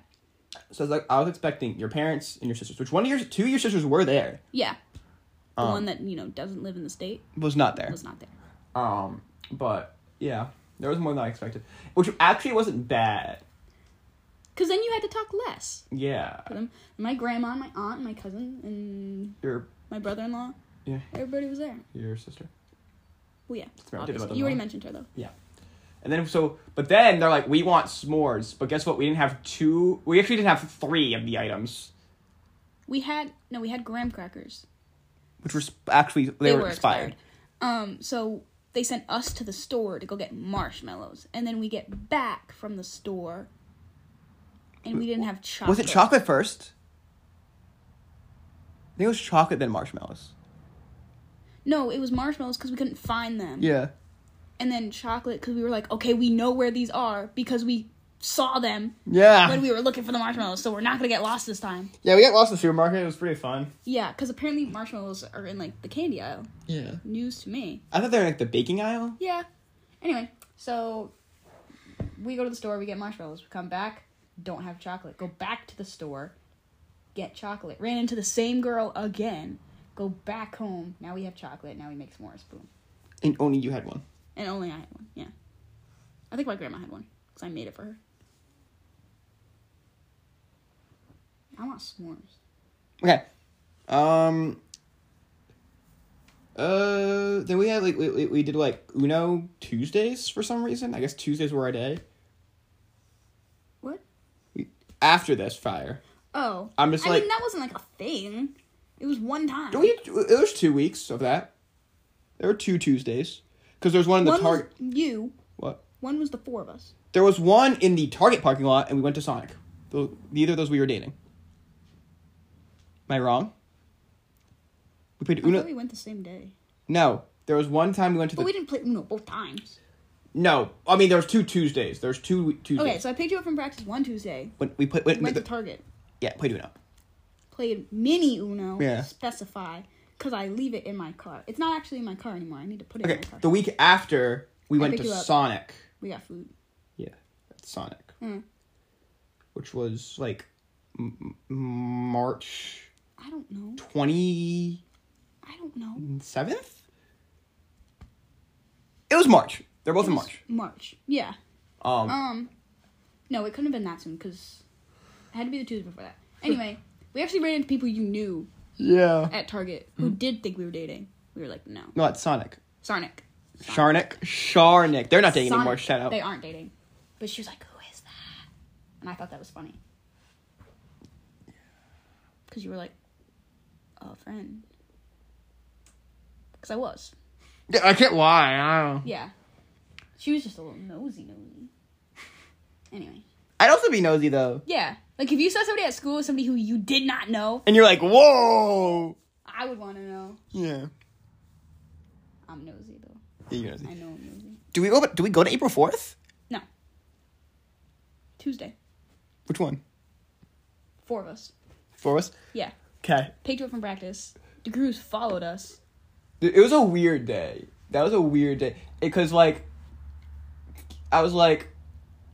A: So I was like, I was expecting your parents and your sisters, which one of your two of your sisters were there,
B: Yeah. The
A: Um,
B: one that, you know, doesn't live in the state
A: was not there.
B: was not there.
A: Um, but yeah, there was more than I expected, which actually wasn't bad.
B: Because then you had to talk less.
A: Yeah,
B: to them. My grandma, and my aunt, and my cousin, and
A: your
B: my brother in law,
A: yeah
B: everybody was there.
A: your sister.
B: Well, yeah.
A: right, I did
B: obviously.
A: about
B: You already
A: them all.
B: mentioned her, though.
A: And then so, but then they're like, we want s'mores, but guess what? We didn't have two. We actually didn't have three of the items,
B: We had, no, we had graham crackers.
A: which were sp- actually they, were, expired.
B: Um, so they sent us to the store to go get marshmallows, and then we get back from the store, and we didn't have chocolate.
A: Was it chocolate first? I think it was chocolate then marshmallows.
B: No, it was marshmallows because we couldn't find them.
A: Yeah.
B: And then chocolate because we were like, okay, we know where these are because we saw them
A: Yeah.
B: when we were looking for the marshmallows, so we're not gonna get lost this time.
A: yeah, we got lost in the supermarket. It was pretty fun.
B: Yeah, because apparently marshmallows are in like the candy aisle.
A: Yeah.
B: News to me.
A: I thought they were in, like the baking aisle.
B: Yeah. Anyway, so we go to the store, we get marshmallows, we come back, don't have chocolate. Go back to the store, get chocolate. Ran into the same girl again. Go back home. Now we have chocolate. Now we make s'mores. Boom.
A: And only you had one.
B: And only I had one. Yeah. I think my grandma had one because I made it for her. I want s'mores.
A: Okay. Um. Uh, then we had like we, we we did like Uno Tuesdays for some reason. I guess Tuesdays were our day.
B: What?
A: We, after this fire,
B: Oh.
A: I'm just
B: I
A: like-
B: mean, that wasn't like a thing. It was one time.
A: do we? It was two weeks of that. There were two Tuesdays because there was one in the
B: one
A: Target.
B: was you.
A: What?
B: One was the four of us.
A: There was one in the Target parking lot, and we went to Sonic. Tho- Neither of those we were dating. Am I wrong? We played
B: I thought
A: Uno.
B: we went the same day.
A: No, there was one time we went to
B: But
A: the.
B: we didn't play Uno both times.
A: No, I mean there was two Tuesdays. There's two Tuesdays.
B: Okay, so I picked you up from practice one Tuesday.
A: When we played, when,
B: Went
A: the,
B: to Target.
A: yeah, played Uno.
B: Played mini Uno.
A: Yeah.
B: Specify. Because I leave it in my car. It's not actually in my car anymore. I need to put it
A: Okay,
B: in my car.
A: the week after we went
B: picked
A: to
B: you up.
A: Sonic.
B: we got food.
A: Yeah, that's Sonic,
B: Mm.
A: which was like m- m- March
B: I don't know.
A: twenty
B: I don't know.
A: seventh. It was March. They're both
B: It
A: in
B: was
A: March.
B: March. Yeah.
A: Um,
B: Um, no, it couldn't have been that soon because it had to be the Tuesday before that. Anyway, we actually ran into people you knew
A: yeah.
B: at Target who
A: Hmm.
B: did think we were dating. We were like, no.
A: No, it's Sonic.
B: Sarnik.
A: Sharnik. Sharnik. They're not dating
B: Sonic.
A: anymore. Shout out.
B: They aren't dating. But she was like, who is that? And I thought that was funny. Because you were like, a friend. Because I was.
A: Yeah, I can't lie. I don't. know.
B: Yeah. She was just a little nosy, nosy. Anyway.
A: I'd also be nosy though.
B: Yeah. Like, if you saw somebody at school, somebody who you did not know,
A: And you're like, whoa.
B: I would want to know.
A: Yeah.
B: I'm nosy, though.
A: Yeah, you're nosy.
B: I know I'm nosy.
A: Do we go? Do we go to April fourth?
B: No. Tuesday.
A: Which one?
B: Four of us.
A: For us?
B: Yeah.
A: Okay.
B: Picked up from practice. The Grews followed us.
A: It was a weird day. That was a weird day because like, I was like,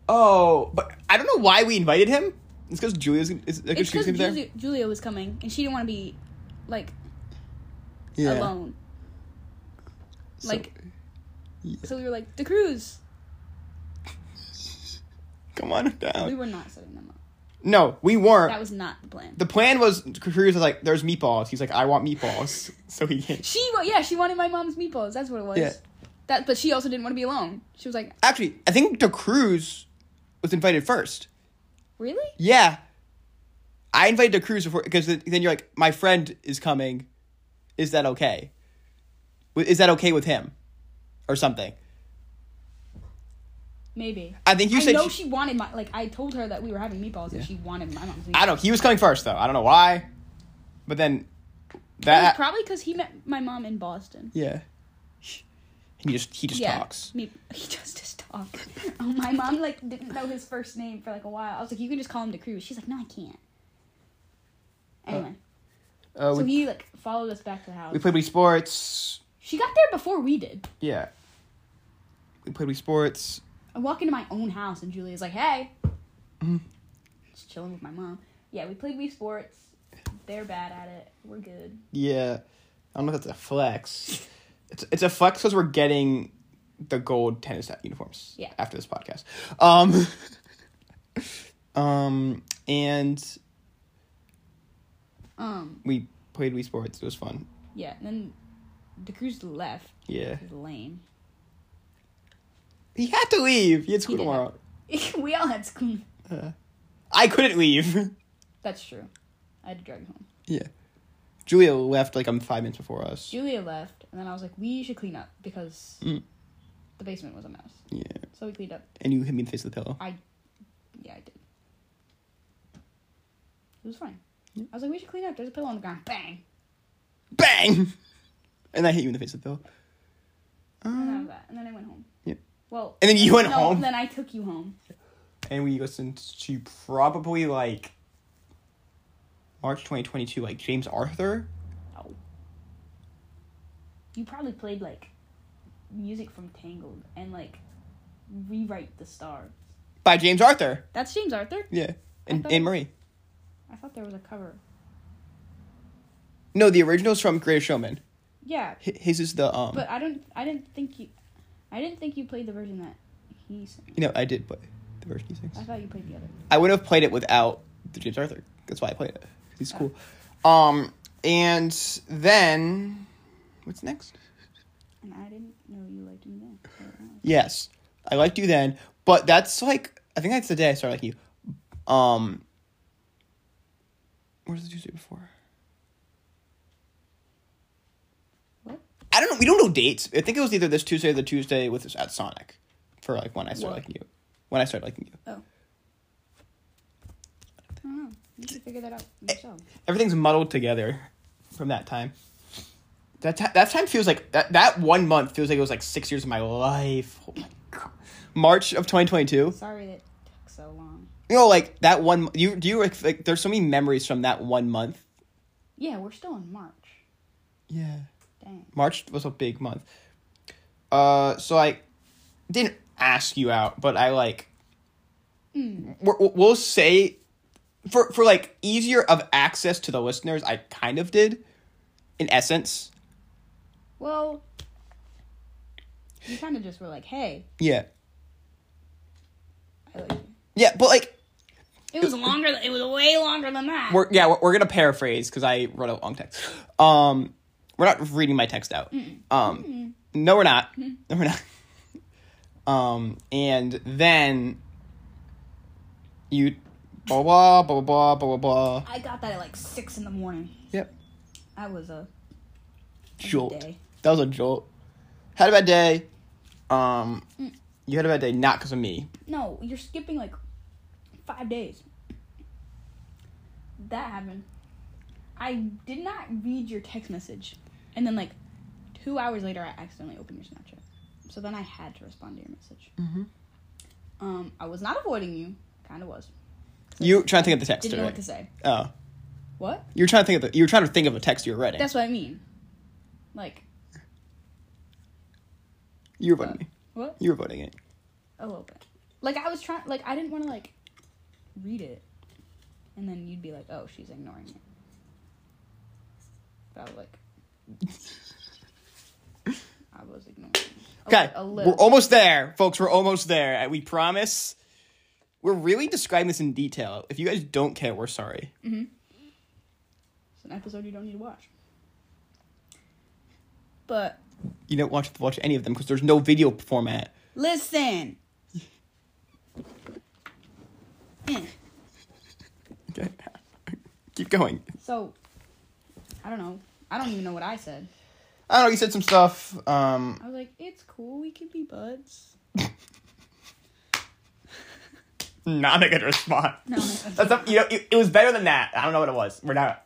A: oh, but I don't know why we invited him. It's because Julia's. Is, like,
B: It's
A: she was
B: because
A: gonna be there.
B: Julia, Julia was coming, and she didn't want to be like
A: yeah.
B: alone.
A: So-
B: Like,
A: yeah.
B: so we were like the cruise.
A: Come on
B: We
A: down.
B: were not setting them up.
A: No, we weren't.
B: That was not the plan.
A: the plan was Cruz was like, "There's meatballs." He's like, "I want meatballs," so he. Can't.
B: she, wa- yeah, she wanted my mom's meatballs. That's what it was.
A: Yeah.
B: That, but she also didn't want to be alone. She was like,
A: Actually, I think the Cruz was invited first.
B: really?
A: Yeah. I invited a cruise before because th- then you're like, my friend is coming. Is that okay? W- Is that okay with him, or something?
B: Maybe.
A: I think you
B: I
A: said.
B: know
A: she-
B: she wanted my like. I told her that we were having meatballs, and
A: Yeah.
B: she wanted my mom's meatballs.
A: I don't know. He was coming first though. I don't know why, but then
B: It was
A: that
B: probably because he met my mom in Boston.
A: yeah. He just he just
B: Yeah,
A: talks.
B: Me, he does just talk. Oh, my mom like didn't know his first name for like a while. I was like, you can just call him the cruise. She's like, no, I can't. Anyway,
A: Uh,
B: so
A: we,
B: he like followed us back to the house.
A: we played Wii Sports.
B: she got there before we did.
A: Yeah. We played Wii Sports. Mm-hmm.
B: I walk into my own house and Julia's like, hey. just chilling with my mom. Yeah, we played Wii Sports. They're bad at it. We're good.
A: Yeah. I don't know if that's a flex. It's it's a flex because we're getting the gold tennis hat uniforms
B: Yeah.
A: after this podcast. Um Um and
B: Um,
A: we played Wii Sports, it was fun.
B: yeah, and then the cruise left.
A: Yeah.
B: He's lame.
A: He had to leave. He had school
B: did
A: tomorrow. Uh,
B: we all had school.
A: I couldn't leave.
B: That's true. I had to drag him home.
A: yeah. Julia left like um five minutes before us.
B: Julia left, and then I was like, we should clean up because
A: Mm.
B: the basement was a mess.
A: yeah.
B: So we cleaned up.
A: And you hit me in the face with a pillow.
B: Yeah, I did. It was fine. I was like, we should clean up. There's a pillow on the ground. Bang!
A: Bang And I hit you in the face with a pillow.
B: And, that was
A: Um,
B: that. and then I went home.
A: Yep.
B: Well,
A: and then you went
B: no,
A: home.
B: then I took you home.
A: and we listened to probably like March 2022, like James Arthur.
B: You probably played like music from Tangled and like rewrite the stars.
A: By James Arthur.
B: That's James Arthur.
A: Yeah. And
B: thought-
A: Anne Marie.
B: I thought there was a cover.
A: No, the original's from Greatest Showman.
B: Yeah,
A: Hi- His is the, um,
B: but I don't. I didn't think you. I didn't think you played the version that he sang.
A: you know, I did play the version he sings.
B: I thought you played the other.
A: I would have played it without the James Arthur. That's why I played it. 'cause He's cool. Um, and then, what's next?
B: And I didn't know you liked me then. so I don't know.
A: Yes, I liked you then, but that's like I think that's the day I started liking you. Um, what was the Tuesday before?
B: What?
A: I don't know. We don't know dates. I think it was either this Tuesday or the Tuesday with at Sonic, for like when I started
B: What?
A: liking you. When I started liking you,
B: Oh. I don't know. You should figure that out yourself.
A: everything's muddled together from that time. That ti- that time feels like that that one month feels like it was like six years of my life. Oh my god, March of twenty twenty two.
B: Sorry that it took so long.
A: you know, like that one. You do you like, like? There's so many memories from that one month.
B: Yeah, we're still in March.
A: Yeah,
B: Dang.
A: March was a big month. Uh, so I didn't ask you out, but I like. We're, we'll say, for for like easier of access to the listeners, I kind of did, in essence.
B: Well, you kind of just were like, "Hey,
A: Yeah,
B: I like you."
A: yeah, but like
B: It was longer. Than, it was way longer than that.
A: we're yeah we're, we're gonna paraphrase because I wrote a long text. Um, we're not reading my text out. Um, no, we're not. No, we're not. um, and then you blah blah blah blah blah blah. blah.
B: I got that at like six in the morning.
A: Yep.
B: That was a
A: Jolt.
B: day.
A: That was a jolt. Had a bad day. Um,
B: Mm.
A: you had a bad day not because of me.
B: no. You're skipping like five days. That happened. I did not read your text message, and then like two hours later, I accidentally opened your Snapchat. So then I had to respond to your message.
A: Mhm.
B: Um, I was not avoiding you. Kind of was.
A: You were trying to think of the text.
B: Didn't know what to
A: Right?
B: say.
A: Oh,
B: What?
A: you were trying to think of the. You were trying to think of a text you were writing.
B: That's what I mean. Like
A: you were voting me.
B: what?
A: You were voting it.
B: A little bit. Like I was trying. Like I didn't want to like read it, and then you'd be like, "Oh, she's ignoring it." But I was like, I was ignoring. it. A
A: Okay,
B: li- a
A: we're
B: little.
A: almost there, folks. We're almost there. Uh, We promise. We're really describing this in detail. If you guys don't care, we're sorry.
B: it's an episode you don't need to watch. But
A: You don't watch watch any of them because there's no video format.
B: listen,
A: Okay, keep going.
B: so I don't know. I don't even know what I said.
A: I don't know. You said some stuff. Um,
B: I was like, "It's cool. We can be buds."
A: not a good response.
B: No,
A: That's not, you know, it, it was better than that. I don't know what it was. We're not.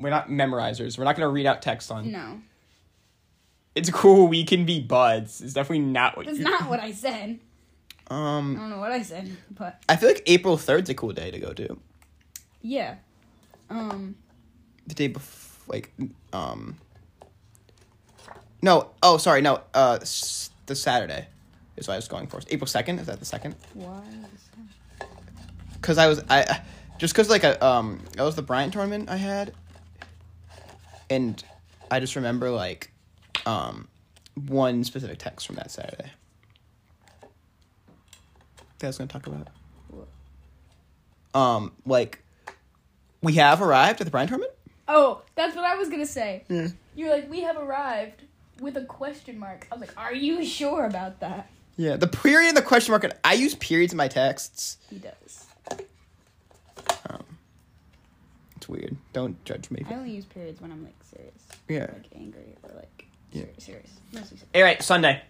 A: We're not memorizers. We're not gonna read out text on.
B: no,
A: It's cool. We can be buds. It's definitely not what.
B: that's
A: you,
B: not what I said. I
A: Um,
B: don't know what I said, but
A: I feel like April third's a cool day to go to.
B: yeah. Um,
A: the day before, like, um, no, oh, sorry, no, uh, s- the Saturday is what I was going for. April 2nd, is that the 2nd?
B: why?
A: Because I was, I, Just because, like, a, um, that was the Bryant tournament I had, and I just remember like, um, one specific text from that Saturday. That I was gonna talk about. Um, like, we have arrived at the Bryant tournament.
B: Oh, that's what I was gonna say. You're like, we have arrived with a question mark. I was like, are you sure about that?
A: Yeah, the period and the question mark. and I use periods in my texts. Um,
B: He does.
A: It's weird. Don't judge me.
G: I only use periods when I'm like serious,
A: Yeah.
G: like angry or like
A: Yeah.
G: serious. Mostly serious.
A: All right, Sunday,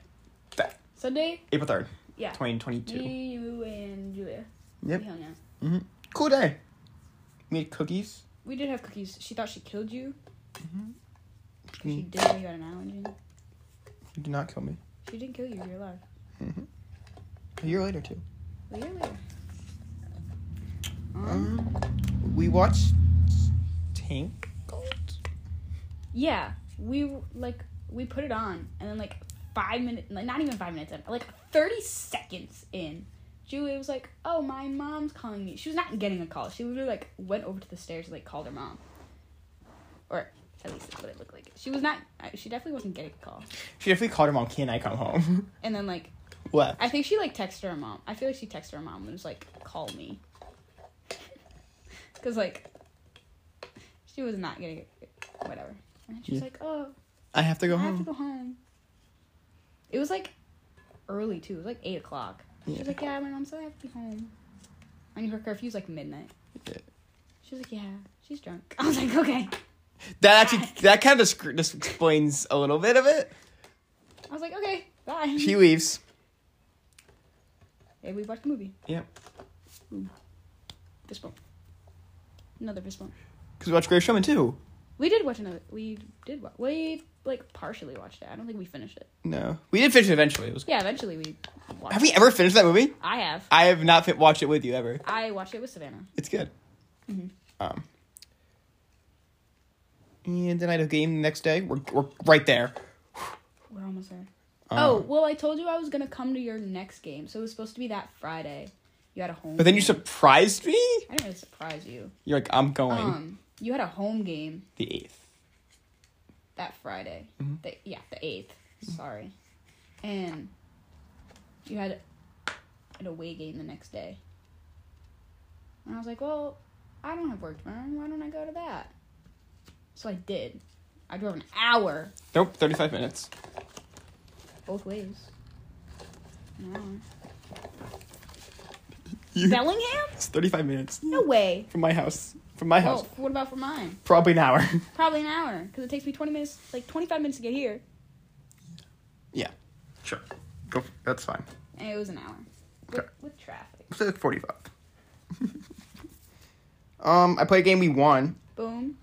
B: Sunday,
A: April third.
B: Yeah.
A: Twenty twenty two.
B: you and Julia.
A: Yep.
G: We hung out.
A: Cool day. Made cookies.
G: We did have cookies. She thought she killed you. She
A: Mm.
G: did know you had an allergy.
A: You did not kill me.
G: She didn't kill you. You're alive.
A: A year later too.
G: A year later.
A: Um, we watched Tank.
B: Yeah, we like we put it on, and then like five minutes, like not even five minutes in, like thirty seconds in, Julia was like, "Oh, my mom's calling me." She was not getting a call. She literally like went over to the stairs and like called her mom, or at least that's what it looked like. She was not. I- She definitely wasn't getting a call.
A: She definitely called her mom. Can I come home?
B: And then like
A: Left.
B: I think she like texted her mom. I feel like she texted her mom and was like, "Call me," because like she was not getting whatever. And then she was
A: Yeah.
B: like, "Oh."
A: I have to go
B: I have to
A: home.
B: go home. It was like early too. It was like eight o'clock. She was
A: Yeah.
B: like, yeah, my mom said I have to be home. I mean, her curfew's like midnight.
A: Yeah.
B: She was like, yeah, she's drunk. I was like, okay.
A: That actually, that kind of just, just explains a little bit of it.
B: I was like, okay, bye.
A: She leaves.
B: Hey, we watched the movie.
A: Yep.
G: Fist bump. Another fist bump.
A: Cause we watched Grey Showman too.
B: We did watch another. We did watch. We like partially watched it. I don't think we finished it.
A: No, we did finish it eventually. It was.
B: Yeah, eventually we watched.
A: Have we ever finished that movie?
B: I have.
A: I have not fi- watched it with you ever.
B: I watched it with Savannah.
A: It's good. Um. And then I had a game the next day. We're we're right there.
G: We're almost there.
A: Um,
B: oh well, I told you I was gonna come to your next game, so it was supposed to be that Friday. You had a home.
A: But then you
B: game.
A: surprised me.
B: I didn't really surprise you.
A: You're like, I'm going
B: Um, you had a home game
A: the eighth.
B: that Friday.
A: Mm-hmm.
B: The, yeah, the eighth. Sorry, and you had an away game the next day. And I was like, well, I don't have work tomorrow. Why don't I go to that? So I did. I drove an hour
A: Nope, 35 minutes.
B: both ways. An hour.
A: You-
B: Bellingham?
A: It's 35 minutes
B: No way.
A: from my house. From my house.
B: Oh, what about for mine?
A: Probably an hour.
B: Probably an hour because it takes me twenty minutes, like twenty-five minutes to get here.
A: yeah. Sure. Go. That's fine.
B: And it was an hour with,
A: Okay.
B: with traffic.
A: So like 45. um, I played a game we won.
B: Boom.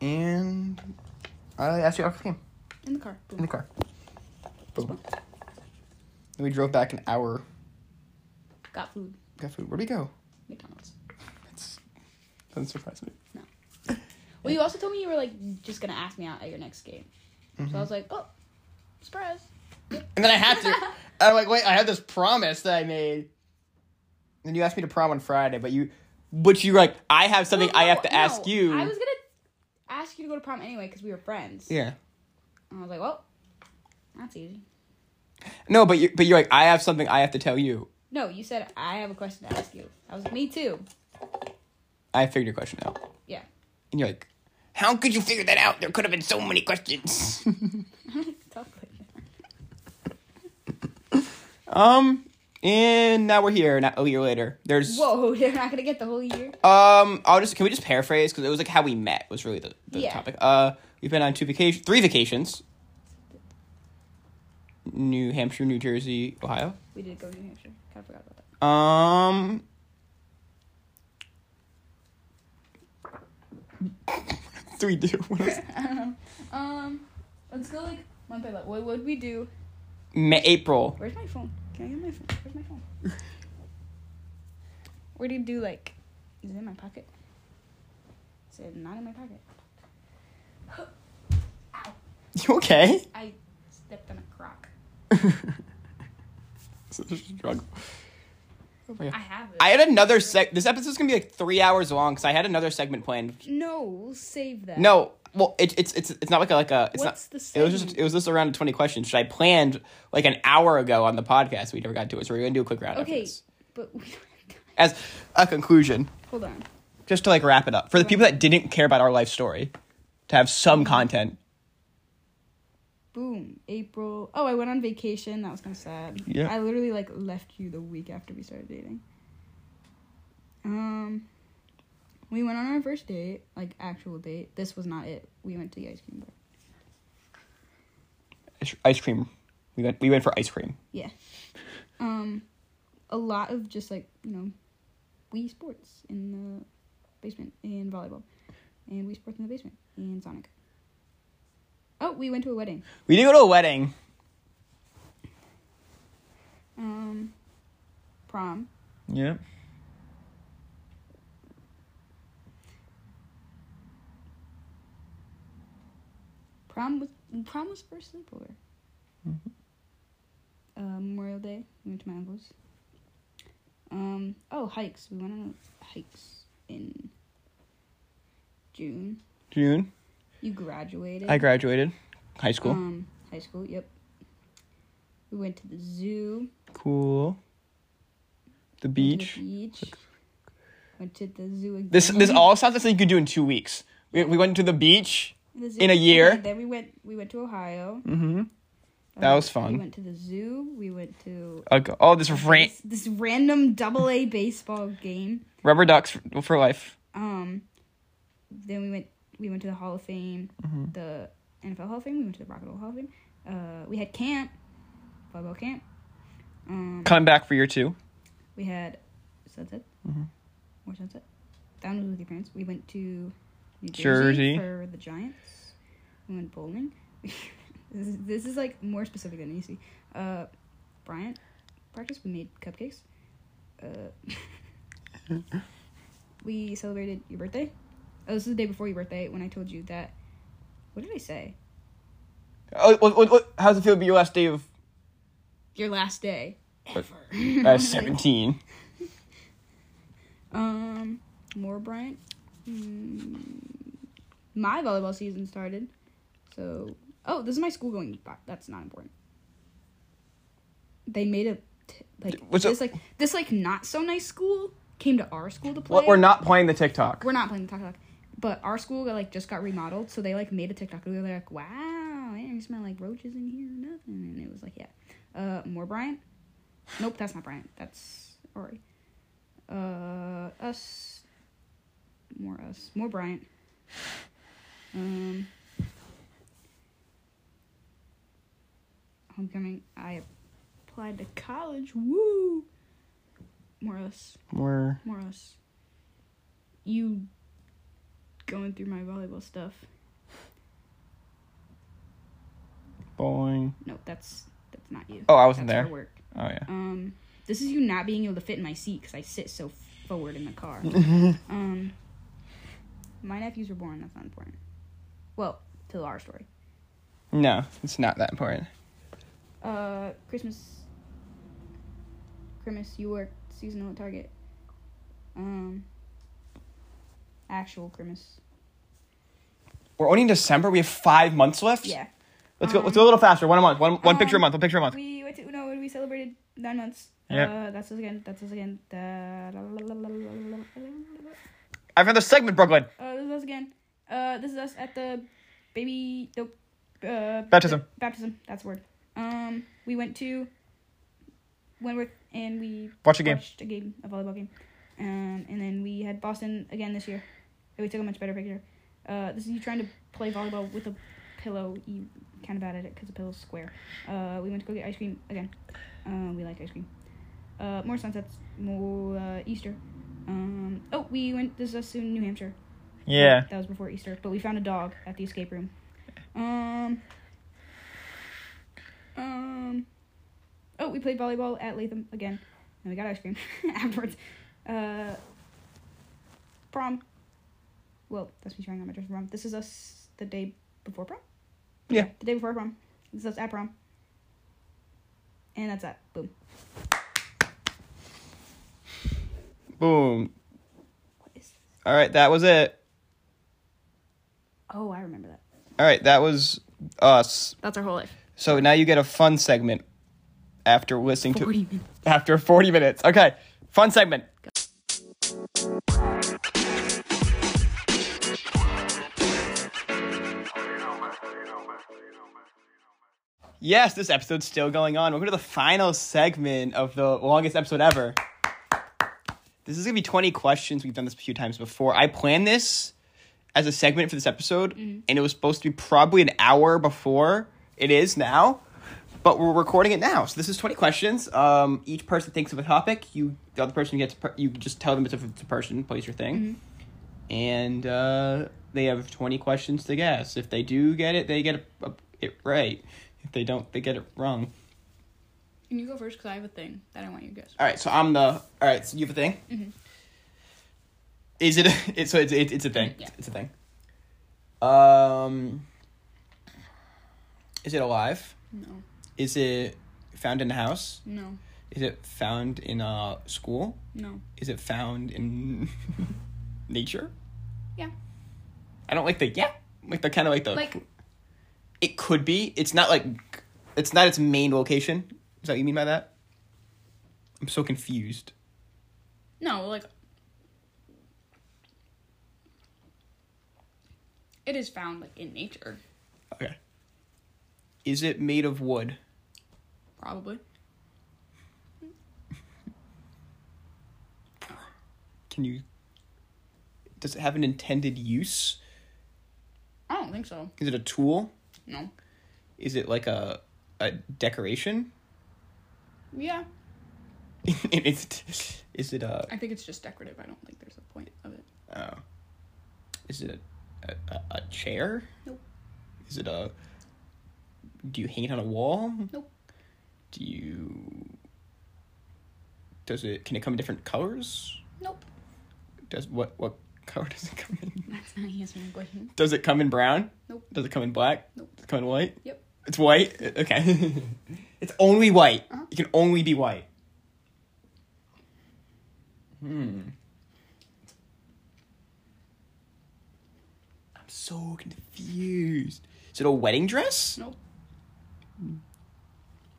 A: And I asked you out for the game
B: In the car.
A: in the car. Boom. Then we drove back an hour.
B: Got food.
A: Got food. Where'd we go?
B: McDonald's.
A: That's, doesn't surprise me.
B: Well, you also told me you were like just gonna ask me out at your next game,
A: Mm-hmm.
B: so I was like, oh, surprise.
A: And then I had to. and I'm like, wait, I have this promise that I made. And you asked me to prom on Friday, but you, but you were like, I have something
B: Well,
A: I
B: no,
A: have to ask
B: no,
A: you.
B: I was gonna ask you to go to prom anyway because we were friends.
A: yeah.
B: And I was like, well, that's easy.
A: No, but you, but you're like, I have something I have to tell you.
B: No, you said I have a question to ask you. I was like, me too.
A: I figured your question out.
B: Yeah.
A: And you're like, how could you figure that out? There could have been so many questions.
B: Tough question.
A: um, and now we're here. Not a year later. There's.
B: Whoa, they're not gonna get the whole year.
A: Um, I'll just can we just paraphrase because it was like how we met was really the, the
B: Yeah.
A: topic. Uh, we've been on two vacation, three vacations. New Hampshire, New Jersey, Ohio.
B: We did go to New Hampshire. Kind of forgot about that.
A: Um. What do we do? What else?
B: Um, let's go like month by month. What would we do?
A: Ma- April.
B: Where's my phone? Can I get my phone? Where's my phone? Where do you do like? Is it in my pocket? Is it not in my pocket?
A: You okay?
B: I stepped on a crock.
A: Such a struggle.
B: Oh.
H: I have it.
A: Oh, I had another seg. This episode's gonna be like three hours long because I had another segment planned.
B: No, we'll save that.
A: No, well, it, it's it's it's not like a like a. It's
B: What's
A: not.
B: the
A: It was just it was just around twenty questions, which I planned like an hour ago on the podcast. We never got to it, so we're gonna do a quick round. after
B: Okay,
A: this.
B: but we don't have time.
A: As a conclusion,
B: Hold on.
A: just to like wrap it up for the people that didn't care about our life story, to have some
B: Mm-hmm.
A: content.
B: Boom. April. Oh, I went on vacation. That was kind of sad.
A: Yeah.
B: I literally like left you the week after we started dating. Um, we went on our first date, like actual date. This was not it. We went to the ice cream bar.
A: Ice- Ice cream. We went we went for ice cream.
B: Yeah. Um, a lot of just like you know, Wii Sports in the basement and volleyball, and Wii Sports in the basement and Sonic. Oh, we went to a wedding.
A: We did go to a wedding.
B: Um, prom.
A: Yeah.
B: Prom was prom was first sleepover.
A: Mm-hmm.
B: Uh, Memorial Day, we went to my uncle's. Um, oh, hikes. We went on hikes in June.
A: June.
B: You graduated.
A: I graduated high school.
B: Um, high school. Yep. We went to the zoo.
A: cool. The
B: went
A: beach.
B: To the beach. Went to the zoo again.
A: This this all sounds like something you could do in two weeks. We, we went to the beach.
B: The zoo-
A: in a year.
B: Okay, then we went. We went to Ohio.
A: Mm-hmm.
B: Uh,
A: That was fun.
B: We went to the zoo. We went to
A: Oh, this rant.
B: this, this random double A baseball game.
A: Rubber ducks for, for life.
B: Um, then we went we went to the Hall of Fame, the NFL Hall of Fame. We went to the Rock and Roll Hall of Fame. Uh, we had camp, volleyball camp. Um,
A: Coming back for year two.
B: we had sunset, more sunset. Down was with your parents. We went to New Jersey,
A: Jersey.
B: for the Giants. We went bowling. this, is, this is like more specific than you see. Uh, Bryant practice. We made cupcakes. Uh, we celebrated your birthday. Oh, this is the day before your birthday when I told you that. What did I say?
A: Oh, what, what, what, how's it feel to be your last day of
B: Your last day.
A: uh, 17?
B: Um, more Bryant. Mm, my volleyball season started, so oh, this is my school going. back. That's not important. They made a t- like
A: What's
B: this
A: up?
B: like this like not so nice school came to our school to play.
A: Well, we're not playing the TikTok.
B: we're not playing the TikTok, but our school got, like just got remodeled, so they like made a TikTok. and We were like, wow, yeah, you smell like roaches in here or nothing, and it was like yeah. Uh, more Bryant. Nope, that's not Bryant. That's Ori. Uh, us. More us. More Bryant. Um. Homecoming. I applied to college. Woo. More us.
A: We're
B: More us. You going through my volleyball stuff?
A: bowling.
B: No, that's that's not you.
A: Oh, I wasn't
B: That's
A: there.
B: for work.
A: Oh, yeah.
B: Um, this is you not being able to fit in my seat because I sit so forward in the car. um, my nephews were born. That's not important. Well, to our story.
A: No, it's not that important.
B: Uh, Christmas. Christmas, you worked seasonal at Target. Um, actual Christmas.
A: We're only in December. We have five months left.
B: Yeah.
A: Let's go. Let's go a little faster. One a month. One, one picture a
B: um,
A: month. One picture a month.
B: We went to Uno and we celebrated nine months.
A: Yep.
B: Uh, that's us again. That's us again. Da- la- la- la- la- la- la- la- la-
A: I have another segment, Brooklyn.
B: Uh, this is us again. Uh, this is us at the baby. Nope. Uh,
A: Baptism.
B: Baptism. That's the word. Um, we went to Wentworth and we
A: Watch a game.
B: watched a game, a volleyball game. Um, and then we had Boston again this year. And we took a much better picture. Uh, this is you trying to play volleyball with a pillow. You kind of bad at it because the pillow's square. Uh, we went to go get ice cream again. Uh, we like ice cream. Uh, more sunsets, more uh, Easter. Um, oh, we went. This is us in New Hampshire.
A: Yeah.
B: That was before Easter, but we found a dog at the escape room. Um. Um. Oh, we played volleyball at Latham again, and we got ice cream afterwards. Uh. Prom. Well, that's me trying on my dress for prom. This is us the day before prom.
A: Yeah.
B: The day before prom. This is us at prom. And that's that. Boom.
A: Boom. All right, that was it.
I: Oh, I remember that.
A: All right, that was us.
B: That's our whole life.
A: So now you get a fun segment after listening to after 40 minutes. Okay. Fun segment. Yes, this episode's still going on. Welcome to the final segment of the longest episode ever. This is gonna be 20 questions. We've done this a few times before. I planned this as a segment for this episode, and it was supposed to be probably an hour before it is now, but we're recording it now. So this is 20 questions. Um, each person thinks of a topic. You, the other person gets, per- you just tell them it's a, it's a person, place your thing, and uh, they have 20 questions to guess. If they do get it, they get a, a, it right. If they don't, they get it wrong.
B: Can you go first? Because I have a thing that I want you to guess.
A: All right, so I'm the. All right, so you have a thing. Is it? It's so it's it's, it's a thing.
B: Yeah.
A: It's a thing. Um. Is it alive?
B: No.
A: Is it found in a house?
B: No.
A: Is it found in a school?
B: No.
A: Is it found in nature?
B: Yeah.
A: I don't like the yeah. Like the kind of like the.
B: Like,
A: it could be. It's not like. It's not its main location. Is that what you mean by that? I'm so confused.
B: no, like. It is found, like, in nature,
A: Okay. Is it made of wood?
B: probably.
A: Can you. Does it have an intended use?
B: I don't think so.
A: Is it a tool?
B: No.
A: Is it like a a decoration?
B: Yeah.
A: it's, is it a.
B: I think it's just decorative. I don't think there's a point of it.
A: Oh. Is it a, a, a chair?
B: Nope.
A: Is it a. Do you hang it on a wall?
B: Nope.
A: Do you. Does it. Can it come in different colors?
B: Nope.
A: Does. What, what color does it come in?
B: That's not answering my question.
A: Does it come in brown?
B: Nope.
A: Does it come in black?
B: Nope.
A: Does it come in white?
B: Yep.
A: It's white? Uh, Okay. it's only white.
B: Uh-huh.
A: It can only be white. Hmm. I'm so confused. Is it a wedding dress?
B: Nope.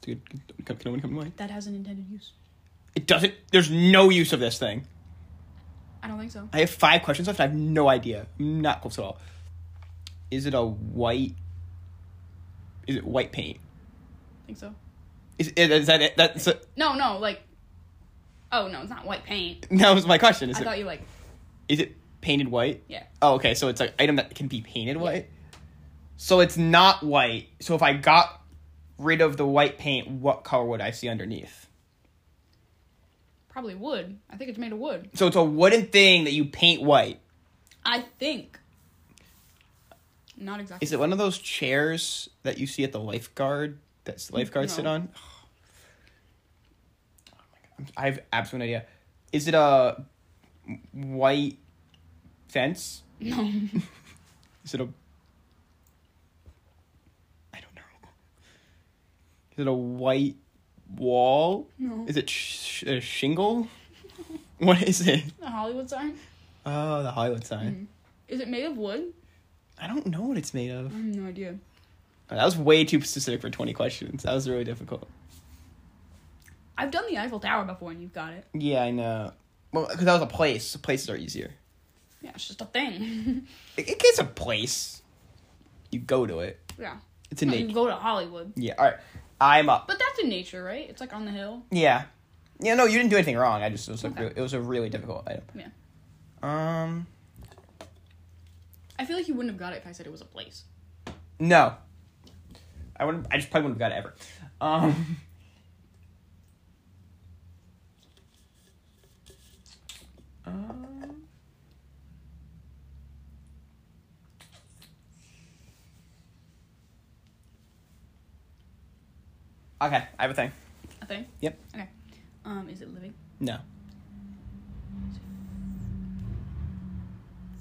A: Dude, can, can only come in white?
B: That has an intended use.
A: It doesn't. There's no use of this thing.
B: I don't think so.
A: I have five questions left. And I have no idea. I'm not close at all. Is it a white? Is it white paint?
B: think so.
A: Is, is that it? That's a,
B: No, no, like. Oh, no, it's not white paint.
A: that was my question. Is
B: I
A: it?
B: thought you, like,
A: Is it painted white?
B: yeah.
A: Oh, okay. So it's an item that can be painted white. So it's not white. So if I got rid of the white paint, what color would I see underneath?
B: Probably wood. I think it's made of wood.
A: So it's a wooden thing that you paint white.
B: I think. Not exactly.
A: Is it one of those chairs that you see at the lifeguard that lifeguards sit
B: Mm, No.
A: on? Oh my God. I have absolute idea. Is it a white fence?
B: No.
A: Is it a? "Oh, I don't know. Is it a white wall?
B: No.
A: Is it sh- a shingle? What is it?
B: The Hollywood sign?
A: Oh, the Hollywood sign.
B: Mm-hmm. Is it made of wood?
A: I don't know what it's made of.
B: I have no idea.
A: Oh, that was way too specific for twenty questions. That was really difficult.
B: I've done the Eiffel Tower before and you've got it.
A: Yeah, I know. Well, because that was a place. So places are easier.
B: Yeah, it's just a thing.
A: It, it- it's a place. You go to it.
B: yeah.
A: It's in
B: No,
A: nature.
B: you go to Hollywood.
A: yeah. All right. I'm up.
B: But that's in nature, right? It's like on the hill.
A: Yeah. Yeah, no, you didn't do anything wrong. I just it was a
B: Okay.
A: real- it was a really difficult item.
B: Yeah.
A: Um
B: I feel like you wouldn't have got it if I said it was a place.
A: no. I would I just probably wouldn't have got it ever. Um Um, Okay, I have a thing.
B: A thing?
A: Yep.
B: Okay. Um, is it living?
A: No.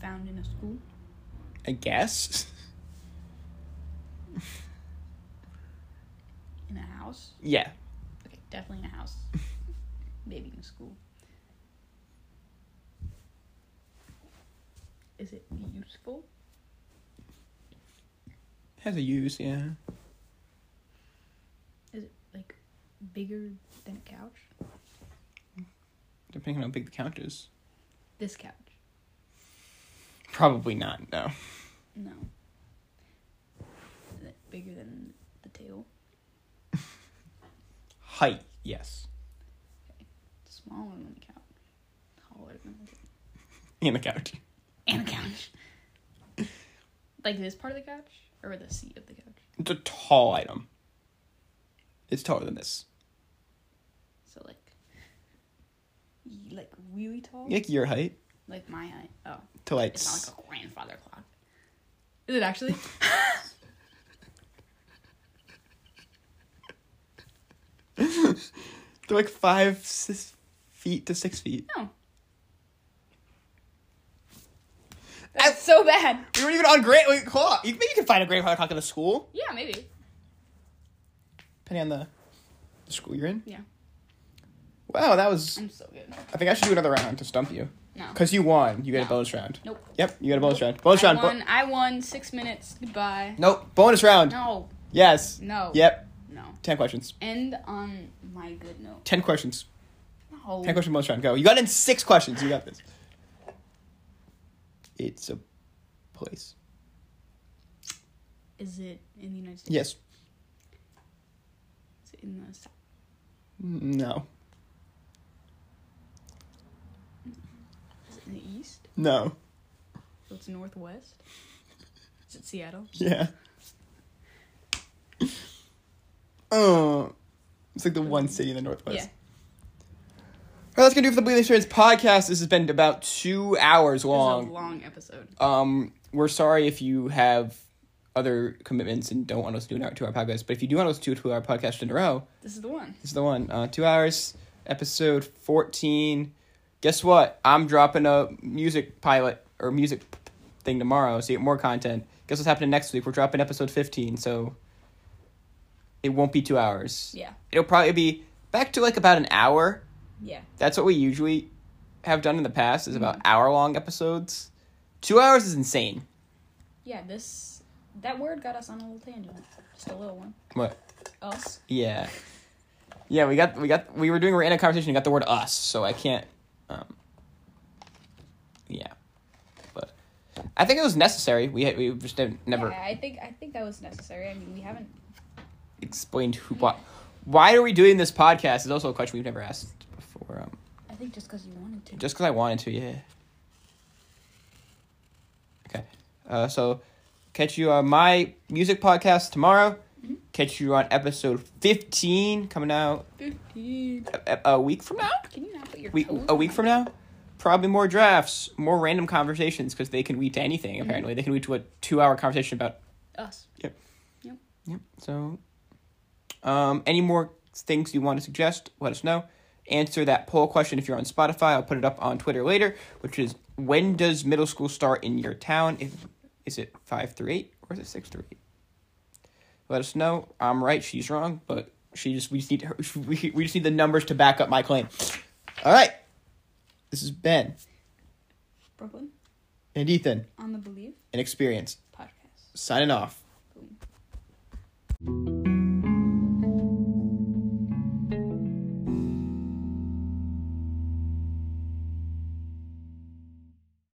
B: Found in a school?
A: I guess.
B: In a house?
A: Yeah.
B: Okay, definitely in a house. Maybe in a school. Is it useful?
A: has a use, yeah.
B: Is it like bigger than a couch?
A: Depending on how big the count is.
B: This couch.
A: Probably not, no.
B: No. Is it bigger than the table?
A: Height, yes.
B: Smaller than the couch. Taller than the table.
A: In the couch.
B: And the couch. like this part of the couch? Or the seat of the couch?
A: It's a tall item. It's taller than this.
B: So like y- like really tall?
A: Like your height
B: Like my height. Oh.
A: to like.
B: It's not like a grandfather clock. Is it actually?
A: to like five six feet to six feet.
B: No. That's so bad.
A: We weren't even on grand wait, clock. You, maybe you can find a grandfather clock in the school,
B: Yeah, maybe.
A: depending on the, the school you're in.
B: Yeah.
A: Wow, that was.
B: I'm so good.
A: I think I should do another round to stump you.
B: No.
A: Cause you won. You get a
B: No.
A: bonus round.
B: Nope.
A: Yep, you get a bonus round. Bonus
B: I
A: round. Bo-
B: won. I won six minutes. Goodbye.
A: nope. Bonus round.
B: No.
A: Yes.
B: No.
A: Yep.
B: No.
A: Ten questions.
B: End on my good note.
A: Ten questions.
B: No.
A: Ten question bonus round. Go. You got in six questions. You got this. It's a place.
B: Is it in the United States?
A: Yes.
B: Is it in the South?
A: No.
B: Is it in the East?
A: No.
B: So it's Northwest? Is it Seattle?
A: Yeah. Oh, it's like the one city in the northwest.
B: Yeah.
A: All right, that's gonna do it for the Bleeding Experience podcast. This has been about two hours
B: This is a
A: long.
B: long episode.
A: Um, we're sorry if you have other commitments and don't want us to do an hour two-hour podcast. But if you do want us to do a two-hour podcast in a row,
B: This is the one.
A: this is the one. Uh, two hours, episode fourteen. Guess what? I'm dropping a music pilot or music p- p- thing tomorrow, so you get more content. Guess what's happening next week? We're dropping episode fifteen, so it won't be two hours.
B: Yeah.
A: It'll probably be back to like about an hour.
B: Yeah.
A: That's what we usually have done in the past is about hour long episodes. Two hours is insane.
B: Yeah, this. That word got us on a little tangent. Just a little one.
A: What?
B: Us.
A: Yeah. Yeah, we got we got we were doing we're in a conversation, we got the word us, so I can't um Yeah. But I think it was necessary. We had, we just didn't, never
B: Yeah, I think I think that was necessary. I mean, we haven't.
A: explained who why why are we doing this podcast is also a question we've never asked before. Um
B: I think just because you wanted to.
A: Just because I wanted to, yeah. Okay. Uh, so, catch you on my music podcast tomorrow. Catch you on episode 15 coming out
B: Fifteen.
A: a, a a week from now?
B: Can you not put your
A: Week,
B: toes
A: a
B: on
A: week
B: my-
A: from now? Probably more drafts, more random conversations because they can lead to anything, apparently. They can lead to a two hour conversation about.
B: Us.
A: Yep. So, um, any more things you want to suggest, let us know. Answer that poll question if you're on Spotify. I'll put it up on Twitter later, which is when does middle school start in your town? If is it five through eight or is it six through eight? Let us know. I'm right, she's wrong, but she just we just need her, we, we just need the numbers to back up my claim. All right, this is Ben
B: Brooklyn
A: and Ethan,
B: on the Believe
A: an experience
B: podcast.
A: signing off.
B: Boom.